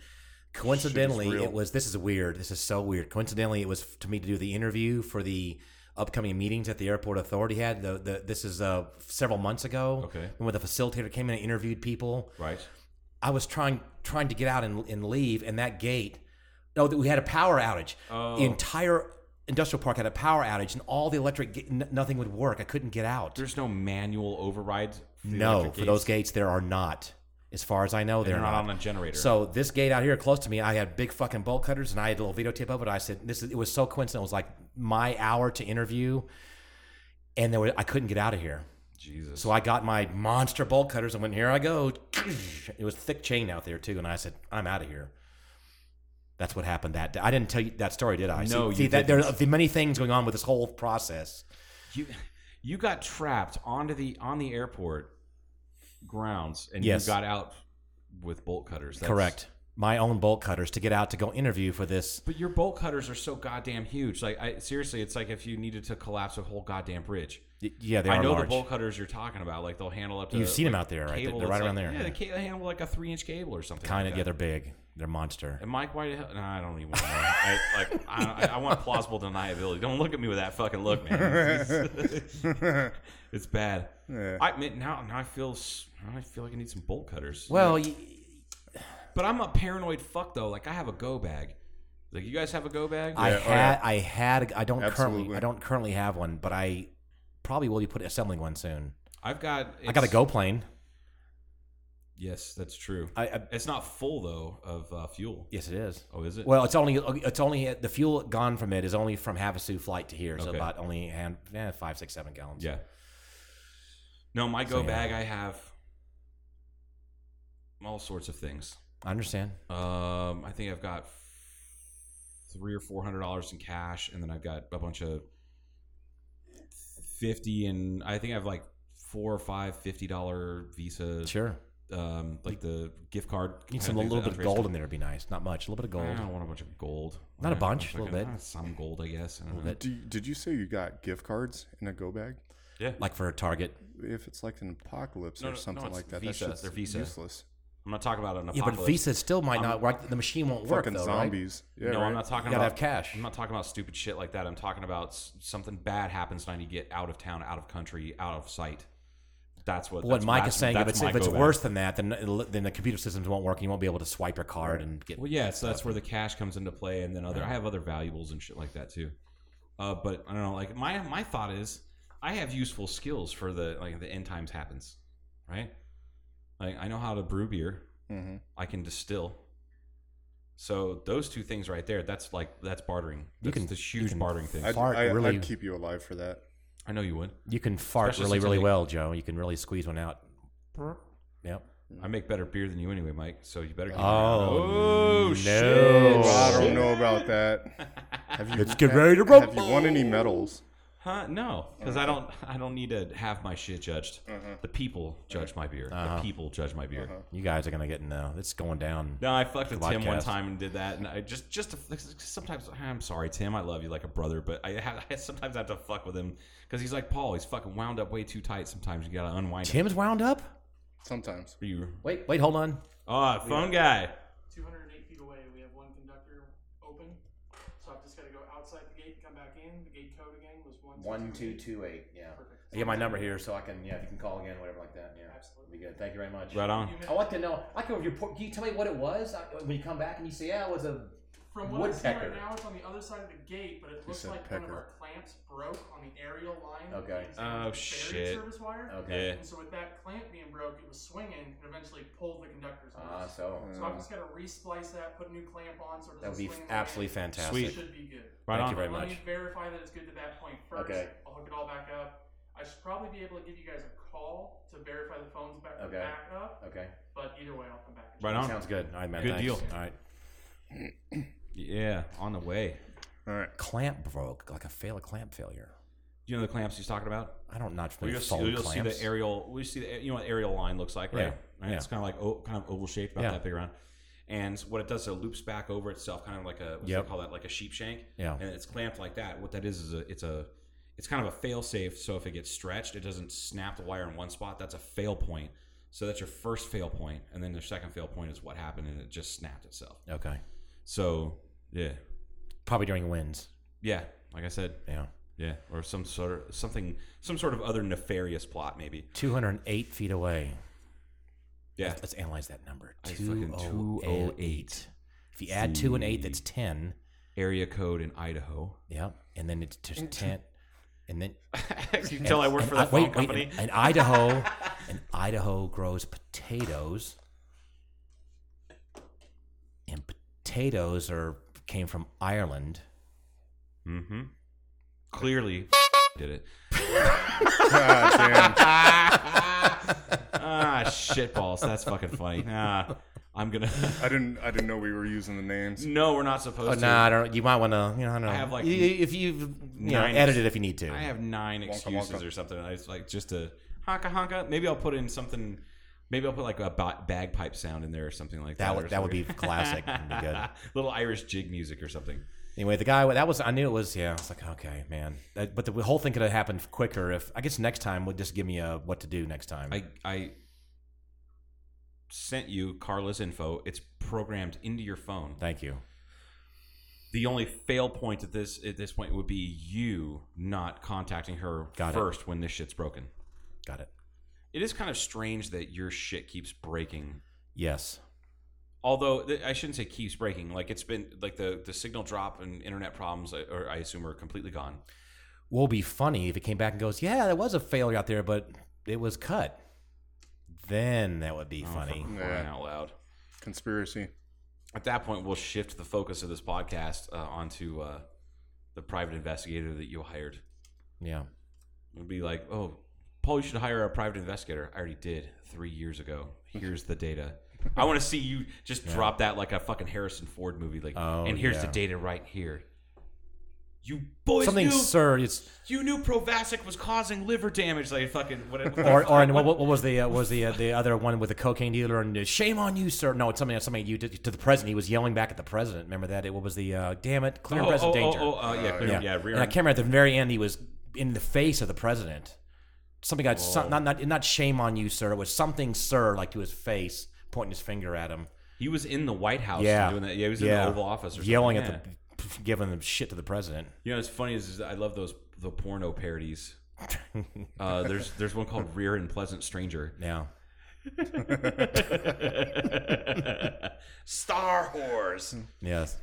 Speaker 6: coincidentally,
Speaker 7: real.
Speaker 6: it was. This is weird. This is so weird. Coincidentally, it was f- to me to do the interview for the upcoming meetings that the airport authority had. The, the this is uh, several months ago.
Speaker 5: Okay.
Speaker 6: when the facilitator came in and interviewed people.
Speaker 5: Right.
Speaker 6: I was trying trying to get out and, and leave, and that gate. No, that we had a power outage.
Speaker 5: Oh.
Speaker 6: The entire industrial park had a power outage, and all the electric, ga- n- nothing would work. I couldn't get out.
Speaker 5: There's no manual overrides. for the
Speaker 6: No, for
Speaker 5: electric
Speaker 6: those gates there are not. As far as I know,
Speaker 5: And
Speaker 6: they're
Speaker 5: they're not
Speaker 6: not
Speaker 5: on a generator.
Speaker 6: So this gate out here close to me, I had big fucking bolt cutters, and I had a little videotape of it. I said, "This is, it was so coincidental. It was like my hour to interview, and there were, I couldn't get out of here.
Speaker 5: Jesus.
Speaker 6: So I got my monster bolt cutters and went, "Here I go." It was thick chain out there too, and I said, "I'm out of here." That's what happened that day. I didn't tell you that story, did I?
Speaker 5: No,
Speaker 6: see,
Speaker 5: you
Speaker 6: see, that there are
Speaker 5: didn't.
Speaker 6: the many things going on with this whole process.
Speaker 5: You, you got trapped onto the on the airport grounds, and
Speaker 6: Yes.
Speaker 5: you got out with bolt cutters. That's,
Speaker 6: Correct. My own bolt cutters to get out to go interview for this
Speaker 5: But your bolt cutters are so goddamn huge. Like, I seriously, it's like if you needed to collapse a whole goddamn bridge.
Speaker 6: Y- yeah, they
Speaker 5: I
Speaker 6: are
Speaker 5: know
Speaker 6: large.
Speaker 5: the bolt cutters you're talking about. Like they'll handle up to.
Speaker 6: You've seen
Speaker 5: like,
Speaker 6: them out there, right?
Speaker 5: cable
Speaker 6: They're right
Speaker 5: that's
Speaker 6: around
Speaker 5: like-
Speaker 6: there.
Speaker 5: Yeah, they ca- they handle like a three inch cable or something.
Speaker 6: kind
Speaker 5: like
Speaker 6: of
Speaker 5: that.
Speaker 6: yeah, they're big. They're monster.
Speaker 5: And Mike, why the hell? No, I don't even want to know. I, like, I, I- I want plausible deniability. Don't look at me with that fucking look, man. It's, *laughs* it's bad.
Speaker 7: Yeah.
Speaker 5: I admit now, now I feel, s- now I feel like I need some bolt cutters.
Speaker 6: Well,
Speaker 5: Like- but I'm a paranoid fuck though. Like I have a go bag. Like you guys have a go bag?
Speaker 6: I had, I had, I don't currently,
Speaker 5: Oh, Absolutely.
Speaker 6: I don't currently have one, but I probably will be put assembling one soon.
Speaker 5: I've got.
Speaker 6: I got a
Speaker 5: it's-
Speaker 6: go plane.
Speaker 5: Yes, that's true.
Speaker 6: I,
Speaker 5: it's not full though of uh, fuel.
Speaker 6: Yes, it is.
Speaker 5: Oh, is it?
Speaker 6: Well, it's only, it's only the fuel gone from it is only from Havasu flight to here, so
Speaker 5: Okay.
Speaker 6: about only hand, eh, five, six, seven gallons.
Speaker 5: Yeah. No, my
Speaker 6: So,
Speaker 5: go
Speaker 6: yeah.
Speaker 5: bag. I have all sorts of things.
Speaker 6: I understand.
Speaker 5: Um, I think I've got three or four hundred dollars in cash, and then I've got a bunch of fifty, and I think I have like four or five fifty dollar Visa.
Speaker 6: Sure.
Speaker 5: Um, like the gift card.
Speaker 6: Need
Speaker 5: kind
Speaker 6: some a
Speaker 5: of things
Speaker 6: little
Speaker 5: that
Speaker 6: bit of
Speaker 5: Andre's-
Speaker 6: gold in there would be nice. Not much, a little bit of gold.
Speaker 5: I don't want a bunch of gold.
Speaker 6: Not a
Speaker 5: Yeah,
Speaker 6: bunch, a
Speaker 5: like "Ah,
Speaker 6: little bit.
Speaker 5: Some gold, I guess. Uh-huh. I don't know.
Speaker 7: Do, did you say you got gift cards in a go bag?
Speaker 5: Yeah.
Speaker 6: Like for a Target.
Speaker 7: If it's like an apocalypse
Speaker 5: No,
Speaker 7: or
Speaker 5: no, no,
Speaker 7: something
Speaker 5: it's
Speaker 7: like that,
Speaker 5: Visa.
Speaker 7: that shit's
Speaker 5: They're Visa.
Speaker 7: useless.
Speaker 5: I'm not talking about an
Speaker 6: Yeah,
Speaker 5: apocalypse.
Speaker 6: but Visa still might not work. The machine won't work
Speaker 7: Fucking
Speaker 6: though. right?
Speaker 7: zombies. Yeah,
Speaker 5: no,
Speaker 7: right.
Speaker 5: I'm not talking
Speaker 6: You gotta
Speaker 5: about
Speaker 6: have cash.
Speaker 5: I'm not talking about stupid shit like that. I'm talking about s- something bad happens and I need to get out of town, out of country, out of sight. That's what.
Speaker 6: But what
Speaker 5: that's-
Speaker 6: Mike is
Speaker 5: that's-
Speaker 6: saying, if
Speaker 5: that's
Speaker 6: it's,
Speaker 5: my
Speaker 6: if it's
Speaker 5: go-back.
Speaker 6: worse than that, then then the computer systems won't work, and you won't be able to swipe your card and get.
Speaker 5: Well, yeah, so that's where the cash comes into play, and then other. I have other valuables and shit like that too. Uh, but I don't know. Like my my thought is, I have useful skills for the like the end times happens, right? Like I know how to brew beer.
Speaker 6: Mm-hmm.
Speaker 7: Mhm.
Speaker 5: I can distill. So those two things right there, that's like that's bartering.
Speaker 6: You
Speaker 5: That's
Speaker 6: can-
Speaker 5: this
Speaker 6: you
Speaker 5: huge
Speaker 6: can
Speaker 5: bartering thing.
Speaker 7: I'd,
Speaker 6: Fart
Speaker 7: I,
Speaker 6: really-
Speaker 7: I'd keep you alive for that.
Speaker 5: I know you would.
Speaker 6: You can fart
Speaker 5: Especially
Speaker 6: really,
Speaker 5: since
Speaker 6: really
Speaker 5: I-
Speaker 6: well, Joe. You can really squeeze one out. Yep.
Speaker 11: Mm.
Speaker 5: I make better beer than you anyway, Mike. So you better. Keep it around.
Speaker 6: Oh,
Speaker 5: oh
Speaker 6: no.
Speaker 5: shit!
Speaker 7: I don't know about that.
Speaker 6: *laughs*
Speaker 7: Have
Speaker 6: Let's get ready to rumble.
Speaker 7: Have you won any medals?
Speaker 5: *laughs* Huh? No,
Speaker 11: Oh.
Speaker 5: because I don't. I don't need to have my shit judged.
Speaker 11: Mm-hmm.
Speaker 5: The people judge my beer.
Speaker 6: Uh-huh.
Speaker 5: The people judge my beer.
Speaker 11: Uh-huh.
Speaker 6: You guys are gonna get no. It's going down.
Speaker 5: No, I fucked
Speaker 6: the
Speaker 5: with Tim one
Speaker 6: podcast.
Speaker 5: time and did that, and I just just to, 'cause sometimes I'm sorry, Tim. I love you like a brother, but I, have, I sometimes have to fuck with him because he's like Paul. He's fucking wound up way too tight. Sometimes you gotta unwind.
Speaker 6: Tim's wound up.
Speaker 7: Sometimes.
Speaker 5: him. you.
Speaker 6: Wait, wait, hold on.
Speaker 5: Oh, phone guy.
Speaker 11: 208 feet away, we have one conductor open. So I've just got to go outside the gate, come back in. The gate code again was one.
Speaker 6: One two two eight. Yeah.
Speaker 11: Perfect.
Speaker 6: I get my number here, so I can yeah. If you can call again, whatever like that. Yeah. Absolutely. Be good. Thank you very much.
Speaker 5: Right on.
Speaker 6: I want to know. I can report. Can you tell me what it was I, when you come back and you say, "Yeah, it was a
Speaker 11: From what I see
Speaker 6: woodpecker."
Speaker 11: right now, it's on the other side of the gate, but it looks
Speaker 6: said
Speaker 11: like one
Speaker 6: pecker.
Speaker 11: of our clamps broke on the aerial line. that
Speaker 6: Okay.
Speaker 11: leads down to
Speaker 5: Oh,
Speaker 11: the buried
Speaker 5: shit.
Speaker 11: Service wire.
Speaker 5: Okay. Yeah.
Speaker 11: And so with that clamp being broke, it was swinging and eventually pulled the conductor's
Speaker 6: Ah,
Speaker 11: loose.
Speaker 6: so.
Speaker 11: So I've just got to resplice that, put a new clamp on, so it
Speaker 6: That would
Speaker 11: doesn't
Speaker 6: be
Speaker 11: swing away.
Speaker 6: absolutely fantastic.
Speaker 11: It should be good.
Speaker 6: Right Thank on. you very
Speaker 11: Let
Speaker 6: much.
Speaker 11: me verify that it's good to that point first.
Speaker 6: Okay.
Speaker 11: I'll hook it all back up. I should probably be able to give you guys a call to verify the phones back,
Speaker 6: Okay.
Speaker 11: back up.
Speaker 6: Okay.
Speaker 11: But either way, I'll come back. and
Speaker 5: Right on.
Speaker 6: Sounds good. All right, man.
Speaker 5: Good
Speaker 6: thanks.
Speaker 5: deal.
Speaker 6: All right.
Speaker 5: Yeah, on the way.
Speaker 7: All right.
Speaker 6: Clamp broke like a fail a clamp failure.
Speaker 5: You know the clamps he's talking about.
Speaker 6: I don't not
Speaker 5: Well,
Speaker 6: familiar
Speaker 5: you'll
Speaker 6: with
Speaker 5: see,
Speaker 6: fold
Speaker 5: you'll see
Speaker 6: clamps.
Speaker 5: the aerial. We see the you know what aerial line looks like, right?
Speaker 6: Yeah.
Speaker 5: Right? It's
Speaker 6: Yeah.
Speaker 5: kind of like o- kind of oval shaped, about
Speaker 6: Yeah.
Speaker 5: that big around. And what it does, it loops back over itself, kind of like a what do they
Speaker 6: Yep.
Speaker 5: call that, like a sheep shank.
Speaker 6: Yeah.
Speaker 5: And it's clamped like that. What that is is a, it's a it's kind of a fail safe. So if it gets stretched, it doesn't snap the wire in one spot. That's a fail point. So that's your first fail point, and then the second fail point is what happened, and it just snapped itself.
Speaker 6: okay.
Speaker 5: So yeah,
Speaker 6: Probably during winds.
Speaker 5: yeah. Like I said,
Speaker 6: Yeah.
Speaker 5: yeah, or some sort of something, some sort of other nefarious plot, maybe.
Speaker 6: Two hundred and eight feet away.
Speaker 5: Yeah.
Speaker 6: Let's, let's analyze that number.
Speaker 5: I fucking
Speaker 6: 208. If you add two and eight, that's
Speaker 5: The
Speaker 6: ten.
Speaker 5: Area code in Idaho.
Speaker 6: Yep. And then it's just ten. And then
Speaker 5: *laughs* you
Speaker 6: and-
Speaker 5: tell I work
Speaker 6: and
Speaker 5: for the
Speaker 6: I-
Speaker 5: phone
Speaker 6: wait, wait,
Speaker 5: company.
Speaker 6: and, and Idaho, and Idaho grows potatoes, and potatoes are came from Ireland.
Speaker 5: mm-hmm. Clearly, *laughs* did it. ah, shitballs. That's fucking funny. Ah, I'm gonna. *laughs*
Speaker 7: I didn't. I didn't know we were using the names.
Speaker 5: no, we're not supposed
Speaker 6: Oh
Speaker 5: to.
Speaker 6: no, I don't. You might want to. You know, I don't know.
Speaker 5: I have like
Speaker 6: You- if you've you know,
Speaker 5: nine-
Speaker 6: edit it if you need to.
Speaker 5: I have nine excuses or something. I just like just a honka honka. Maybe I'll put in something. Maybe I'll put like a ba- bagpipe sound in there or something like that.
Speaker 6: That would-
Speaker 5: or
Speaker 6: that would be
Speaker 5: something.
Speaker 6: classic. That'd be good.
Speaker 5: *laughs* Little Irish jig music or something.
Speaker 6: Anyway, the guy that was I knew it was yeah. I was like, okay, man. That- but the whole thing could have happened quicker if I guess next time would just give me a what to do next time.
Speaker 5: I I sent you Carla's info. It's programmed into your phone.
Speaker 6: Thank you.
Speaker 5: The only fail point at this at this point would be you not contacting her
Speaker 6: Got it.
Speaker 5: first when this shit's broken.
Speaker 6: Got it.
Speaker 5: It is kind of strange that your shit keeps breaking.
Speaker 6: Yes.
Speaker 5: Although th- I shouldn't say keeps breaking. Like it's been like the the signal drop and internet problems, I- or I assume, are completely gone.
Speaker 6: Will be funny if it came back and goes, yeah, there was a failure out there, but it was cut. Then that would be
Speaker 5: Oh, for
Speaker 6: funny.
Speaker 5: crying
Speaker 7: Yeah.
Speaker 5: out loud.
Speaker 7: Conspiracy.
Speaker 5: At that point, we'll shift the focus of this podcast uh, onto uh, the private investigator that you hired.
Speaker 6: Yeah.
Speaker 5: would be like, oh, Paul, you should hire a private investigator. I already did three years ago. Here's the data. I want to see you just drop that like a fucking Harrison Ford movie. Like,
Speaker 6: Oh,
Speaker 5: and here's the
Speaker 6: yeah.
Speaker 5: data right here. You boys
Speaker 6: Something,
Speaker 5: knew
Speaker 6: sir. It's
Speaker 5: you knew Provasic was causing liver damage. Like fucking whatever.
Speaker 6: or or and what, what was the uh, was the uh, the other one with the cocaine dealer and uh, shame on you, sir? No, it's something something you did to the president. He was yelling back at the president. Remember that? It what was the uh, damn it, clear
Speaker 5: oh,
Speaker 6: and present
Speaker 5: oh,
Speaker 6: danger.
Speaker 5: Oh, oh, uh, yeah, clear, yeah, rear
Speaker 6: and I
Speaker 5: end.
Speaker 6: can't remember at the very end he was in the face of the president. Something got some, not not not shame on you, sir. It was something, sir, like to his face, pointing his finger at him.
Speaker 5: He was in the White House.
Speaker 6: yeah,
Speaker 5: doing that. Yeah, he was in
Speaker 6: Yeah.
Speaker 5: the Oval Office. Or
Speaker 6: yelling
Speaker 5: something.
Speaker 6: at the, p- giving the shit to the president.
Speaker 5: You know, it's funny is, is I love those the porno parodies.
Speaker 6: *laughs*
Speaker 5: Uh, there's there's one called Rear and Pleasant Stranger.
Speaker 6: Yeah,
Speaker 5: *laughs* Star Wars. Mm-hmm.
Speaker 6: yes,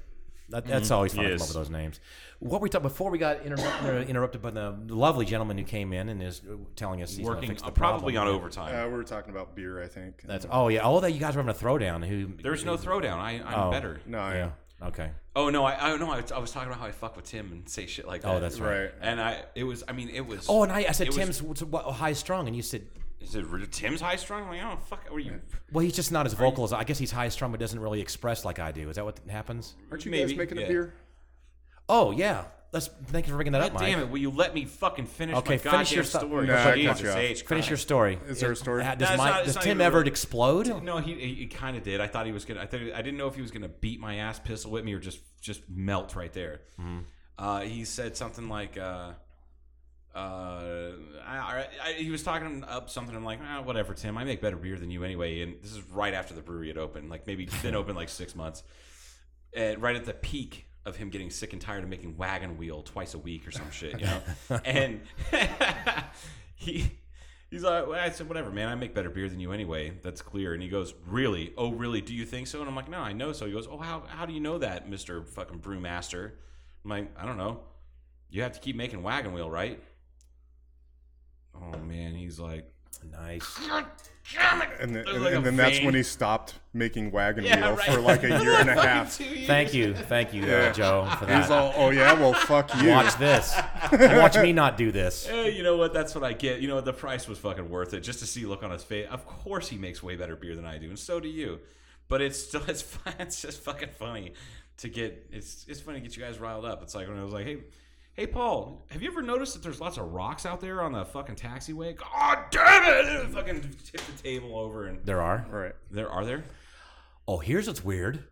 Speaker 6: that, that's always fun.
Speaker 5: Yes.
Speaker 6: I love those names. What we talked before we got interrupt, uh, interrupted by the lovely gentleman who came in and is uh, telling us he's gonna
Speaker 5: Working
Speaker 6: fix the
Speaker 5: uh, probably on
Speaker 6: problem.
Speaker 5: overtime.
Speaker 7: Uh, we were talking about beer, I think.
Speaker 6: That's oh yeah. Oh, that you guys were having a throwdown. Who
Speaker 5: There's no throwdown. I, I'm
Speaker 6: Oh.
Speaker 5: better.
Speaker 7: no. I-
Speaker 6: Yeah. Okay.
Speaker 5: Oh no, I, I no, I, was- I was talking about how I fuck with Tim and say shit like that.
Speaker 6: Oh, that's right. Right.
Speaker 5: And I, it was, I mean, it was.
Speaker 6: Oh, and I, I said
Speaker 5: it was-
Speaker 6: Tim's what's- what, high strung, and you said,
Speaker 5: Is it re- Tim's high strung? Like, oh fuck, what are you?
Speaker 6: well, he's just not as vocal as I guess he's high strung, but doesn't really express like I do. Is that what happens?
Speaker 7: Aren't you guys making a beer?
Speaker 6: Oh yeah. Let's thank you for bringing that up,
Speaker 5: God
Speaker 6: Mike.
Speaker 5: damn it! Will you let me fucking finish
Speaker 6: Okay,
Speaker 5: my goddamn
Speaker 6: finish your sto-
Speaker 5: story?
Speaker 6: Nah, I cut
Speaker 5: Jesus
Speaker 6: you off.
Speaker 5: H.
Speaker 6: Finish your
Speaker 5: Christ.
Speaker 6: story. Is there a story? Uh, does Mike-
Speaker 5: it's
Speaker 6: does
Speaker 5: it's
Speaker 6: Tim
Speaker 5: even
Speaker 6: ever
Speaker 5: really-
Speaker 6: explode?
Speaker 5: No, he he, he kind of did. I thought he was gonna. I thought I didn't know if he was gonna beat my ass, pistol whip me, or just just melt right there.
Speaker 6: Mhm.
Speaker 5: Uh, he said something like, uh, uh, I, I, I- he was talking up something. I'm like, ah, whatever, Tim. I make better beer than you anyway. And this is right after the brewery had opened. Like maybe it's been open like six months. And right at the peak of him getting sick and tired of making wagon wheel twice a week or some shit, you know. and *laughs* he he's like, well, I said, whatever, man. I make better beer than you anyway. That's clear. And he goes, really? Oh, really? Do you think so? And I'm like, no, I know so. He goes, oh, how how do you know that, Mister Fucking Brewmaster? I'm like, I don't know. You have to keep making wagon wheel, right? Oh man, he's like,
Speaker 6: nice.
Speaker 7: And then,
Speaker 5: There's
Speaker 7: and,
Speaker 5: like
Speaker 7: and
Speaker 5: a
Speaker 7: then that's
Speaker 5: vein.
Speaker 7: when he stopped making wagon
Speaker 5: Yeah,
Speaker 7: wheel
Speaker 5: right. *laughs*
Speaker 7: for like a year and a
Speaker 5: Fucking
Speaker 7: half.
Speaker 5: two years.
Speaker 6: Thank you, thank you, uh,
Speaker 7: Yeah.
Speaker 6: Joe, for
Speaker 7: He's
Speaker 6: that.
Speaker 7: all, oh yeah, well fuck you.
Speaker 6: Watch this. And watch me not
Speaker 5: *laughs*
Speaker 6: do this.
Speaker 5: Eh, you know what? That's what I get. You know what? The price was fucking worth it just to see the look on his face. Of course, he makes way better beer than I do, and so do you. But it's still *laughs* it's fun. It's just fucking funny to get. It's it's funny to get you guys riled up. It's like when I was like, hey, hey, Paul, have you ever noticed that there's lots of rocks out there on the fucking taxiway? God damn it! *laughs* And I fucking tip the table over and
Speaker 6: There are.
Speaker 7: Right.
Speaker 5: there are there.
Speaker 6: Oh, here's what's weird.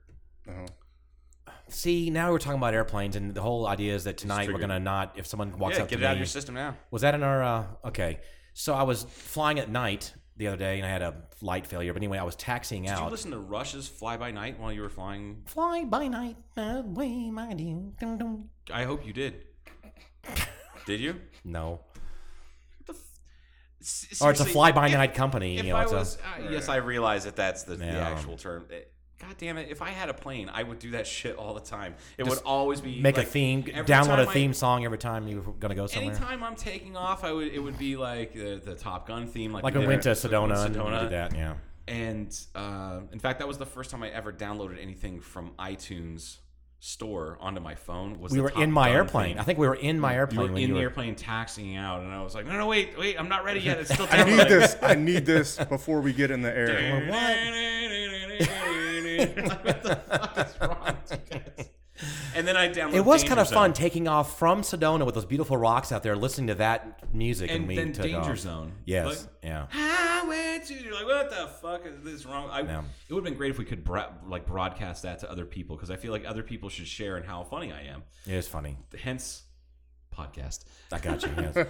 Speaker 6: See, now we're talking about airplanes, and the whole idea is that tonight we're
Speaker 5: triggered.
Speaker 6: gonna not. If someone walks
Speaker 5: Yeah,
Speaker 6: up,
Speaker 5: get
Speaker 6: to
Speaker 5: it out of
Speaker 6: me-
Speaker 5: your system now.
Speaker 6: Was that in our? Uh, okay, so I was flying at night the other day, and I had a light failure. But anyway, I was taxiing
Speaker 5: Did you
Speaker 6: out.
Speaker 5: listen to Rush's "Fly By Night" while you were flying?
Speaker 6: Fly by night, uh, way my dear. Dum, dum.
Speaker 5: I hope you
Speaker 6: *laughs*
Speaker 5: did. did you?
Speaker 6: No,
Speaker 5: S-
Speaker 6: or it's a
Speaker 5: seriously,
Speaker 6: fly by
Speaker 5: if-
Speaker 6: night company.
Speaker 5: If
Speaker 6: you know,
Speaker 5: I
Speaker 6: it's a-
Speaker 5: was, uh, yes, I realize that that's the, the
Speaker 6: Yeah.
Speaker 5: actual term. Eh, God damn it! If I had a plane, I would do that shit all the time. It
Speaker 6: Just
Speaker 5: would always be
Speaker 6: make
Speaker 5: like,
Speaker 6: a theme,
Speaker 5: every
Speaker 6: download a
Speaker 5: time I-
Speaker 6: theme song every time you're gonna go somewhere.
Speaker 5: Anytime I'm taking off, I would it would be like the, the Top Gun theme, like,
Speaker 6: Like
Speaker 5: we
Speaker 6: we
Speaker 5: did
Speaker 6: went to
Speaker 5: with
Speaker 6: Sedona and we did that, yeah.
Speaker 5: And uh, in fact, that was the first time I ever downloaded anything from iTunes store onto my phone. Was
Speaker 6: We
Speaker 5: the
Speaker 6: were
Speaker 5: Top
Speaker 6: in my
Speaker 5: Gun
Speaker 6: airplane.
Speaker 5: theme.
Speaker 6: I think we were in my
Speaker 5: You
Speaker 6: airplane
Speaker 5: were
Speaker 6: when
Speaker 5: in the
Speaker 6: you were-
Speaker 5: airplane, taxiing out, and I was like, no, no, wait, wait, I'm not ready yet. It's
Speaker 6: *laughs*
Speaker 5: still
Speaker 7: I need
Speaker 5: downloading."
Speaker 7: this. I need this before we get in the air.
Speaker 5: Like, *laughs* what the fuck is wrong with you guys? And then I downloaded.
Speaker 6: It was
Speaker 5: Danger
Speaker 6: kind of
Speaker 5: Zone.
Speaker 6: fun taking off from Sedona with those beautiful rocks out there, listening to that music, and,
Speaker 5: And
Speaker 6: we
Speaker 5: then
Speaker 6: took
Speaker 5: Danger
Speaker 6: off.
Speaker 5: Zone.
Speaker 6: uh, Yes,
Speaker 5: Like-
Speaker 6: yeah.
Speaker 5: Highway to you're like what the fuck is this wrong? I,
Speaker 6: Yeah.
Speaker 5: It would have been great if we could bra- like broadcast that to other people because I feel like other people should share in how funny I am.
Speaker 6: It is funny.
Speaker 5: Hence, podcast.
Speaker 6: I got you.
Speaker 5: *laughs*
Speaker 6: Yes.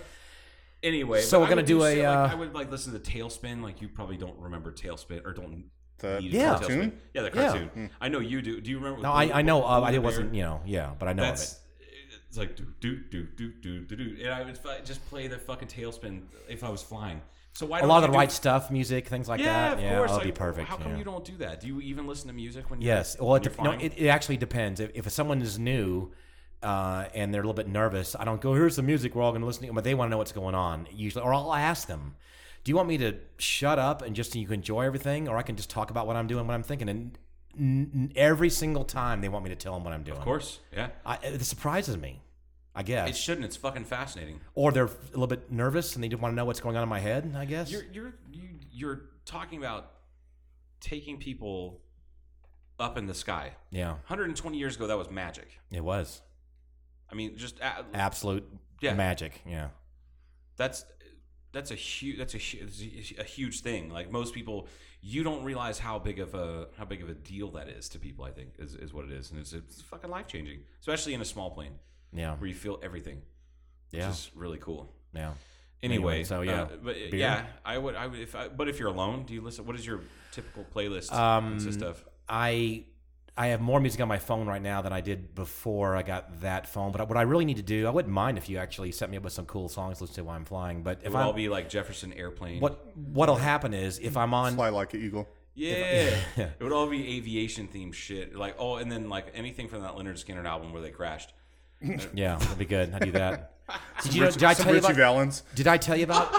Speaker 5: Anyway,
Speaker 6: So
Speaker 5: but
Speaker 6: we're
Speaker 5: I
Speaker 6: gonna
Speaker 5: would
Speaker 6: do
Speaker 5: shit
Speaker 6: a,
Speaker 5: like,
Speaker 6: uh,
Speaker 5: I would like listen to Tailspin. Like you probably don't remember Tailspin or don't.
Speaker 7: The
Speaker 5: need
Speaker 6: Yeah.
Speaker 5: Tailspin.
Speaker 6: cartoon?
Speaker 5: Yeah, the
Speaker 6: Yeah.
Speaker 5: cartoon. I know you do. Do you remember?
Speaker 6: No, I, I know. Uh, I it wasn't. You know. Yeah, but I know of it.
Speaker 5: That's, It's like do do do do do do do, and I would fi- just play the fucking Tailspin if I was flying. So why
Speaker 6: A
Speaker 5: don't
Speaker 6: lot
Speaker 5: you
Speaker 6: of the
Speaker 5: do-
Speaker 6: right stuff, music, things like
Speaker 5: yeah,
Speaker 6: that.
Speaker 5: Of
Speaker 6: yeah,
Speaker 5: course.
Speaker 6: that'll be
Speaker 5: Like,
Speaker 6: perfect.
Speaker 5: How come
Speaker 6: yeah.
Speaker 5: you don't do that? Do you even listen to music when you
Speaker 6: Yes. Well,
Speaker 5: when
Speaker 6: it, dep-
Speaker 5: you're
Speaker 6: no,
Speaker 5: flying?
Speaker 6: it, it actually depends. If, if someone is new uh, and they're a little bit nervous, I don't go, here's the music we're all going to listen to, but they want to know what's going on usually. Or I'll ask them, do you want me to shut up and just so you can enjoy everything? Or I can just talk about what I'm doing, what I'm thinking. And n- n- every single time they want me to tell them what I'm doing.
Speaker 5: of course, yeah.
Speaker 6: I, it surprises me, I guess.
Speaker 5: It shouldn't. It's fucking fascinating.
Speaker 6: or they're a little bit nervous and they just want to know what's going on in my head, I guess.
Speaker 5: You're you're you, you're talking about taking people up in the sky.
Speaker 6: Yeah.
Speaker 5: 120 years ago, that was magic.
Speaker 6: it was
Speaker 5: I mean, just a-
Speaker 6: absolute
Speaker 5: Yeah.
Speaker 6: magic. Yeah.
Speaker 5: that's that's a huge that's a, hu- that's a huge thing. Like most people, you don't realize how big of a how big of a deal that is to people. I think is, is what it is, and it's, it's fucking life changing, especially in a small plane.
Speaker 6: Yeah.
Speaker 5: where you feel everything.
Speaker 6: Yeah.
Speaker 5: which is really cool.
Speaker 6: Yeah.
Speaker 5: Anyway,
Speaker 6: Anyway, so,
Speaker 5: uh,
Speaker 6: yeah.
Speaker 5: but uh,
Speaker 6: Beer?
Speaker 5: yeah, I would, I would, if I, but if you're alone, do you listen? What is your typical playlist
Speaker 6: um,
Speaker 5: consist of?
Speaker 6: I I have more music on my phone right now than I did before I got that phone. But what I really need to do, I wouldn't mind if you actually set me up with some cool songs to listen to while I'm flying. But
Speaker 5: It
Speaker 6: if
Speaker 5: would all
Speaker 6: I
Speaker 5: be like Jefferson Airplane.
Speaker 6: what what'll happen is if I'm on
Speaker 7: Fly like an eagle.
Speaker 5: Yeah,
Speaker 6: Yeah. *laughs*
Speaker 5: it would all be aviation themed shit. Like oh, and then like anything from that Leonard Skinner album where they crashed.
Speaker 6: yeah, that'd be good. I do that. Did
Speaker 7: Some
Speaker 5: *laughs*
Speaker 6: you know,
Speaker 7: Richie-
Speaker 6: did I
Speaker 7: some
Speaker 6: tell you
Speaker 7: Richie
Speaker 6: about
Speaker 7: Valens.
Speaker 6: Did I tell you about?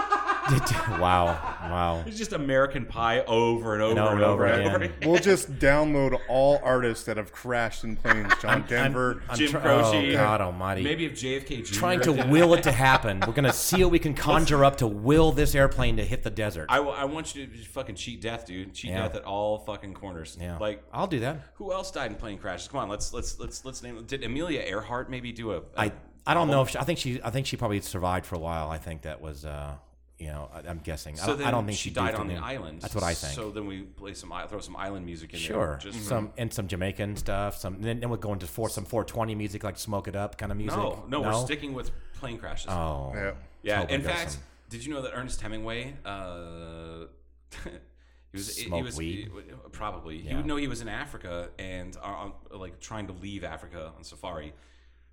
Speaker 6: wow, wow.
Speaker 5: It's just American Pie over and over and over and over, again. *laughs*
Speaker 6: *laughs*
Speaker 7: We'll just download all artists that have crashed in planes. John Denver,
Speaker 5: Jim
Speaker 6: try-
Speaker 5: Croce.
Speaker 6: Oh, God almighty.
Speaker 5: Maybe if JFK Jr.
Speaker 6: Trying to will it to happen. We're going to see what we can conjure up to will this airplane to hit the desert.
Speaker 5: I, w- I want you to just fucking cheat death, dude. Cheat
Speaker 6: Yeah.
Speaker 5: death at all fucking corners.
Speaker 6: Yeah.
Speaker 5: Like
Speaker 6: I'll do that.
Speaker 5: Who else died in plane crashes? Come on, let's let's let's let's name. Did Amelia Earhart maybe do a? a-
Speaker 6: I I don't know
Speaker 5: Oh.
Speaker 6: if she, I think she I think she probably survived for a while. I think that was uh you know I, I'm guessing. I,
Speaker 5: So
Speaker 6: don't,
Speaker 5: then
Speaker 6: I don't think
Speaker 5: she
Speaker 6: she,
Speaker 5: died
Speaker 6: duped
Speaker 5: on the
Speaker 6: them.
Speaker 5: island.
Speaker 6: That's what I think.
Speaker 5: So then we play some i- throw some island music in
Speaker 6: sure,
Speaker 5: there. Just
Speaker 6: some and some Jamaican stuff. Some then, then we're going to four some 420 music like "Smoke It Up" kind of music.
Speaker 5: No, no, we're sticking with plane crashes.
Speaker 6: Oh,
Speaker 5: *laughs*
Speaker 7: Yeah.
Speaker 5: Yeah.
Speaker 6: Totally
Speaker 5: in
Speaker 6: got
Speaker 5: fact,
Speaker 6: some.
Speaker 5: did you know that Ernest Hemingway? Uh, *laughs* he was he
Speaker 6: Smoked
Speaker 5: was
Speaker 6: weed?
Speaker 5: he- probably he
Speaker 6: Yeah.
Speaker 5: would know he was in Africa and uh, on, like trying to leave Africa on safari.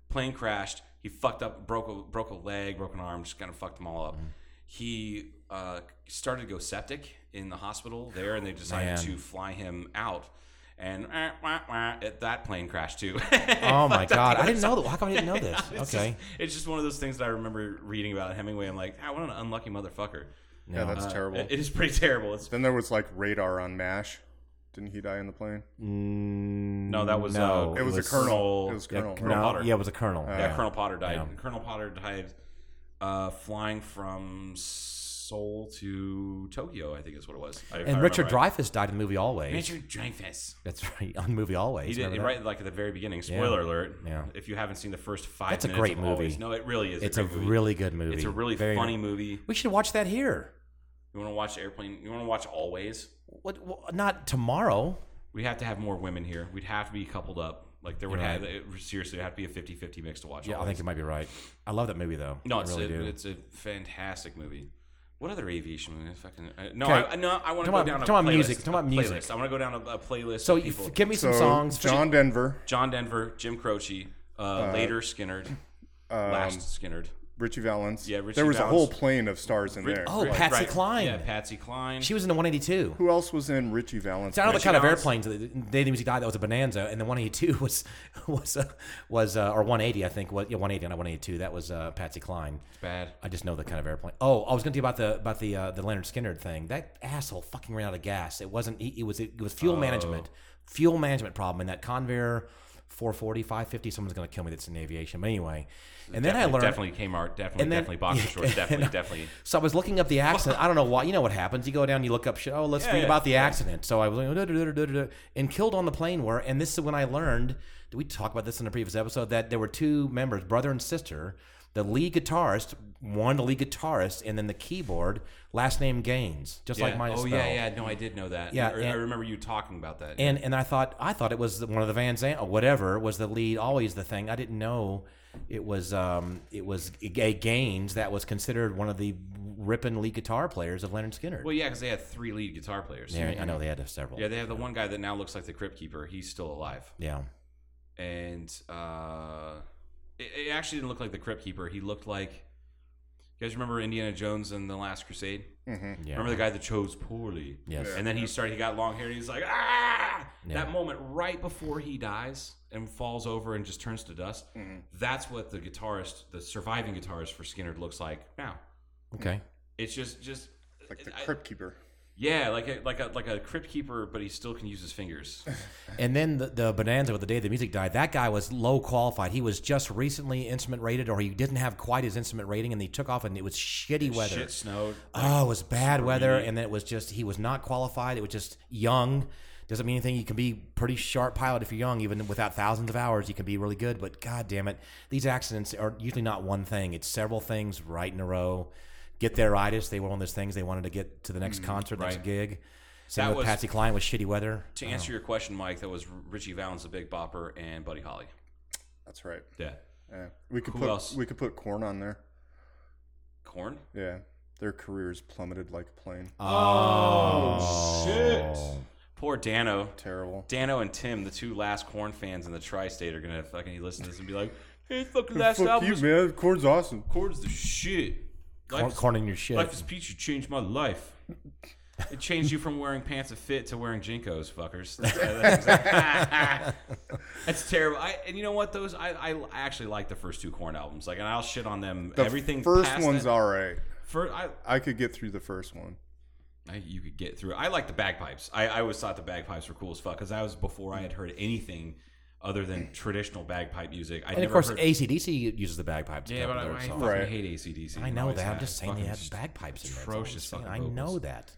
Speaker 5: Plane crashed. He fucked up, broke a, broke a leg, broke an arm, just kind of fucked them all
Speaker 6: Mm-hmm.
Speaker 5: up. He uh, started to go septic in the hospital there, and they decided
Speaker 6: Man.
Speaker 5: to fly him out. And *laughs* eh, wah, wah, at that plane crashed too.
Speaker 6: Oh my
Speaker 5: Fucked up
Speaker 6: God.
Speaker 5: the
Speaker 6: I didn't know
Speaker 5: other
Speaker 6: that. How come I
Speaker 5: *laughs*
Speaker 6: didn't know
Speaker 5: side.
Speaker 6: this?
Speaker 5: Yeah, it's
Speaker 6: Okay.
Speaker 5: just- it's just one of those things that I remember reading about Hemingway. I'm like, ah, what an unlucky motherfucker.
Speaker 7: Yeah, that's
Speaker 5: Uh,
Speaker 7: terrible.
Speaker 5: It is pretty terrible. It's,
Speaker 7: Then there was like radar on Mash. Didn't he die in the plane?
Speaker 5: no, that was
Speaker 6: Mm, no,
Speaker 5: uh,
Speaker 7: It was a colonel. It was
Speaker 6: Yeah,
Speaker 7: colonel.
Speaker 5: Colonel
Speaker 6: no,
Speaker 5: Potter.
Speaker 6: yeah, it was a colonel.
Speaker 5: yeah,
Speaker 6: yeah.
Speaker 5: Colonel Potter died.
Speaker 6: Yeah.
Speaker 5: Colonel Potter died uh, flying from Seoul to Tokyo. I think is what it was. I- if I
Speaker 6: And Richard
Speaker 5: remember right.
Speaker 6: Dreyfuss died in the movie Always.
Speaker 5: Richard Dreyfuss.
Speaker 6: That's right on movie Always.
Speaker 5: He did
Speaker 6: remember
Speaker 5: it
Speaker 6: that?
Speaker 5: right like at the very beginning. Spoiler alert!
Speaker 6: Yeah.
Speaker 5: If you haven't seen the first five,
Speaker 6: That's a
Speaker 5: minutes
Speaker 6: great
Speaker 5: of
Speaker 6: movie.
Speaker 5: Always- no, it really is.
Speaker 6: It's a
Speaker 5: great movie.
Speaker 6: really good movie.
Speaker 5: It's a really
Speaker 6: Very-
Speaker 5: funny movie.
Speaker 6: We should watch that here.
Speaker 5: You want to watch Airplane? You want to watch Always?
Speaker 6: What, what? Not
Speaker 5: Oh,
Speaker 6: tomorrow.
Speaker 5: We'd have to have more women here. We'd have to be coupled up. Like there would
Speaker 6: You're
Speaker 5: have it, seriously there'd have to be a 50-50 mix to watch.
Speaker 6: Yeah, I
Speaker 5: Always.
Speaker 6: think you might be right. I love that movie though.
Speaker 5: no,
Speaker 6: I
Speaker 5: it's
Speaker 6: really
Speaker 5: a,
Speaker 6: do.
Speaker 5: it's a fantastic movie. What other aviation movie? Fucking I, no,
Speaker 6: Okay.
Speaker 5: I, no, I want to
Speaker 6: Come
Speaker 5: go
Speaker 6: on,
Speaker 5: down a
Speaker 6: come on,
Speaker 5: playlist,
Speaker 6: music, come
Speaker 5: a
Speaker 6: on, music.
Speaker 5: playlist. I want to go down a, a playlist.
Speaker 6: so
Speaker 5: of
Speaker 6: you,
Speaker 5: people.
Speaker 6: give me some
Speaker 7: So,
Speaker 6: songs.
Speaker 7: John Denver,
Speaker 5: John Denver, Jim Croce, uh, later Skinner, last Skinner.
Speaker 7: Richie Valens.
Speaker 5: Yeah, Richie
Speaker 7: There was
Speaker 5: Valens.
Speaker 7: a whole plane of stars in there.
Speaker 6: Oh, Patsy Cline.
Speaker 5: Yeah, Patsy Cline.
Speaker 6: she was in the 182.
Speaker 7: Who else was in Richie Valens?
Speaker 6: So I know the
Speaker 5: Richie
Speaker 6: kind of
Speaker 5: Valens.
Speaker 6: airplanes. that- that- They the music died. That was a Bonanza, and the 182 *laughs* was was uh, was uh, or 180, I think. Was yeah, 180 not 182. That was uh, Patsy Cline.
Speaker 5: bad.
Speaker 6: I just know the kind of airplane. Oh, I was going to tell you about the about the uh, the Leonard Skinner thing. That asshole fucking ran out of gas. It wasn't. He, it was it was
Speaker 5: Oh.
Speaker 6: fuel management, fuel management problem, and that Convair 440, 550. Someone's going to kill me. That's in aviation. But anyway, and then I
Speaker 5: Definitely-
Speaker 6: learned
Speaker 5: definitely Kmart, definitely,
Speaker 6: and then-
Speaker 5: definitely boxer
Speaker 6: *laughs* yeah,
Speaker 5: shorts, definitely,
Speaker 6: and-
Speaker 5: definitely.
Speaker 6: So I was looking up the accident. I don't know why. You know what happens? You go down, you look up. shit. Oh, let's
Speaker 5: Yeah,
Speaker 6: read
Speaker 5: yeah,
Speaker 6: about the accident. So I was like, duh, duh, duh, duh, duh, duh, and killed on the plane were. And this is when I learned. Did we talk about this in a previous episode? That there were two members, brother and sister. The lead guitarist, one the lead guitarist, and then the keyboard last name Gaines, just like
Speaker 5: Yeah.
Speaker 6: mine. is
Speaker 5: oh yeah,
Speaker 6: spelled.
Speaker 5: yeah. No, I did know that.
Speaker 6: Yeah,
Speaker 5: I, I
Speaker 6: and-
Speaker 5: remember you talking about that.
Speaker 6: And and I thought I thought it was the- one of the Van Zandt or whatever was the lead always the thing. I didn't know it was um it was a Gaines that was considered one of the ripping lead guitar players of Leonard Skinner.
Speaker 5: well, yeah, because they had three lead guitar players.
Speaker 6: yeah, I know they had a several.
Speaker 5: Yeah, they have the one guy that now looks like the Crypt Keeper. He's still alive,
Speaker 6: yeah.
Speaker 5: and uh, it, it actually didn't look like the Crypt Keeper. He looked like you guys remember Indiana Jones and the Last Crusade.
Speaker 6: Yeah.
Speaker 5: Remember the guy that chose poorly?
Speaker 6: Yes.
Speaker 5: And then he started. He got long hair. and He's like, ah!
Speaker 6: Yeah.
Speaker 5: That moment right before he dies and falls over and just turns to dust.
Speaker 7: Mm-hmm.
Speaker 5: That's what the guitarist, the surviving guitarist for Skinner, looks like now.
Speaker 6: Okay.
Speaker 5: It's just, just
Speaker 7: Like the
Speaker 5: I-
Speaker 7: Crypt Keeper.
Speaker 5: yeah, like a, like a like a crypt keeper, but he still can use his fingers.
Speaker 6: And then the, the bonanza with the day the music died. That guy was low qualified. He was just recently instrument rated, or he didn't have quite his instrument rating, and he took off, and it was shitty weather.
Speaker 5: Shit snowed.
Speaker 6: oh, it was bad weather,
Speaker 5: rainy.
Speaker 6: and then it was just he was not qualified. It was just young. Doesn't mean anything. You can be pretty sharp pilot if you're young, even without thousands of hours. You can be really good, but god damn it, these accidents are usually not one thing. It's several things right in a row. Get their itis. They were one of those things they wanted to get to the next concert,
Speaker 5: Mm-hmm. right.
Speaker 6: next gig. Same
Speaker 5: That
Speaker 6: with
Speaker 5: was-
Speaker 6: Patsy Cline with shitty weather.
Speaker 5: To answer your question, Mike, that was Richie Valens, the Big Bopper, and Buddy Holly.
Speaker 7: That's right.
Speaker 5: Yeah,
Speaker 7: Yeah. We could
Speaker 5: Who
Speaker 7: put
Speaker 5: else?
Speaker 7: we could put corn on there.
Speaker 5: Corn.
Speaker 7: Yeah. Their careers plummeted like a plane.
Speaker 5: Uh,
Speaker 1: Oh, shit.
Speaker 5: Poor Dano.
Speaker 7: Terrible.
Speaker 5: Dano and Tim, the two last Corn fans in the tri-state, are gonna fucking listen to this and be like, "Hey, fucking last
Speaker 7: Fuck
Speaker 5: album,
Speaker 7: you,
Speaker 5: was-
Speaker 7: man. Corn's awesome.
Speaker 5: Corn's the shit."
Speaker 6: Corn,
Speaker 5: Life is-
Speaker 6: corn in your shit.
Speaker 5: Life is Peachy changed my life. It changed you from wearing pants that fit to wearing jinkos, fuckers. That's, *laughs* that's- that's terrible. I, and you know what? Those I, I actually like the first two Corn albums. Like, and I'll shit on them.
Speaker 7: The
Speaker 5: Everything
Speaker 7: first
Speaker 5: past
Speaker 7: one's
Speaker 5: that,
Speaker 7: all right.
Speaker 5: First, I,
Speaker 7: I could get through the first one.
Speaker 5: I, you could get through. I like the bagpipes. I, I always thought the bagpipes were cool as fuck because that was before I had heard anything other than traditional bagpipe music. I
Speaker 6: and of
Speaker 5: never
Speaker 6: course,
Speaker 5: heard,
Speaker 6: ACDC uses the bagpipes. to
Speaker 5: Yeah,
Speaker 6: cover
Speaker 5: but I-
Speaker 6: their
Speaker 5: I
Speaker 6: songs.
Speaker 5: fucking Right. hate AC/DC.
Speaker 6: I know
Speaker 5: Always
Speaker 6: that. I'm
Speaker 5: have
Speaker 6: just saying they
Speaker 5: fucking
Speaker 6: have
Speaker 5: just
Speaker 6: bagpipes. in there. That's all I'm
Speaker 5: atrocious
Speaker 6: saying.
Speaker 5: fucking
Speaker 6: I know
Speaker 5: vocals.
Speaker 6: that.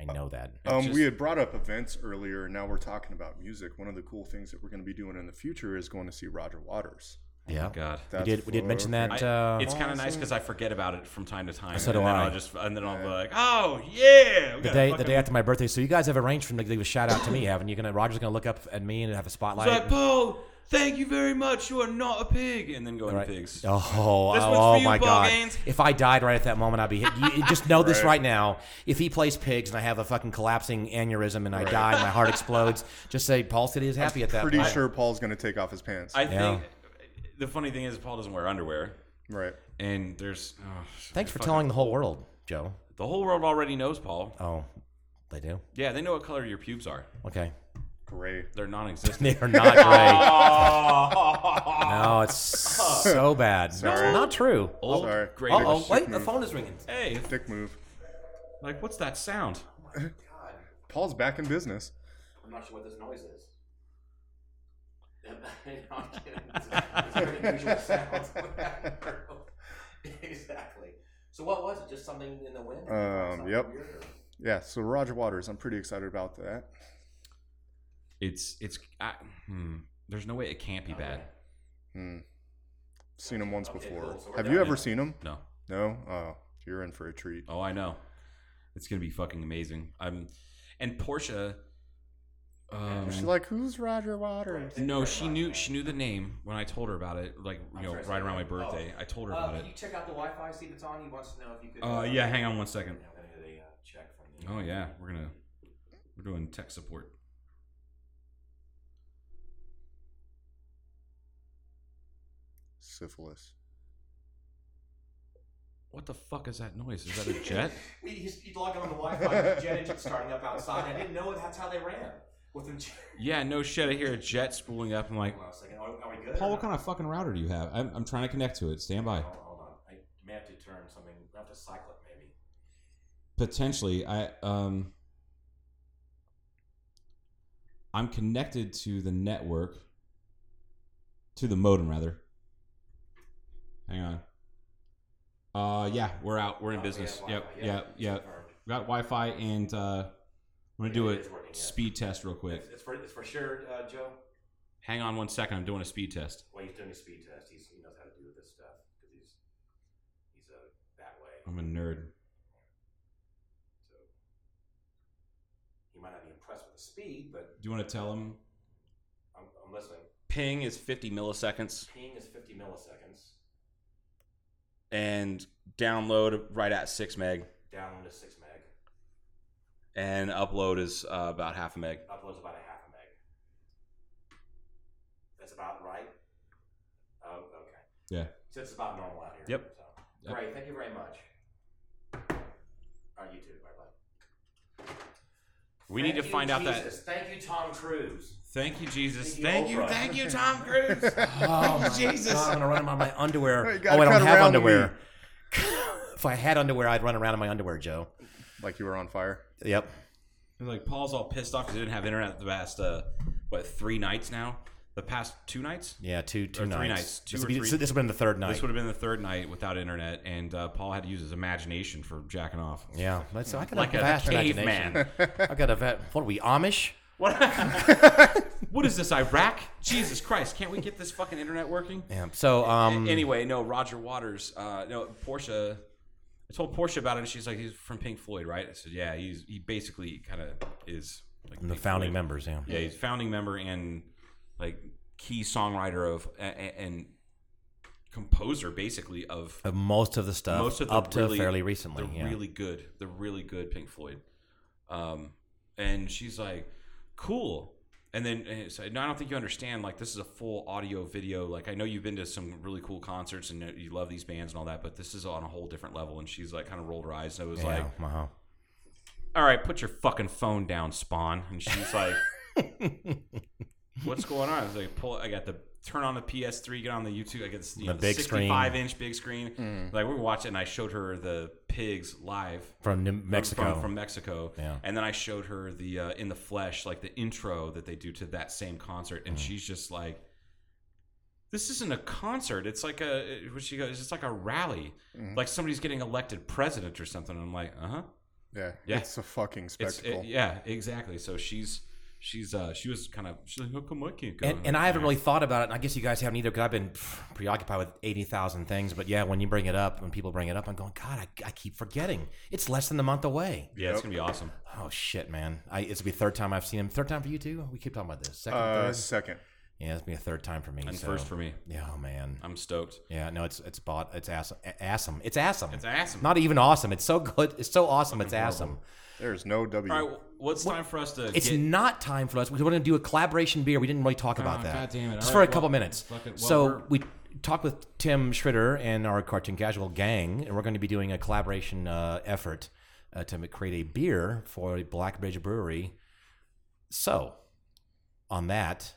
Speaker 6: I know that.
Speaker 7: Um, we had brought up events earlier, and now we're talking about music. One of the cool things that we're going to be doing in the future is going to see Roger Waters.
Speaker 6: Yeah.
Speaker 5: God.
Speaker 6: We did- we did mention that,
Speaker 7: fucking
Speaker 6: uh,
Speaker 5: it's kind of nice
Speaker 7: awesome.
Speaker 5: because Oh, I forget about it from time to time.
Speaker 6: So
Speaker 5: and
Speaker 6: do
Speaker 5: then
Speaker 6: I.
Speaker 5: will just and then I'll be like, oh yeah, we
Speaker 6: the
Speaker 5: got a
Speaker 6: day, the
Speaker 5: fucking-
Speaker 6: day after my birthday. So you guys have arranged for him to give a shout out to me, haven't you? Gonna Roger's gonna look up at me and have a
Speaker 5: It's
Speaker 6: spotlight.
Speaker 5: like Paul. Thank you very much. You are not a pig. And then go
Speaker 6: Right.
Speaker 5: into pigs.
Speaker 6: Oh, oh,
Speaker 5: This one's
Speaker 6: oh
Speaker 5: for you,
Speaker 6: my
Speaker 5: Paul
Speaker 6: God!
Speaker 5: Gaines.
Speaker 6: If I died right at that moment, I'd be. hit- You, just know
Speaker 5: Right.
Speaker 6: this right now. If he plays pigs and I have a fucking collapsing aneurysm and I
Speaker 7: Right.
Speaker 6: die and my heart explodes, just say Paul said he was happy at that.
Speaker 7: Pretty
Speaker 6: point.
Speaker 7: sure Paul's going to take off his pants.
Speaker 5: I think the funny thing is Paul doesn't wear underwear.
Speaker 7: Right.
Speaker 5: And there's. Oh,
Speaker 6: Thanks for
Speaker 5: fucking-
Speaker 6: telling the whole world, Joe.
Speaker 5: The whole world already knows Paul.
Speaker 6: Oh, they do.
Speaker 5: Yeah, they know what color your pubes are.
Speaker 6: Okay.
Speaker 7: Gray.
Speaker 5: They're
Speaker 6: *laughs*
Speaker 5: non-existent.
Speaker 6: They are not great. no, it's so bad.
Speaker 5: Sorry.
Speaker 6: Not true.
Speaker 5: *laughs* Old, Sorry. great
Speaker 6: Oh,
Speaker 5: dick
Speaker 6: wait, the
Speaker 5: move.
Speaker 6: phone is ringing.
Speaker 5: Hey,
Speaker 7: dick move.
Speaker 5: Like, what's that sound?
Speaker 7: Paul's back in business.
Speaker 6: I'm not sure what this noise
Speaker 12: *laughs*
Speaker 6: is.
Speaker 12: *laughs* exactly. So what was it? Just something in the wind?
Speaker 7: Um, yep. Yeah. So Roger Waters, I'm pretty excited about that.
Speaker 5: It's it's. I, hmm, there's no way it can't be bad.
Speaker 7: Hmm. Seen him once before.
Speaker 5: cool. So we're
Speaker 7: Have
Speaker 5: done.
Speaker 7: you ever
Speaker 5: Yeah.
Speaker 7: seen him?
Speaker 5: No.
Speaker 7: No. Oh, you're in for a treat.
Speaker 5: Oh, I know. It's gonna be fucking amazing. I'm, and Portia. Um,
Speaker 7: She's like, who's Roger Waters?
Speaker 5: no, she knew she knew the name when I told her about it. Like you know, right around my birthday, I told her about
Speaker 12: Oh. Uh, Can you
Speaker 5: it.
Speaker 12: check out the Wi-Fi? See if it's on. He wants to know if you could.
Speaker 5: Uh, yeah, hang on one second.
Speaker 12: I'm gonna get a uh, check from uh, you.
Speaker 5: Oh yeah, we're gonna we're doing tech support.
Speaker 7: Syphilis.
Speaker 5: What the fuck is that noise? Is that
Speaker 12: *laughs*
Speaker 5: a jet?
Speaker 12: We- he's- He'd log on the Wi-Fi. the jet engine starting up outside. I didn't know that's how they ran. With them.
Speaker 5: yeah, no shit. I hear a jet spooling up. I'm like,
Speaker 12: I was like, are, are we good?
Speaker 5: Paul, what kind of fucking router do you have? I'm, I'm trying to connect to it. Stand by.
Speaker 12: Hold on. I may have to turn something. I have to cycle it maybe.
Speaker 5: Potentially, I um, I'm connected to the network, to the modem rather. Hang on. Uh, yeah, we're out. We're in
Speaker 12: Oh, we
Speaker 5: business.
Speaker 12: have
Speaker 5: Yep,
Speaker 12: Wi-Fi.
Speaker 5: yeah,
Speaker 12: Yeah,
Speaker 5: yeah. We got Wi-Fi, and uh, I'm gonna do a
Speaker 12: It is working, yeah.
Speaker 5: speed test real quick.
Speaker 12: It's, it's for it's for sure, uh, Joe.
Speaker 5: Hang on one second. I'm doing a speed test.
Speaker 12: Well, he's doing a speed test. He's, he knows how to do this stuff because he's he's uh, that way.
Speaker 5: I'm a nerd.
Speaker 12: So he might not be impressed with the speed, but
Speaker 5: Do you want to tell him?
Speaker 12: I'm, I'm listening.
Speaker 5: Ping is 50 milliseconds.
Speaker 12: Ping is 50 milliseconds.
Speaker 5: and download right at six meg,
Speaker 12: Download is six meg.
Speaker 5: and upload is uh, about half a meg.
Speaker 12: Upload's about a half a meg. That's about right. Oh, okay.
Speaker 5: Yeah.
Speaker 12: So it's about normal out here.
Speaker 5: Yep.
Speaker 12: So.
Speaker 5: Yep.
Speaker 12: Great. Thank you very much. All right, you too. Bye bye.
Speaker 5: We need to find out that.
Speaker 12: Jesus. Thank you, Tom Cruise.
Speaker 5: Thank you, Jesus.
Speaker 12: Thank
Speaker 5: Thank
Speaker 12: you,
Speaker 5: you,
Speaker 12: Oprah.
Speaker 5: thank you, Tom Cruise.
Speaker 6: *laughs* Oh
Speaker 7: *laughs*
Speaker 6: my
Speaker 5: Jesus.
Speaker 6: God, I'm gonna run around in my underwear. Oh,
Speaker 7: You gotta
Speaker 6: wait, I
Speaker 7: cut
Speaker 6: don't have
Speaker 7: around to me.
Speaker 6: underwear. if I had underwear, I'd run around in my underwear, Joe.
Speaker 7: Like you were on fire.
Speaker 6: Yep.
Speaker 5: like Paul's all pissed off because he didn't have internet the past uh, what three nights now? The past two nights?
Speaker 6: Yeah, two two
Speaker 5: Or
Speaker 6: nights.
Speaker 5: three nights. Two
Speaker 6: this,
Speaker 5: or
Speaker 6: would be,
Speaker 5: three-
Speaker 6: this would have been the third night.
Speaker 5: This would have been the third night without internet, and uh, Paul had to use his imagination for jacking off.
Speaker 6: yeah, that's, I got
Speaker 5: Like
Speaker 6: a
Speaker 5: a
Speaker 6: vast
Speaker 5: caveman.
Speaker 6: imagination.
Speaker 7: *laughs*
Speaker 6: I got a va- What are we Amish? *laughs*
Speaker 5: What is this, Iraq? Jesus Christ! Can't we get this fucking internet working?
Speaker 6: Yeah. So um,
Speaker 5: anyway, no, Roger Waters. Uh, no, Portia. I told Portia about it, and she's like, "He's from Pink Floyd, right?" I said, "Yeah, he's he basically kind of is like
Speaker 6: the
Speaker 5: Pink
Speaker 6: founding
Speaker 5: Floyd.
Speaker 6: members. Yeah.
Speaker 5: Yeah, he's founding member and like key songwriter of a- a- and composer, basically of
Speaker 6: Of most of the stuff
Speaker 5: most of the
Speaker 6: up to
Speaker 5: really,
Speaker 6: fairly recently.
Speaker 5: The
Speaker 6: yeah.
Speaker 5: really good, the really good Pink Floyd. Um, and she's like, "Cool." And then eh, and it's like, no, I don't think you understand. Like, this is a full audio video. Like, I know you've been to some really cool concerts and uh, you love these bands and all that, but this is on a whole different level. And she's like, kind of rolled her eyes. And I was
Speaker 6: yeah.
Speaker 5: like,
Speaker 6: uh-huh.
Speaker 5: all right, put your fucking phone down, Spawn. And she's like, what's going on? I was like, pull. I got the turn on the PS3, get on the YouTube, I guess you
Speaker 6: The
Speaker 5: know,
Speaker 6: big screen.
Speaker 5: 65 inch big screen.
Speaker 6: Mm.
Speaker 5: Like we were watching, and I showed her the pigs live
Speaker 6: From New- Mexico.
Speaker 5: From, from Mexico,
Speaker 6: Yeah.
Speaker 5: And then I showed her the uh, in the flesh, like the intro that they do to that same concert,
Speaker 6: Mm.
Speaker 5: and she's just like. This isn't a concert. It's like a what she goes. It's like a rally.
Speaker 7: Mhm.
Speaker 5: Like somebody's getting elected president or something. And I'm like, uh huh.
Speaker 7: Yeah, it's a fucking spectacle.
Speaker 5: yeah, exactly. So she's she's uh she was kind of she's like, how come I can't go?
Speaker 6: And, and I haven't really thought about it, and I guess you guys haven't either because I've been pff, preoccupied with 80,000 things. But yeah, when you bring it up, when people bring it up, I'm going, God, I, I keep forgetting. It's less than a month away.
Speaker 5: Yeah, it's gonna be awesome.
Speaker 6: Oh, shit, man. I, it's going to be third time I've seen him. Third time for you, too? We keep talking about this. Second,
Speaker 7: Uh,
Speaker 6: third?
Speaker 7: second.
Speaker 6: Yeah, it's going to be a third time for me.
Speaker 5: And
Speaker 6: so-
Speaker 5: first for me.
Speaker 6: Yeah, oh, man.
Speaker 5: I'm stoked.
Speaker 6: Yeah, no, it's it's bought. It's awesome. Awesome. It's awesome.
Speaker 5: It's awesome.
Speaker 6: Not even awesome. It's so good. It's so awesome. It's
Speaker 5: Fucking horrible.
Speaker 6: awesome.
Speaker 7: There's no W.
Speaker 5: All right, well, what's time for us to?
Speaker 6: It's
Speaker 5: get,
Speaker 6: not time for us. We want to do a collaboration beer. We didn't really talk about
Speaker 5: Oh,
Speaker 6: that.
Speaker 5: God damn it.
Speaker 6: Just
Speaker 5: All
Speaker 6: for
Speaker 5: right,
Speaker 6: a couple
Speaker 5: well,
Speaker 6: minutes.
Speaker 5: fuck it. Well,
Speaker 6: so
Speaker 5: we're-
Speaker 6: we talked with Tim Schritter and our Cartoon Casual gang, and we're going to be doing a collaboration uh, effort uh, to create a beer for Blackbridge Brewery. So, on that,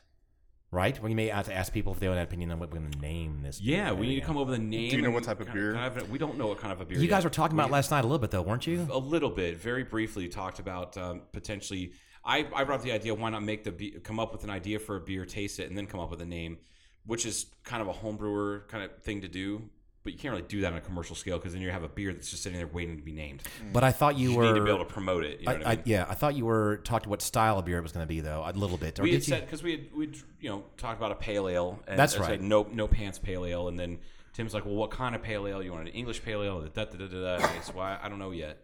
Speaker 6: right? We may have to ask people if they have an opinion on what we're going to name this.
Speaker 5: Yeah,
Speaker 6: beer.
Speaker 5: we need to come up with a name.
Speaker 7: Do you know
Speaker 5: and
Speaker 7: what type of
Speaker 5: kind kind of- we don't know what kind of a beer.
Speaker 6: You guys
Speaker 5: yet.
Speaker 6: were talking about
Speaker 5: We-
Speaker 6: last night a little bit, though, weren't you?
Speaker 5: a little bit, very briefly, talked about um, potentially. I, I brought up the idea why not make the be- come up with an idea for a beer, taste it, and then come up with a name, which is kind of a homebrewer kind of thing to do. But you can't really do that on a commercial scale because then you have a beer that's just sitting there waiting to be named.
Speaker 6: But I thought you, were
Speaker 5: need to be able to promote it. You know
Speaker 6: I,
Speaker 5: what I mean?
Speaker 6: yeah, I thought you were talking what style of beer it was going to be, though, a little bit. Or
Speaker 5: we
Speaker 6: did
Speaker 5: had
Speaker 6: you?
Speaker 5: said because we had we you know talked about a pale ale. And
Speaker 6: That's
Speaker 5: I said,
Speaker 6: right.
Speaker 5: no no pants pale ale, and then Tim's like, well, what kind of pale ale? You want an English pale ale? Da, da, da, da, da. That's why I don't know yet.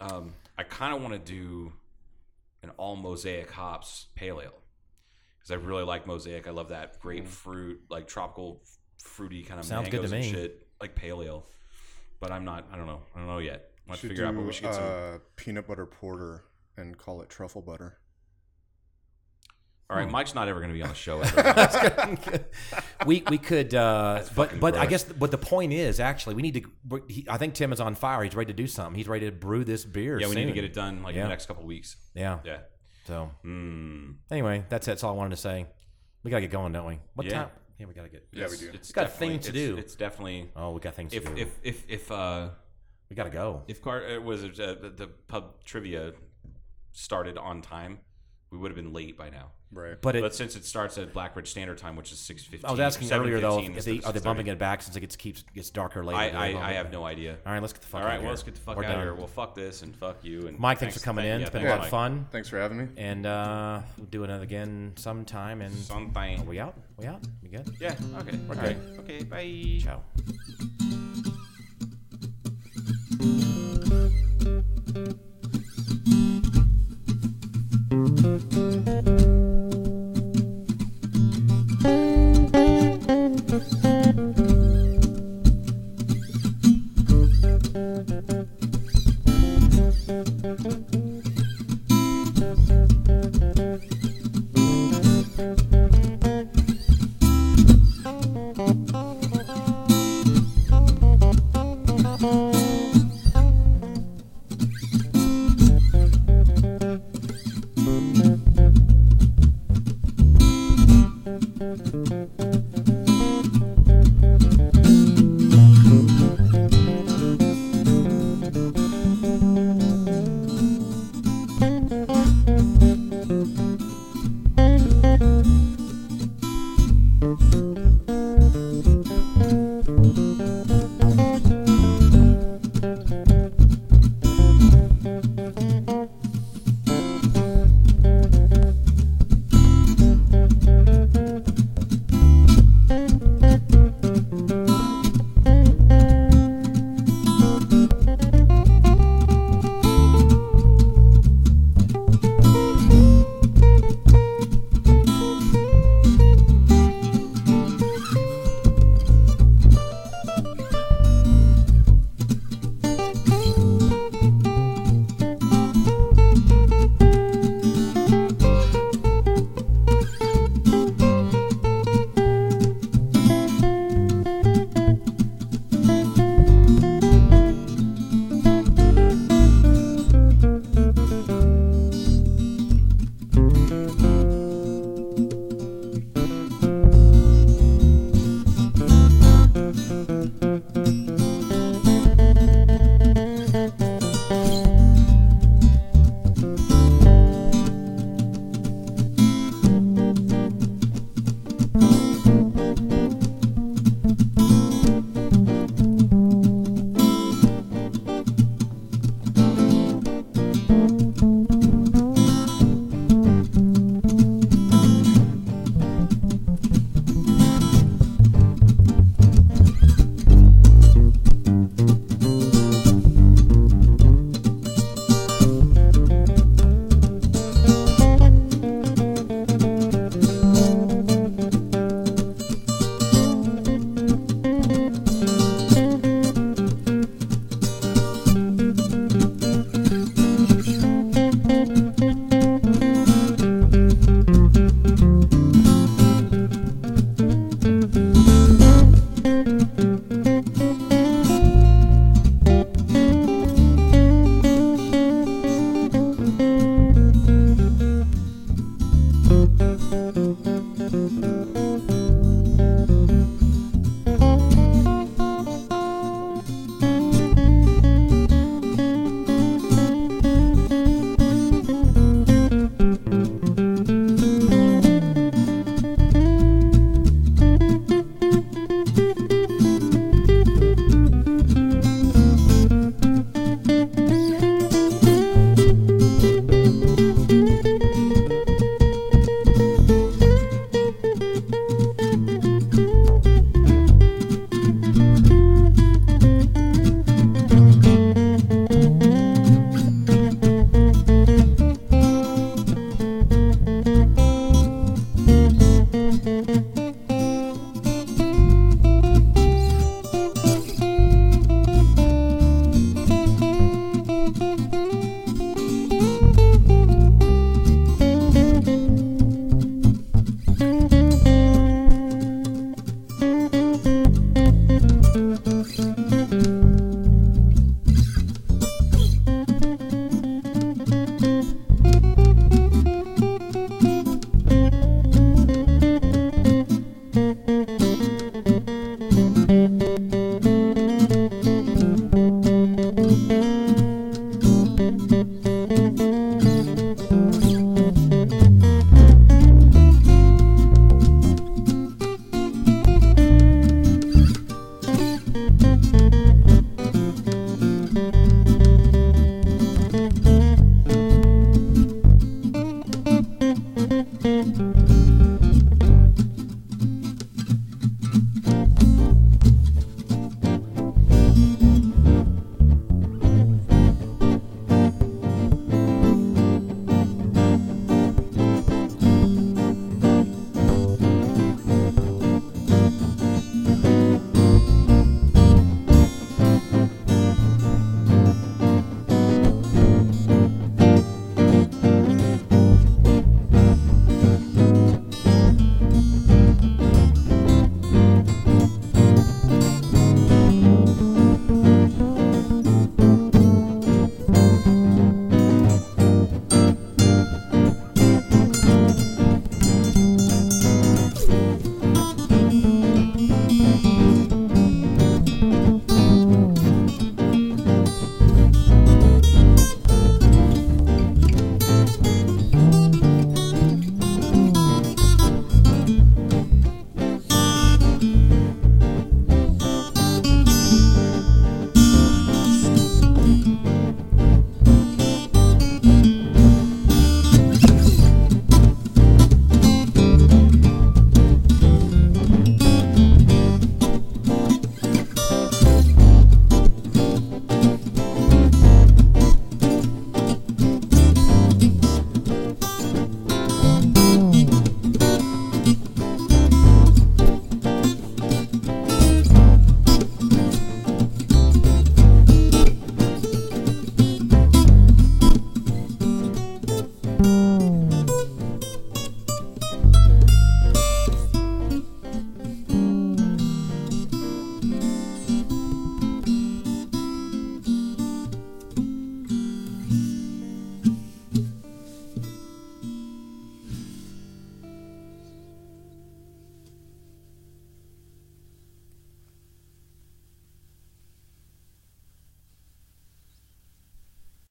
Speaker 5: Um, I kind of want to do an all mosaic hops pale ale because I really like mosaic. I love that grapefruit, like tropical f- fruity kind of
Speaker 6: Mm-hmm. Sounds good to
Speaker 5: mangoes and
Speaker 6: me.
Speaker 5: shit, like pale ale. But I'm not. I don't know. I don't know yet. I want to
Speaker 7: Should
Speaker 5: figure out. But
Speaker 7: do,
Speaker 5: we should get some.
Speaker 7: uh, peanut butter porter and call it truffle butter.
Speaker 5: all right,
Speaker 7: hmm.
Speaker 5: Mike's not ever going to be on the
Speaker 6: *laughs*
Speaker 5: show. ever.
Speaker 6: we we could, uh, but
Speaker 5: fucking
Speaker 6: but I
Speaker 5: gross.
Speaker 6: guess what the point is actually we need to. we're- He, I think Tim is on fire. He's ready to do something. He's ready to brew this beer.
Speaker 5: Yeah, we need to
Speaker 6: soon.
Speaker 5: get it done like in
Speaker 6: Yeah.
Speaker 5: the next couple weeks.
Speaker 6: Yeah.
Speaker 5: Yeah.
Speaker 6: So
Speaker 5: Mm.
Speaker 6: anyway, that's it. That's all I wanted to say. We gotta get going, don't we? What
Speaker 5: yeah.
Speaker 6: time? Yeah, we gotta get.
Speaker 7: Yeah, we do.
Speaker 6: We got things to
Speaker 5: it's-
Speaker 6: do.
Speaker 5: It's definitely.
Speaker 6: Oh, we got things to
Speaker 5: if,
Speaker 6: do.
Speaker 5: If if if uh,
Speaker 6: we gotta go.
Speaker 5: if car uh, was it, uh, the, the pub trivia started on time, we would have been late by now.
Speaker 7: Right.
Speaker 6: But
Speaker 5: But,
Speaker 6: it-
Speaker 5: since it starts at Blackbridge Standard Time, which is six fifteen.
Speaker 6: I was asking earlier though, if they, are they bumping it back since it gets keeps gets darker later?
Speaker 5: I,
Speaker 6: Do they bump
Speaker 5: I, I
Speaker 6: it
Speaker 5: have
Speaker 6: back?
Speaker 5: no idea.
Speaker 6: All right, let's get the fuck.
Speaker 5: All right,
Speaker 6: out of
Speaker 5: well,
Speaker 6: here.
Speaker 5: let's get the fuck
Speaker 6: We're
Speaker 5: out of
Speaker 6: done.
Speaker 5: here. Well, fuck this and fuck you. And
Speaker 6: Mike, thanks, for coming
Speaker 5: thank-
Speaker 6: in.
Speaker 5: yeah,
Speaker 6: It's been a
Speaker 5: thanks,
Speaker 6: lot of
Speaker 5: Mike.
Speaker 6: fun.
Speaker 7: Thanks for having me.
Speaker 6: And uh, we'll do another again sometime. And
Speaker 5: Sometime.
Speaker 6: Are we out? We out? We good?
Speaker 5: Yeah. Okay.
Speaker 6: We're
Speaker 5: All
Speaker 6: good.
Speaker 5: right. Okay. Bye.
Speaker 6: Ciao.